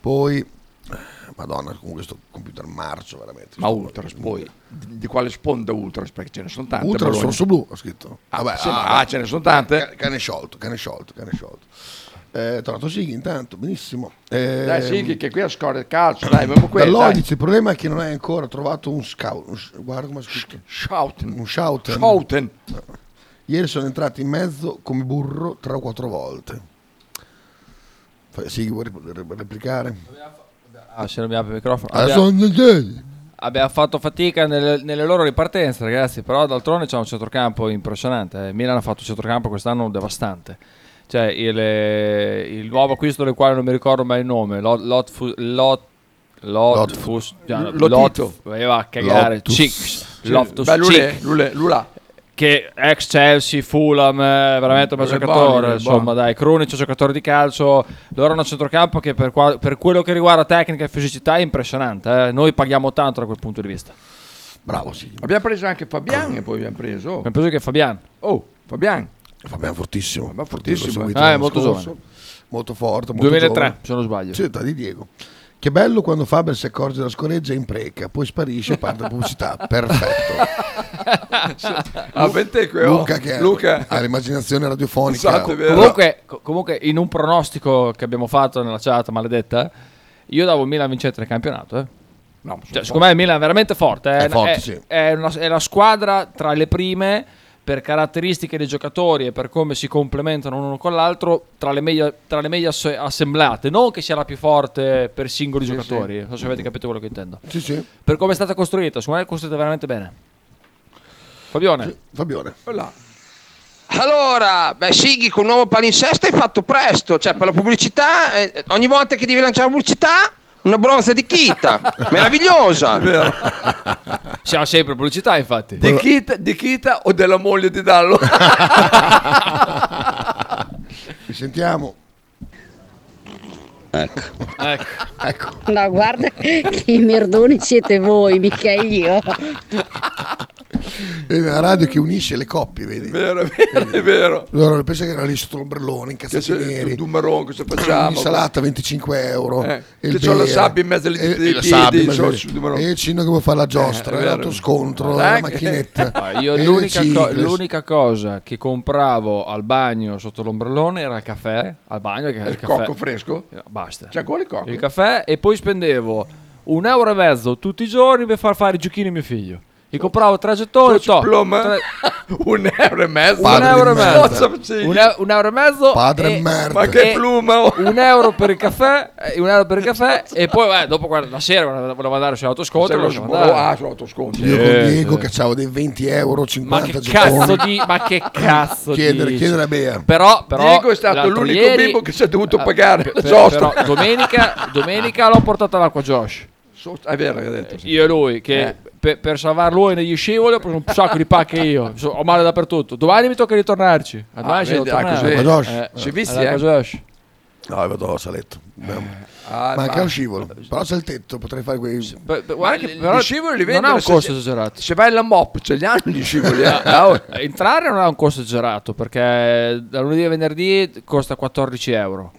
B: Poi, eh, madonna, comunque sto computer marcio veramente.
C: Ma Ultras poi di, di quale sponda Ultras? Perché ce ne sono tante.
B: Ultra
C: a Bologna.
B: Sorso Blu, ho scritto.
C: Ah, sì, ma- ah, ce ne sono tante.
B: Ca- Cane sciolto, cane sciolto, cane sciolto. Eh, è tornato Sighi intanto, benissimo.
C: Dai,
B: Ehm,
C: Eh, sì, che, che qui a scuola il calcio, dai, ma quello. dai.
B: Dall'Odice il problema è che non hai ancora trovato un scout. un sh- guarda come è scritto.
C: Shouten.
B: Un shouten.
C: Shouten.
B: Ieri sono entrati in mezzo come burro tre o quattro volte. Fai- Sì, vuoi rep- rep- replicare?
D: Ah, se non mi apre il microfono.
B: Adesso
D: Abbiamo, abbiamo fatto fatica nelle, nelle loro ripartenze, ragazzi. Però d'altronde c'è un centrocampo impressionante. eh. Il Milan ha fatto un centrocampo quest'anno devastante. Cioè, il, eh, il nuovo acquisto del quale non mi ricordo mai il nome, Lot, Lot, Fu- Lot, Lot, Fus-
C: L-
D: Lot,
C: Lotito.
D: eh, va a cagare,
C: Lotus.
D: Cix,
C: Sì,
D: Loftus,
C: beh, lui
D: Cheek.
C: è- lui è- lui là.
D: che ex Chelsea, Fulham, eh, veramente un bel
C: Lui è
D: giocatore,
C: buono, lui è
D: insomma,
C: buono.
D: dai, Krunic, un giocatore di calcio, loro hanno un centrocampo che per, qua- per quello che riguarda tecnica e fisicità è impressionante, eh. noi paghiamo tanto da quel punto di vista.
B: Bravo, sì.
C: Abbiamo preso anche Fabian e poi abbiamo preso.
D: Abbiamo preso che Fabian.
C: Oh, Fabian.
B: Fabian fortissimo.
C: Ma
B: Io l'ho
C: fortissimo. Eh,
B: seguito
D: Ah, è
B: l'anno
D: molto
B: scorso.
D: giovane.
B: Molto forte. Molto
D: 2003,
B: giovane.
D: se non sbaglio.
B: Sì, età di Diego. Che bello quando Faber si accorge della scoreggia e impreca, poi sparisce e parte
C: *laughs*
B: la pubblicità. Perfetto.
C: Ah, Benteco, eh, oh.
B: Luca, che
C: Luca. Esatto,
B: ha l'immaginazione radiofonica.
D: Co- comunque, co- comunque in un pronostico che abbiamo fatto nella chat maledetta, eh, io davo il Milan vincente nel campionato, eh. Cioè, secondo me il Milan è veramente forte. eh.
B: È forte,
D: È-
B: sì.
D: è una, è una squadra tra le prime per caratteristiche dei giocatori e per come si complementano l'uno con l'altro tra le meglio, tra le meglio asse- assemblate. Non che sia la più forte per singoli
B: Sì,
D: giocatori.
B: sì.
D: Non so se avete capito quello che intendo.
B: Sì, sì.
D: Per come è stata costruita, secondo me è costruita veramente bene. Fabione.
B: Fabione.
M: Allora, beh, Sighi con un nuovo palinsesto hai fatto presto, cioè per la pubblicità, eh, ogni volta che devi lanciare la pubblicità, una bronza di
C: *laughs*
M: Kita, meravigliosa.
D: Siamo sempre pubblicità, infatti.
C: Di Kita, di Kita o della moglie di
B: *laughs*
C: Dallo?
B: *laughs* Ci sentiamo.
I: Ecco.
B: Ecco.
R: No, guarda che merdoni siete voi, mica io.
B: È una radio che unisce le coppie, vedi? È
C: vero, *laughs* è vero, è vero.
B: Allora, pensa che era lì sotto l'ombrellone, incazzati
C: Che c'è
B: neri.
C: il dumarron, cosa facciamo?
B: Un'insalata 25 euro.
C: Eh, che
B: il
C: c'ho la
B: bere.
C: sabbia in mezzo agli-
B: E-
C: ai
B: e la
C: piedi,
B: sabbia in
C: c'ho
B: mezzo
C: il
B: agli-
C: dumarron.
B: E il Cino che vuole fare la giostra,
C: Eh, è
B: è
C: vero.
B: l'auto scontro,
C: Dai,
B: la
C: che-
B: macchinetta.
D: Ah, Io
B: e le
D: l'unica, co-
B: ciclette.
D: l'unica cosa che compravo al bagno sotto l'ombrellone era il caffè. Al bagno, che
C: Il
D: Eh, caffè-
C: cocco fresco? Cioè,
D: Basta.
C: C'è ancora il cocco?
D: Il caffè e poi spendevo un euro e mezzo tutti i giorni per far fare i giochini a mio figlio. Gli compravo tre gettoni, top, tre-
C: *laughs* un euro e mezzo.
D: un euro e mezzo,
C: Cosa c'è?
D: un, e- un euro e mezzo,
C: Padre
D: e-
C: merda. Ma che
D: e
C: pluma, *laughs* oh.
D: un euro per il caffè, eh, un euro per il caffè, e poi eh, dopo guarda, la sera guarda, volevo andare sull'autoscontro,
C: Sai, lo
D: volevo
C: sbolo-
D: andare.
C: ah, sull'autoscontro.
B: Io
D: Eh,
B: con Diego
D: sì.
B: cacciavo dei 20 euro, 50
D: che
B: gettoni.
D: cazzo di- ma che cazzo
B: chiedere,
D: dici?
B: Chiedere a Bea.
D: Però, però
C: Diego è stato
D: l'altro
C: l'unico
D: ieri-
C: bimbo che si è dovuto
D: Ah,
C: pagare
D: per-
C: la
D: per-
C: giostra.
D: però domenica, domenica l'ho portata all'acqua Josh.
C: So- è vero che ha detto, sì.
D: Io e lui, che
C: Eh.
D: per, per salvar lui negli scivoli ho preso un sacco di pacche io. So- ho male dappertutto. Domani mi tocca ritornarci. A
C: Ah,
D: Domani ci devo
C: vedi, ah,
D: tornare. Eh,
C: così. All'acqua Josh. Ci visti,
D: all'acqua
C: eh?
D: Josh.
B: No, io vado a saletto.
C: ah,
B: Manca
C: ma-
B: lo scivolo. Però c'è il tetto, potrei fare quei.
C: Beh, beh, guarda che però gli scivoli li
D: non ha
C: vendono
D: un
C: se-
D: costo esagerato.
C: Se vai alla MOP, ce li hanno gli scivoli. eh?
D: *laughs* Ah, Entrare non ha un costo esagerato perché da lunedì a venerdì costa 14 euro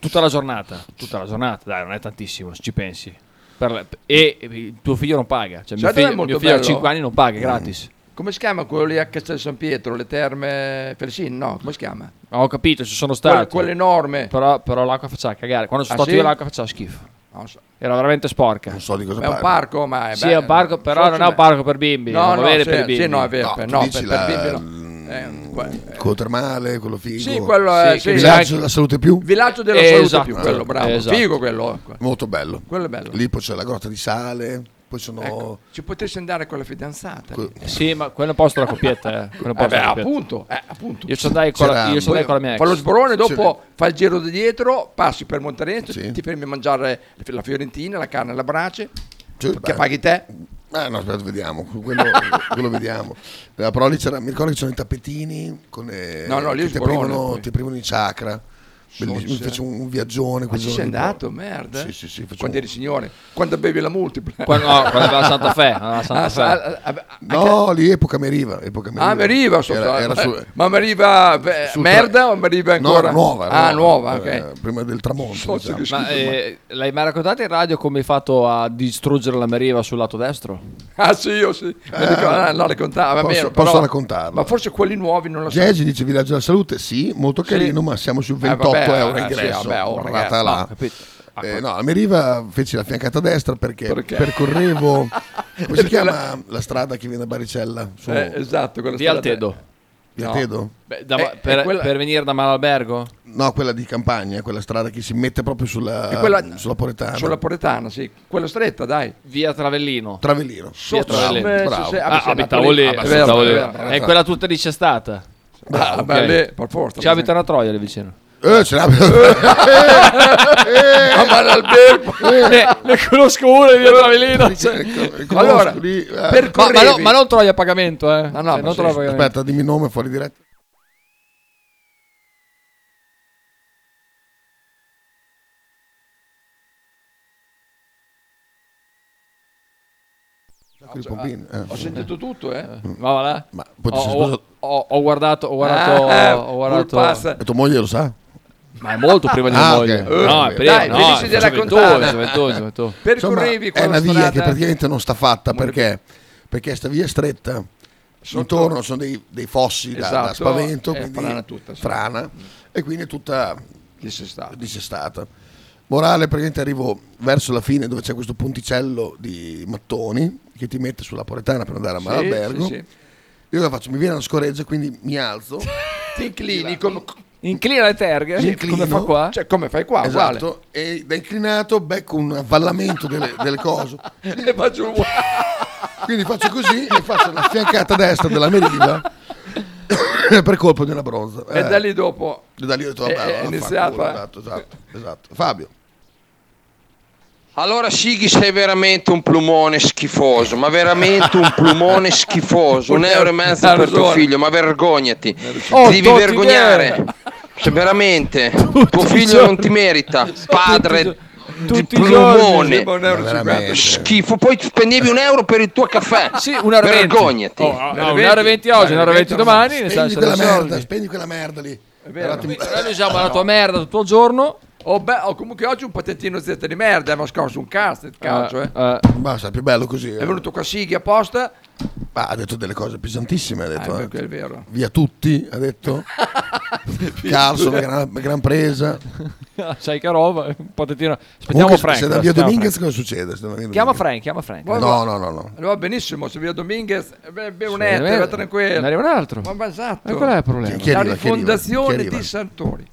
D: tutta la giornata. Tutta la giornata, dai, non è tantissimo. Se ci pensi, Per la- e e il tuo figlio non paga. Cioè, mio
C: Sai dov'è
D: figlio,
C: molto
D: mio figlio a
C: bello? Mm.
D: 5 anni non paga, è gratis.
C: Come si chiama quello lì a Castel San Pietro? Le terme Felsini? No, come si chiama?
D: Ho capito, ci sono
C: Quelle-
D: stato.
C: quelle enorme.
D: Però, però l'acqua faceva cagare. Quando sono
C: Ah,
D: stato
C: sì?
D: io, l'acqua faceva schifo.
C: Non so.
D: Era veramente sporca. Non
B: so di cosa
C: Ma È un parco, ma è
D: Sì, è un parco, però non è un parco per bimbi.
C: No,
D: non
C: no,
D: va bene
C: sì,
D: per i bimbi.
C: sì, no, è vero, per-
B: tu
C: no, per,
B: dici
C: per
B: la-
C: bimbi no. È un- que-
B: Quello termale, quello figo.
C: Sì, quello è- sì.
B: Il villaggio della salute più.
C: Villaggio della salute più, quello, bravo. Figo quello. eh.
B: Molto bello.
C: Quello è bello.
B: Lì poi c'è la grotta di sale, poi sono...
C: Ecco, ci potessi andare con la fidanzata.
B: Que-
D: Sì, ma quello è un posto la coppietta.
B: *laughs*
D: Eh. Quello è un
C: Eh
D: posto
C: beh,
D: la coppietta.
C: appunto, eh, appunto.
D: Io ci andai con la, io ci andai con la mia ex.
C: Fa lo sbrone, dopo fa il giro di dietro, passi per Monterenzio, ti fermi a mangiare la fiorentina, la carne alla brace, che
B: beh.
C: paghi te.
B: Ah no, aspetta, vediamo, quello, quello vediamo. Eh, Però lì c'era, mi ricordo che c'erano i tappetini con le-
C: No, no, lì
B: che
C: è
B: ti,
C: sbolone,
B: aprivano,
C: poi.
B: ti aprivano in chakra. Bellissimo, mi
C: c'è.
B: fece un, un
C: *laughs*
B: viaggione.
C: Ma ci sei andato, merda? eh?
B: Sì, sì, sì. facevo-
C: Quando *laughs* eri signore, quando bevi la multipla.
B: Quando- no, quando
C: *laughs*
B: aveva la Santa Fe, aveva la Santa
C: Ah,
B: Fe.
C: sa- ah, ah,
B: No, lì epoca meriva. Epoca meriva.
C: Ah, mi arriva, so-
B: Era- era su-
C: ma mi arriva eh,
B: sul tra-
C: merda o mi arriva
B: No,
C: ancora?
B: era nuova, era
C: ah, nuova,
B: eh,
C: ok.
B: prima del
C: Cazzo,
B: tramonto. diciamo.
C: che schifo,
D: Ma eh, l'hai mai raccontato in radio come hai fatto a distruggere la meriva sul lato destro?
C: Ah sì, io sì. Mi ricordo- ah, no, raccontava,
B: Eh. posso-
C: vero,
B: posso
C: però-
B: raccontarlo.
C: Ma forse quelli nuovi non lo so.
B: Gesi dice Villaggio della Salute, sì, molto
C: Sì.
B: carino, ma siamo su
C: Eh,
B: 28
C: vabbè,
B: euro
C: eh,
B: ingresso.
C: sì, vabbè, oh,
B: guardata
C: ragazzi,
B: là.
C: no, capito.
B: Eh, no, a Meriva feci la fiancata a destra perché,
C: Perché?
B: percorrevo come
C: *laughs*
B: si
C: Perché
B: chiama la strada che viene a Baricella? Su-
C: Eh, esatto, quella
D: Via Altedo.
B: Via Altedo?
D: Beh, da-
B: Eh,
D: per,
B: eh, quella-
D: per venire da Malalbergo?
B: No, quella di campagna, quella strada che si mette proprio sulla,
C: E quella-
B: eh, sulla Poretana.
C: Sulla Poretana, sì. Quella stretta, dai.
D: Via Travellino.
B: Travellino. eh,
D: Via Travellino.
C: Bravo,
D: Ah,
C: bravo. Ah, eh, sì,
D: abitavo lì.
C: ah, beh, sì,
D: abitavo lì.
C: bravo, bravo.
D: È quella tutta lì c'è stata. Ah,
C: Bravo,
D: Ok.
C: beh, lì, per forza.
D: Ci abita una troia lì vicino.
B: Eh, ce l'abbiamo.
C: Ah, ma l'albergo.
D: Ne conosco uno di via Travellino.
B: eh,
C: Allora,
D: ma, ma, no-
C: percorrevi-
D: ma non troia a pagamento, eh. Cioè, non
B: sì,
D: troia a pagamento.
B: aspetta, dimmi il nome fuori diretta. Con i pompini, eh. Mm.
C: Ho sentito tutto, eh.
D: Ma va là.
B: Ma
D: ho,
B: poi ti sei
D: ho,
B: sposato-
D: ho- ho guardato, ho
C: *laughs*
D: guardato,
C: Ah,
D: ho guardato.
C: full pass.
B: E tua moglie lo sa?
D: Ma è molto prima di una
B: Ah,
D: moglie.
B: ok.
D: No, è
B: Eh,
D: prima,
B: dai,
D: no,
B: finisci di
D: gioventù,
B: raccontare.
D: gioventù, gioventù.
C: *laughs*
B: Insomma,
C: Percorrevi
B: è
C: quella
B: una via
C: strada-
B: che praticamente non sta fatta perché perché sta via è stretta intorno sono dei, dei fossi da- da,
C: Esatto,
B: spavento
C: è
B: quindi
C: frana tutta, sì.
B: frana, e quindi è tutta
C: dissestata.
B: morale praticamente arrivo verso la fine dove c'è questo ponticello di mattoni che ti mette sulla poretana per andare a
C: Sì,
B: Malalbergo
C: sì, sì.
B: io cosa faccio mi viene una scoreggia quindi mi alzo
C: Ti inclini come...
D: Inclina le terghe,
B: Mi
D: come fa
B: inclino.
D: qua?
C: Cioè, come fai qua, uguale.
B: esatto e da inclinato becco un avvallamento delle, delle cose
C: Le faccio uguale.
B: Quindi faccio così e faccio la fiancata destra della meriva *coughs* per colpo di una bronza.
C: *laughs* E
B: Eh,
C: da lì dopo...
B: e da lì ho detto, vabbè,
C: è-
B: allora
C: è
B: fa
C: iniziato.
B: culo,
C: eh.
B: esatto, esatto, esatto. Fabio,
M: Allora Sighi sei veramente un plumone schifoso, ma veramente un
C: *laughs*
M: plumone schifoso, un euro e mezzo
C: Ha
M: per tuo
C: ragione.
M: figlio, ma vergognati,
C: Oh,
M: ti devi
C: Totti
M: vergognare, Cioè, veramente, tuo figlio non ti merita, padre di
C: i giorni,
M: plumone,
C: sembra un euro e cinquanta. Veramente.
M: schifo, poi spendevi un euro per il tuo caffè,
D: un euro e venti.
M: vergognati.
D: Oh, no, no, un euro e venti oggi, un euro e venti domani, nel
B: spegni
D: senso,
B: quella
D: adesso-
B: merda, spegni quella merda lì. Eravate-
D: Noi noi
C: diciamo
D: usiamo la tua merda tutto il giorno.
C: Oh, beh, oh, comunque oggi un patentino Z di merda, eh, ma scorso un cast il
D: Ah,
C: calcio, eh.
B: Basta, è più bello così. eh.
C: È venuto qua Sighi apposta.
B: Ma ha detto delle cose pesantissime, ha detto.
C: Eh,
B: eh.
C: beh, quello è vero.
B: Via tutti,
C: *laughs*
B: ha detto. Carso, una gran, una gran presa.
D: *laughs* Sai che roba, un patatino. Aspettiamo
B: Comunque,
D: Frank.
B: Se da
D: adesso,
B: Via
D: aspettiamo
B: Dominguez
D: Frank.
B: cosa succede? Se da Via
D: Chiama
B: Dominguez-
D: Frank, chiama Frank.
B: No, no, no, no.
C: Allora, benissimo, se via Dominguez, eh, beh, beh, un
D: Sì,
C: etero,
D: vero.
C: va tranquillo.
D: Ne arriva un altro.
C: Ma ma esatto.
D: E qual è il problema? Chi- chi
C: La
D: arriva? Chi arriva?
C: rifondazione
D: Chi arriva?
C: di Santori.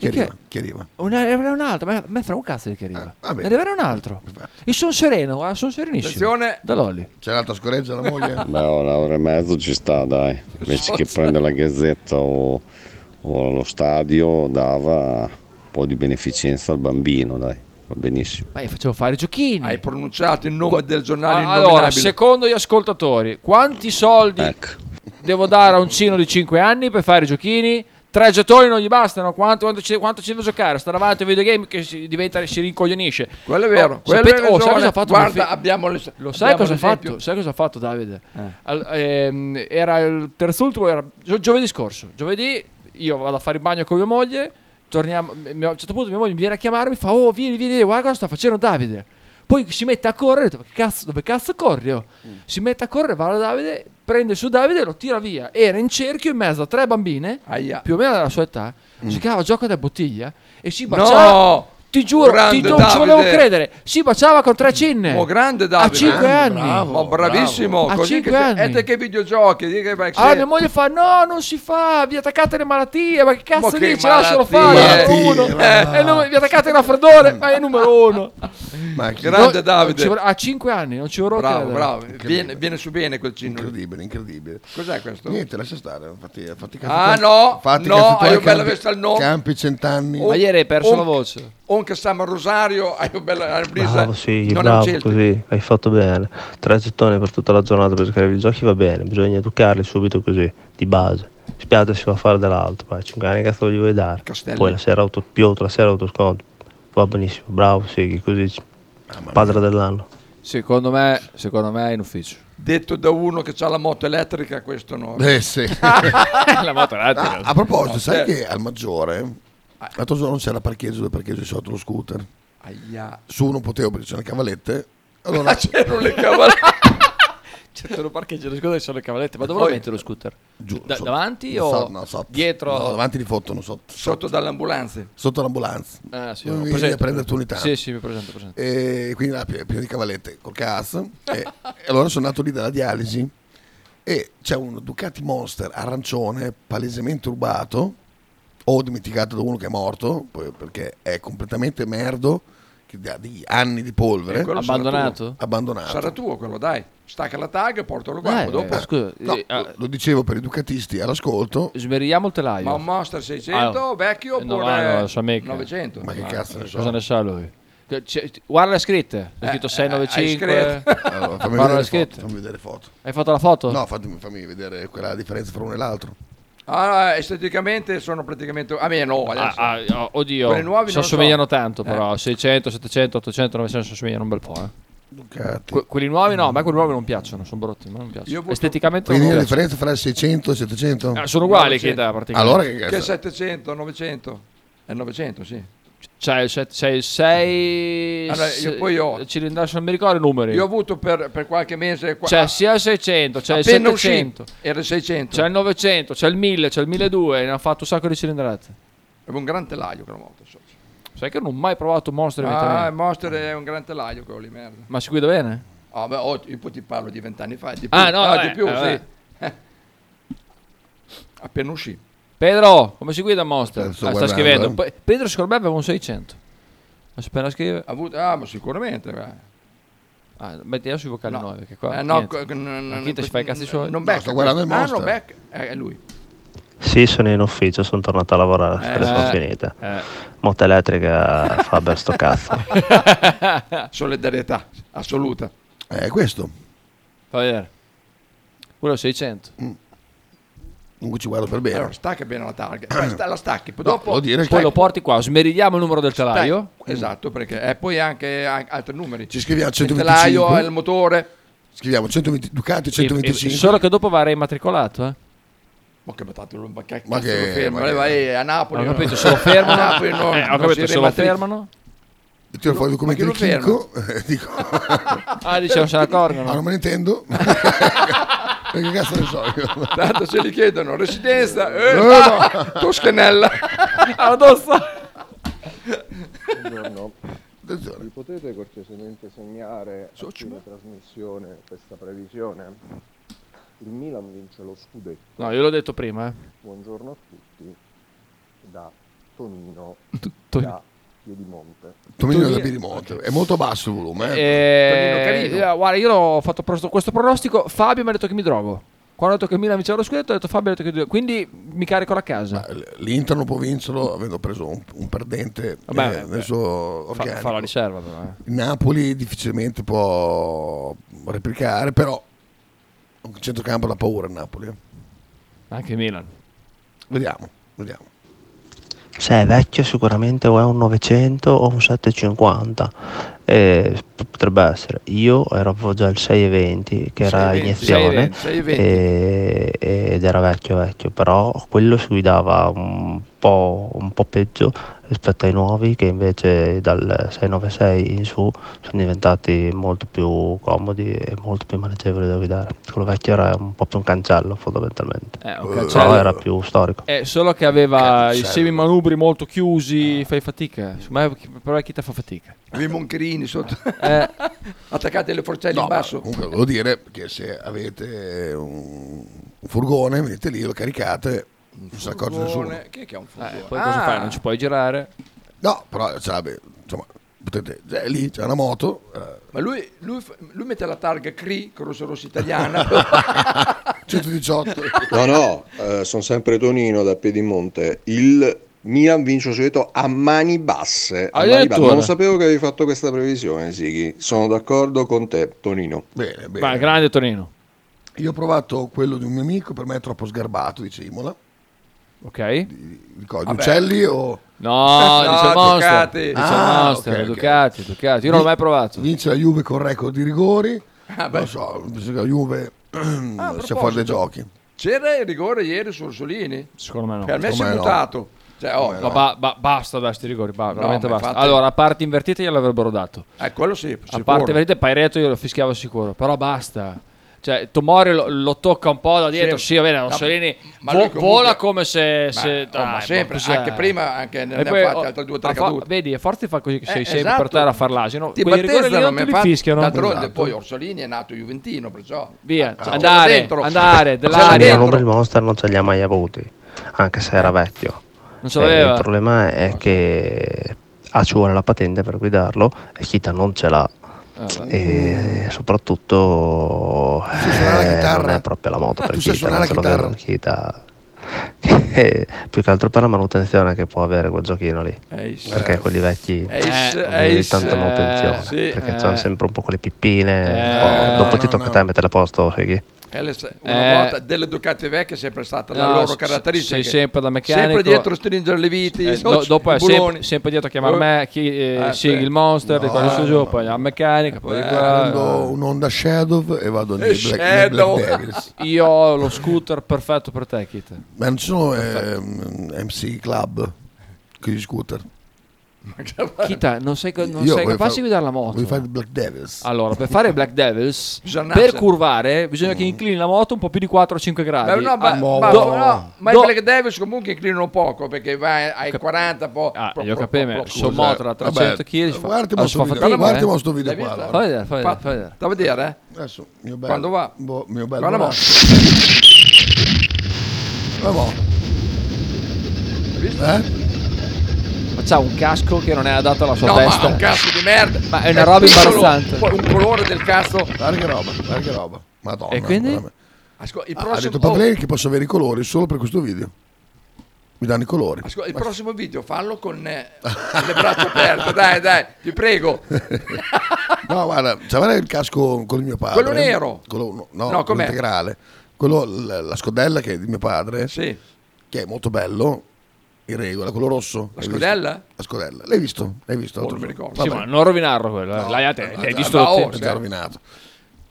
B: Chi arriva? Chi arriva?
D: Un, è un altro, ma me fra un cazzo di che arriva.
C: Ah,
B: vabbè.
D: ne deve avere un altro. Io sono sereno, guarda, sono serenissimo.
C: Attenzione.
D: Da Lolli.
B: C'è l'altra scoreggia
C: *laughs*
B: la moglie?
I: Beh, oh, un'ora e mezzo ci sta, dai. Invece che prendere la gazzetta o, o lo stadio, dava un po' di beneficenza al bambino, dai. Va benissimo.
D: Ma io facevo fare i giochini. Hai
C: pronunciato il nome del giornale
D: Ah, Allora,
C: innominabile.
D: secondo gli
C: Ecco.
D: ascoltatori, quanti soldi devo dare a un cino di 5 anni per fare i giochini? Tre giocatori non gli bastano. Quanto, quanto ci, quanto ci deve giocare? Sta davanti ai videogame che si, diventa, si rincoglionisce.
C: Quello è vero,
D: Oh,
C: quello
D: sapete-
C: hai
D: oh, sai cosa
C: ragione.
D: ha fatto?
C: Guarda,
D: Bonfi-
C: abbiamo le-
D: Lo sai
C: abbiamo
D: cosa
C: l'esempio.
D: ha
C: Eh.
D: fatto? Sai cosa ha fatto Davide? Al- ehm, era il terzultimo, era gio- giovedì scorso. Giovedì io vado a fare il bagno con mia moglie. Torniamo, mi- a un certo punto mia moglie mi viene a chiamare mi fa: Oh, vieni, vieni, guarda cosa sta facendo Davide. Poi si mette a correre, ho detto, "Che cazzo, dove cazzo corri? oh?"
C: Mm.
D: Si mette a correre, va da Davide, prende su Davide e lo tira via. Era in cerchio in mezzo a tre bambine, più o meno della sua età, giocava a gioco da bottiglia e si baciava.
C: Mm. No!
D: Ti giuro, ti,
C: Grande
D: non ci volevo
C: Davide.
D: credere. Si baciava con tre cinne.
C: Oh, grande
D: A
C: Davide.
D: 5
B: Ah,
D: anni. Oh,
C: Ma bravissimo.
D: Eh, A
C: così che,
D: 5 anni.
C: E te che videogiochi? Di che vai-
D: Allora
C: se-
D: mia moglie fa: No, non si fa, vi attaccate le malattie. Ma che cazzo
C: Ma che
D: dici? Lascialo
C: malattie.
D: fare. è Numero uno.
C: Malattie,
D: Eh, non- vi attaccate il raffreddore, ma è numero uno.
B: Ma
C: grande
D: No,
C: Davide.
D: ci vorrà- a 5 anni, non ci vorrò
C: bravo,
D: credere.
C: bravo. Viene, viene su bene quel cinno.
B: Incredibile, incredibile.
C: Cos'è questo?
B: Niente, lascia stare. Fatti, fatti
C: Ah, no, no, hai un bel vestito al nome.
B: Campi cent'anni.
C: O- o-
D: voce.
C: O che stiamo a Rosario, hai un bel hai un brisa-
Q: Bravo, sì,
C: non ha un
Q: bravo,
C: celto.
Q: così, hai fatto bene. Tre gettoni per tutta la giornata per giocare ai videogiochi va bene, bisogna educarli subito così, di base. Spiaggia si va a fare dell'altro, ma 5 anni cazzo gli vuoi dare?
C: Castelli.
Q: Poi la sera auto, più auto, la sera autosconto. Va benissimo, bravo, sì, così. Padre dell'anno.
D: Secondo me, secondo me è in ufficio.
C: Detto da uno che ha la moto elettrica, questo no.
B: Eh
C: *laughs*
B: sì.
D: la moto elettrica.
B: Ah, a proposito,
C: No,
B: sai
C: eh.
B: che al maggiore l'altro giorno c'era parcheggio dove parcheggio sotto lo scooter.
C: Aia.
B: Su non potevo perché c'erano le cavallette.
C: Ah,
B: Allora
C: *laughs* c'erano le
D: *laughs*
C: cavallette.
D: Certo, lo parcheggio lo scooter ci sono le cavallette, ma
B: E
D: dove lo
B: poi-
D: metto lo scooter?
B: Giù,
D: Da-
B: sotto.
D: davanti
B: No,
D: o
B: sotto, no, sotto.
D: dietro?
B: No, davanti di foto, non sotto.
C: Sotto dall'ambulanza.
B: Sotto l'ambulanza.
D: Ah, sì,
B: Dove
D: ho
B: vieni
D: presente.
B: a prendere tu unità.
D: Sì, sì, mi presento, presento.
B: E quindi là, pie- pieno di cavallette col cazzo. e, e allora sono andato lì dalla dialisi e c'è un Ducati Monster arancione palesemente rubato o dimenticato da uno che è morto poi- perché è completamente merdo che ha di anni di polvere
C: Eh, quello sarà Abbandonato? tuo.
B: abbandonato
C: Sarà tuo quello, dai. Stacca la tag e portalo qua.
D: Eh,
C: poi dopo.
B: No,
D: ah,
B: lo dicevo per i ducatisti all'ascolto
D: Smeriamo il telaio.
C: Ma un Monster 600
D: Ah,
C: vecchio
D: no,
C: oppure Ah.
D: no, lo so mica.
C: 900?
D: Ma che
B: cazzo ne so?
D: Cosa ne sa lui? Che c'è- guarda le scritte,
B: Eh,
D: è scritto
B: eh,
D: 695.
B: hai scritto. Allora, fammi
D: guarda
B: vedere
D: le
B: le
D: scritte.
B: foto, fammi vedere le foto.
C: Eh,
D: Hai fatto la foto?
B: no fatemi- fammi vedere quella differenza fra uno e l'altro
C: Ah, esteticamente sono praticamente... A me no, adesso.
D: Ah, ah, oh, oddio,
C: Quelli nuovi
D: si
C: non lo so.
D: assomigliano tanto,
C: Eh.
D: però 600, 700, 800, 900 si assomigliano un bel po'. Eh.
B: Ducati.
D: Que- quelli nuovi no, a me quelli nuovi non piacciono, sono brutti, ma non piacciono.
C: Io voto-
D: Esteticamente non
B: quindi la
D: mi piacciono.
B: differenza fra il 600 e il 700
D: Eh, sono uguali che da praticamente.
B: allora che cazzo
C: Che 700, 900? È 900, sì.
D: C'è il 6
C: Allora, io poi ho-
D: cilindrato, non mi ricordo i numeri.
C: Io ho avuto per, per qualche mese... Qua, Ah,
D: C'è sia il 600, c'è il
C: Appena
D: 700,
C: uscì, era il 600.
D: c'è il 900, c'è il 1000, c'è il 1200, ne ha fatto un sacco di cilindrate.
C: Avevo un gran telaio quella moto. so.
D: Sai che non ho mai provato Monster in vita
C: Ah,
D: mia?
C: il Monster è un gran telaio quello lì, merda.
D: Ma si guida bene?
C: Ah, beh, oh, io poi ti parlo di vent'anni fa, di più.
D: Ah, no, vabbè,
C: di più,
D: vabbè.
C: sì. Eh. Appena uscì.
D: Pedro, come si guida Monster? Ah,
C: Sto
D: sta
C: guardando,
D: scrivendo.
C: eh.
D: Pe- Pedro secondo me aveva un 600. Ma appena scrive...
C: Ha avuto, ah, ma sicuramente. beh.
D: Ah, metti adesso i vocali
C: No.
D: nuovi, che qua...
C: Eh, no,
D: niente.
C: co- n-
D: Ma
C: n-
D: chi te
C: n-
D: si fa i cazzi suoi?
C: Non becca.
Q: il
C: ah,
Q: Monster.
C: non becca. Eh, è
D: *laughs*
C: lui.
Q: Sì, sono in ufficio, sono tornato a lavorare, le strade sono
C: eh,
Q: finite.
C: eh.
Q: Moto elettrica fa per sto cazzo.
C: *laughs* Solidarietà assoluta.
B: è questo
D: Fa vedere. Quello è 600.
B: Dunque ci guardo per bene.
C: Allora, stacca bene la targa. Poi sta- la stacchi. Poi
D: No,
C: dopo...
D: vuol dire che- Poi lo porti qua, smerigliamo il numero del telaio.
C: Stai- Esatto, perché eh, poi anche an- altri numeri.
B: Ci scriviamo
C: Il
B: 125.
C: telaio, il motore.
B: Scriviamo 120, Ducati
D: E- e-
B: 125.
D: Solo che dopo va reimmatricolato, eh.
C: Ma che battuto lo ma che
B: Ma
C: cazzo
B: che-
C: lo fermano?
B: ma che-
C: Eh, vai, eh, a Napoli.
D: Ho
C: no?
D: capito, se lo
C: *laughs* A
D: fermano.
C: Napoli no,
D: Eh, ho
C: non
D: capito,
C: si
D: se lo
C: rimatric-
D: fermano.
B: Tiro fuori i documenti
C: Ma
B: del
C: chi lo
B: chicco. *laughs* eh, Dico.
D: *laughs* Ah, dice, non se ne accorgono.
B: Ah, non me ne
C: *laughs*
D: *laughs*
B: intendo. Perché cazzo ne so io?
C: Tanto se li chiedono residenza, eh,
B: No,
C: ah,
B: no.
D: *laughs*
C: Toscanella,
D: Ah,
C: addosso.
T: Buongiorno. Mi potete cortesemente segnare a fine trasmissione questa previsione? Il Milan vince lo scudetto.
D: No, io l'ho detto prima, eh.
T: Buongiorno a tutti da Tonino
D: Tonino.
T: da Piedimonte.
B: Tomino da
D: Tonino-
B: Pirimonte. È molto basso il volume.
D: Eh, eh, guarda, io ho fatto prosto- questo pronostico. Fabio mi ha detto che mi drogo. Quando ho detto che il Milan vinceva lo scudetto, ho detto Fabio ha detto che quindi mi carico la casa.
B: L'Inter non può vincerlo avendo preso un, un perdente
D: Vabbè,
B: eh,
D: vabbè.
B: nel suo
D: Fa,
B: organico.
D: fa la riserva, però. eh.
B: Il Napoli difficilmente può replicare, però un centrocampo da paura il Napoli. eh.
D: Anche il Milan.
B: Vediamo. Vediamo.
Q: Se è vecchio sicuramente o è un 900 o un 750, Eh, p- potrebbe essere. Io ero avevo già il 620 che era
C: 620,
Q: iniezione
C: 620, 620.
Q: eh, ed era vecchio vecchio, però quello si guidava un po', un po' peggio rispetto ai nuovi che invece dal 696 in su sono diventati molto più comodi e molto più maneggevoli da guidare. Quello vecchio era un po' più un cancello fondamentalmente,
D: Eh, un
Q: però
D: cancello.
Q: era più storico.
D: Eh, solo che aveva i
Q: Cazzo.
D: semimanubri molto chiusi, fai fatica. Ma è- però è chi te fa fatica.
C: Con i moncherini sotto.
D: Eh.
C: *laughs* Attaccate le forcelle
B: No,
C: in
B: ma
C: basso.
B: Comunque volevo dire che se avete un, un furgone, venite lì, lo caricate, non si accorge nessuno.
C: Chi è che ha un furgone?
D: Eh, poi cosa
C: Ah!
D: fai? Non ci puoi girare.
B: No, però cioè, beh, insomma, potete, cioè, lì c'è una moto. eh,
C: Ah. Ma lui, lui fa- lui mette la targa CRI, Croce Rossa
B: *laughs*
C: Italiana. *laughs*
B: 118.
U: No, no, eh, sono sempre Tonino da Piedimonte. Il Milan vince un scudetto a mani basse. A mani basse.
D: Addirittura.
U: Non sapevo che avevi fatto questa previsione, Sighi. Sono d'accordo con te, Tonino.
B: Bene, bene.
D: Ma grande Torino.
B: Io ho provato quello di un mio amico, per me è troppo sgarbato, dice Imola.
D: Ok.
B: Ricordi,
D: Vabbè.
B: uccelli o... *laughs*
D: No, dice il Monster.
B: Ducati.
D: Dice il
B: Ah,
D: Monster,
B: ok, ok.
D: Ducati, Ducati. Io non l'ho mai provato.
B: Vince la Juve con record di rigori.
U: Ah,
B: non so, penso che la Juve *clears throat* sia fuori dai giochi.
C: C'era il rigore ieri su Orsolini?
D: Secondo me no.
C: Per me si è
D: Secondo me no.
C: mutato. Cioè, oh,
D: Ma ba- ba- basta da sti rigori, ba- veramente
C: ma
D: basta.
C: infatti-
D: Allora, a parte invertita gliel'avrebbero dato.
C: Eh, quello sì,
D: A
C: sicuro.
D: parte invertita, Pairetto io lo fischiavo sicuro, però basta. Cioè, Tomori lo, lo tocca un po' da dietro,
C: Sì.
D: sì, va bene,
C: No,
D: Orsolini
C: ma lui
D: vo-
C: comunque-
D: vola come se... se-
C: Ma- oh, ma
D: dai,
C: sempre,
D: cos'è?
C: anche prima, anche ne-
D: E
C: ne ha
D: poi,
C: fatte
D: oh,
C: altre due, tre
D: ha fa-
C: cadute.
D: Vedi, a forza fa così che sei
C: Eh,
D: sempre
C: esatto.
D: per terra a far l'asino.
C: Ti
D: Quei rigori lì
C: battezzano,
D: non
C: ma
D: te li
C: infatti-
D: fischiano.
C: D'altronde
D: Esatto.
C: poi Orsolini è nato juventino, perciò...
D: Via,
C: Ah,
D: andare,
C: dentro.
D: andare,
Q: Ah,
D: dell'aria.
Q: Roma il Monster non ce li ha mai avuti, anche se era vecchio. Eh,
D: Non ce l'aveva.
Q: il problema è che a ci vuole la patente per guidarlo e Kita non ce l'ha.
N: Eh,
Q: E soprattutto eh, non è proprio la moto per
B: Tu sai
Q: Kita,
B: suonare la
Q: non ce lo
B: chitarra?
Q: vedo in Kita. *laughs* E più che altro per la manutenzione che può avere quel giochino lì
C: Eis.
Q: perché
C: Eh.
Q: quelli vecchi
C: Eis,
Q: non vedi
C: eis,
Q: tanta
C: eh,
Q: manutenzione
C: sì,
Q: perché
C: eh.
Q: c'hanno sempre un po' quelle pippine
C: Eh,
Q: un po'. dopo
C: no,
Q: ti
C: no,
Q: tocca
C: no.
Q: a te mettere a posto Feghi.
C: Eh, le- Una
Q: Eh.
C: volta delle Ducati vecchie è sempre stata la
D: No,
C: loro
D: s-
C: caratteristica.
D: sei sempre da meccanico.
C: Sempre dietro a stringere le viti. oh,
D: Eh, do- dopo è sempre, sempre dietro a chiamare me, chi, eh,
C: Ah,
D: Sig,
C: Oh. sì. Eh.
D: il monster,
B: No,
D: di quello su
B: no,
D: giù, poi la meccanica, poi di qua.
B: Prendo un Honda Shadow e vado nei
D: Eh,
B: Black, nei
D: Shadow.
B: Black Devils.
D: Io ho lo scooter perfetto per te, Kit.
B: Ma non ci sono ehm, MC Club con gli scooter.
D: Kita, non sei, co- non
B: Io
D: sei
B: voglio
D: capace
B: fare-
D: di guidare la moto.
B: voglio fare il Black Devils.
D: Allora, per fare il Black Devils,
C: Bisogna
D: per
C: nascere.
D: curvare, bisogna che inclini la moto un po' più di 4-5 gradi.
C: Ma, Mm. no, ma,
D: Ah,
C: ma-
D: do-
C: no, ma
D: do-
C: i Black Devils comunque inclinano poco perché vai ai 40 po'. Ah,
D: io capivo, ma sono moto da 300 kg. fa-
B: Guarda
D: ah,
B: mo
D: si
B: sto
D: fa
B: video,
D: fatica,
B: guarda
D: eh.
B: mo sto video qua.
D: Fai vedere, fai vedere, fai vedere.
C: Da vedere, eh.
B: Adesso, mio bello.
C: Quando va?
B: Boh, mio bello.
C: Guarda mo.
B: Guarda mo. Eh?
D: Ma c'ha un casco che non è adatto alla sua
C: No, ma
D: testa.
C: ha un cazzo di merda.
D: Ma è una roba
C: piccolo,
D: imbarazzante.
C: poi Un colore del cazzo.
B: Guarda che roba, guarda che roba. Madonna.
D: E quindi?
B: veramente.
C: Ascol- il
B: Ah, ha
C: prossimo,
B: detto
C: oh,
B: Pavlini che posso avere i colori solo per questo video. Mi danno i colori.
C: ascol- il prossimo video fallo con eh, le braccia aperte. *laughs* Dai, dai, ti prego.
B: no, guarda, c'aveva il casco con il mio padre.
C: Quello nero?
B: Quello, no, no,
C: No,
B: quello
C: com'è?
B: integrale. Quello, la, la scodella che è di mio padre. Che è molto bello. In regola, quello rosso.
C: La
B: L'hai visto?
C: scodella?
B: La scodella. L'hai visto? L'hai visto? l'altro
C: non mi
B: giorno?
C: ricordo.
D: Sì,
B: Vabbè.
D: ma non rovinarlo quello. eh. L'hai te-
B: no,
D: te-
B: no,
D: distrutti.
B: ma oh, già rovinato.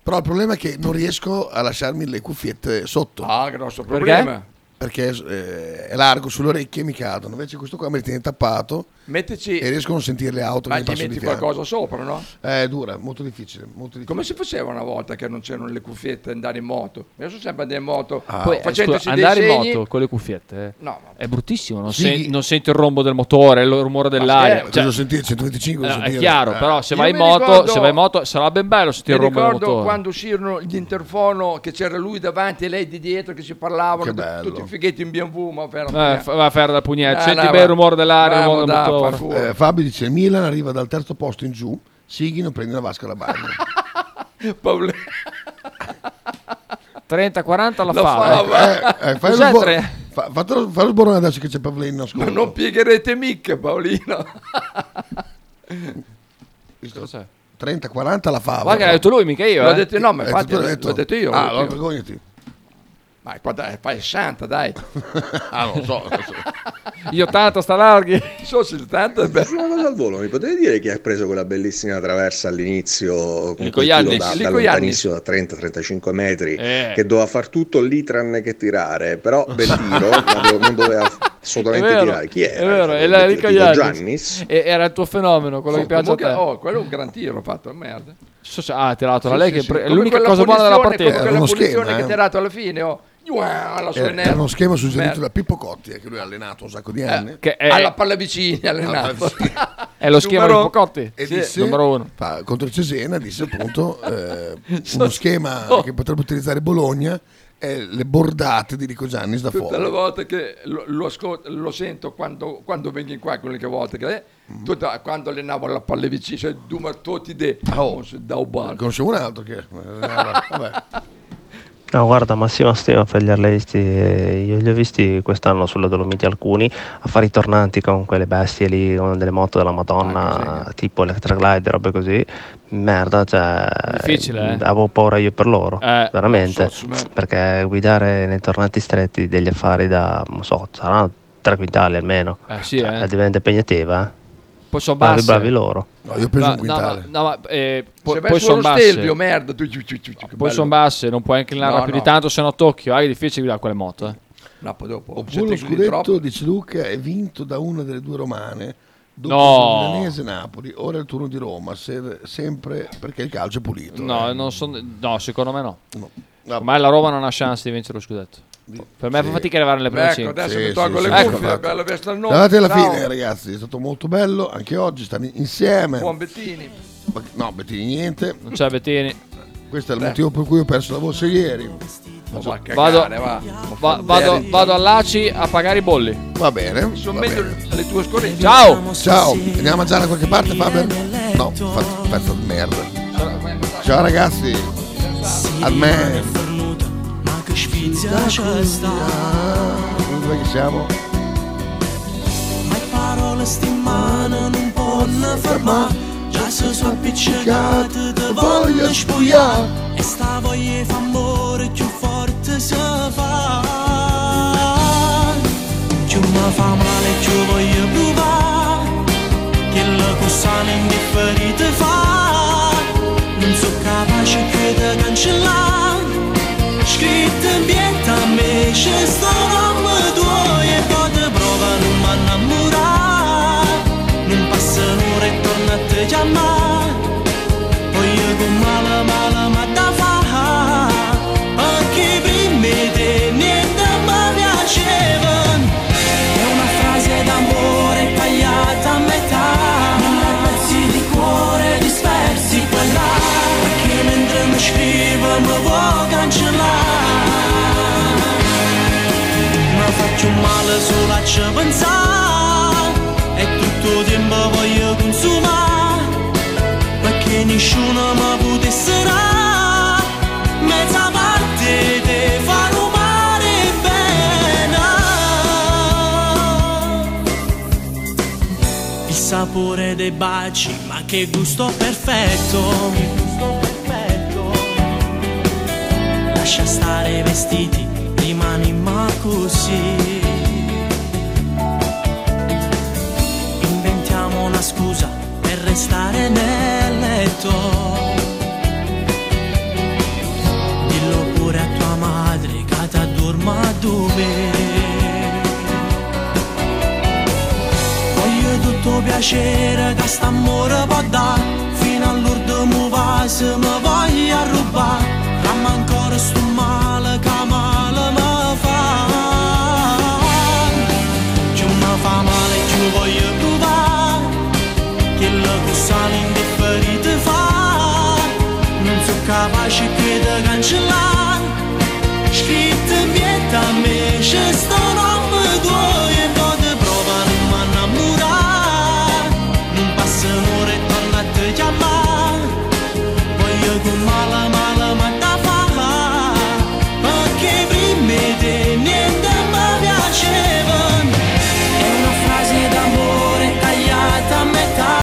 B: Però il problema è che non riesco a lasciarmi le cuffiette sotto.
C: Ah, grosso
B: Perché?
C: problema.
B: Perché eh, è largo sulle orecchie e mi cadono. Invece questo qua me li tiene tappato
C: Mettici.
B: e riesco a non sentire le auto che
C: Ma
B: mi
C: gli
B: passano
C: metti
B: di fianco.
C: qualcosa sopra, no?
B: È dura, molto difficile, molto difficile.
C: Come si faceva una volta che non c'erano le cuffiette andare in moto? Adesso sempre andare in moto,
D: Ah.
C: poi
D: Poi,
C: facendosi
D: scusa,
C: dei
D: andare in
C: segni-
D: moto con le cuffiette eh,
C: No, ma-
D: è bruttissimo. Non,
C: Sì.
D: sen- non senti il rombo del motore, il rumore dell'aria.
B: Eh,
D: Cioè,
B: cosa sentire? 125? cosa
D: eh, è
B: sentire?
D: chiaro,
B: Eh.
D: però se
C: Io
D: vai, in
C: mi
D: moto,
C: ricordo-
D: se vai in moto sarà ben bello sentire
C: Mi
D: il rombo del
C: ricordo
D: motore.
C: quando uscirono gli interfono che c'era lui davanti e lei di dietro che si parlavano,
D: Che
C: tu-
D: bello.
C: tutti i fighetti in BMW, ma fermo.
D: Eh, fa- va a fare da pugnetto.
C: Eh,
D: Senti
C: no,
D: bene
C: ma-
D: il rumore dell'aria, il
C: bravo,
D: rumore del
C: dai,
D: motore.
C: fa
B: Eh, Fabio dice Milan arriva dal terzo posto in giù, Sighi non prende la vasca da bagno.
D: *laughs* 30-40 la
B: Lo
D: fa. ecco.
B: fa, eh, eh, fai lo
D: Cos'è
B: sbor-
D: tre?
B: fa- fatelo- fai lo sborone adesso che c'è Pavlini in ascolto.
C: Ma non piegherete mica, Paolino.
B: Visto? 30-40 la fava.
D: Guarda che l'ha detto lui, mica io,
C: Ah, L'ho
D: eh.
C: detto, no, ma
B: Eh,
C: infatti,
B: tu l'hai
C: l'ho
B: detto?
C: detto io.
B: Ah,
C: l'ho detto
B: allora vergognati.
C: Ma qua dai, fai 60, dai.
B: ah, non so.
C: Io 80 sta larghi. So 70 è bello.
U: Una cosa al volo, mi potete dire chi ha preso quella bellissima traversa all'inizio? con
C: Lico
U: quel tiro
C: Iannis,
U: Da, da
C: Lico
U: lontanissimo, da 30-35 metri,
C: Eh.
U: che doveva far tutto lì tranne che tirare,
C: *laughs*
U: però bel tiro, proprio non doveva assolutamente
C: È vero,
U: tirare. Chi
C: è
U: era?
C: vero,
U: Cioè,
C: è la Lico
U: tipo
C: Iannis.
U: Giannis?
D: E- era il tuo fenomeno, quello
C: Oh,
D: che piace a
C: comunque-
D: te.
C: Oh, quello è un gran tiro fatto, merda.
D: So se- ah, ha tirato la
C: Sì,
D: lei
C: sì,
D: che
C: sì.
D: pre- è
C: Come
D: l'unica
C: quella
D: cosa buona della
C: punizione-
D: partita.
C: Quella
B: uno
C: punizione
B: schema,
C: che
B: eh.
C: ti ha dato alla fine, oh. Uah, la sua
B: Era,
C: energia.
B: era uno schema
C: Merda.
B: suggerito da Pippo Cotti, eh, che lui ha allenato un sacco di anni.
C: che è- Alla palla vicina, allenato.
B: Alla palla
D: *laughs*
B: vicina.
C: È lo schema
B: Numero-
C: di Pippo Cotti?
B: E
C: Sì,
B: disse,
C: numero uno.
B: pa- contro il Cesena disse
C: *laughs*
B: appunto eh,
C: So-
B: uno schema
C: Oh.
B: che potrebbe utilizzare Bologna è le bordate di Rico Giannis da
C: Tutte
B: fuori.
C: le volte che lo, lo ascol- lo sento quando, quando vengo in qua, quelle che volte che eh,
B: Mm-hmm.
C: tutta- quando allenavo la palle vicine, cioè due martotti de oh. da un bar.
B: Conoscevo un altro che... Ecco. eh,
C: *laughs*
B: Vabbè.
Q: No, guarda, Massimo Steva per gli arleisti, eh, io li ho visti quest'anno sulla Dolomiti alcuni, a fare i tornanti con quelle bestie lì, con delle moto della
D: Ah,
Q: Madonna, tipo Electraglide, robe così, merda, cioè...
D: Difficile, eh?
Q: Avevo paura io per loro,
D: Eh,
Q: veramente,
D: so, su-
Q: perché guidare nei tornanti stretti degli affari da, non so, saranno tre quintali almeno, Cioè,
D: Eh, sì, eh.
Q: diventa impegnativa, eh?
D: Poi sono
Q: Bravi,
D: basse.
Q: bravi loro. No, io ho preso
D: Ma-
Q: un quintale.
D: No, ma, no, ma, eh, po-
C: Se vai
D: poi
C: su uno
D: sono basse.
C: stelvio, merda, tu, tu, tu, tu, tu, che
D: Poi
C: bello.
D: sono basse, non puoi inclinarla
C: No,
D: più
C: no.
D: di tanto, se no Tokyo. Ah, è difficile guidare quelle moto. Eh.
C: No, poi dopo.
B: Oppure
C: se
B: lo
C: ti gridi troppo-
B: scudetto, dice Luca, è vinto da una delle due romane, dopo
D: No.
B: il Milanese e Napoli, ora è il turno di Roma, se- sempre perché il calcio è pulito.
D: No,
B: eh.
D: non son- no, secondo me no. Ormai la Roma non ha chance di vincere lo scudetto. Per me
B: Sì.
D: fa fatica arrivare alle prime
C: Ecco,
D: 5.
C: adesso Sì, mi tolgo sì, le sì, cuffie, infatti. bella veste al nome.
B: Andate alla
C: Ciao.
B: fine, ragazzi, è stato molto bello, anche oggi stanno insieme.
C: Buon Bettini.
B: Ma- No, Bettini niente.
D: Non c'è Bettini.
B: Questo è il
D: Beh.
B: motivo per cui ho perso la voce ieri.
C: Ma
B: so-
D: Vado,
C: va.
D: va- vado, vado all'ACI a pagare i bolli.
B: Va bene.
C: Sono meglio le tue scorregge.
D: Ciao.
B: Ciao, andiamo a mangiare da qualche parte, Faber? No, fa- pezzo di merda. Ciao ragazzi. A me.
P: Che spizia c'è sta
B: Dove che siamo?
P: Ma le parole sti in mano non possono fermare Già si sono appiccicate Ti voglio spugliare E sta voglia fa amore Più forte si fa Più mi fa male Più voglio provare Che la cosa non mi ferite fa Non sono capace che te cancellare Scritte in pietra a me C'è sto nome tuo E poi te prova non mi innamorare Non passa un'ora e torna a te chiamare Voglio con male male ma da fa Anche prima di niente mi piaceva È una frase d'amore tagliata a metà Pezzi di cuore dispersi qua e là Perché mentre mi scrivo mi vuoi cancellare mi faccio male solo a ci pensare E tutto il tempo voglio consumare Perché nessuno mi potesse dare Mezza parte di far umare bene Il sapore dei baci, ma che gusto perfetto Che gusto perfetto Lascia stare i vestiti rimani ma così. Inventiamo una scusa per restare nel letto. Dillo pure a tua madre che ti addorma dove. Voglio tutto piacere che st'amore può dare Fino all'ultimo vaso mi voglio rubare Ma ancora sto male che male mi fa Più mi fa male più voglio provare Che la cosa l'indifferita fa Non sono capace che di cancellare Scritte in vieta a me c'è sto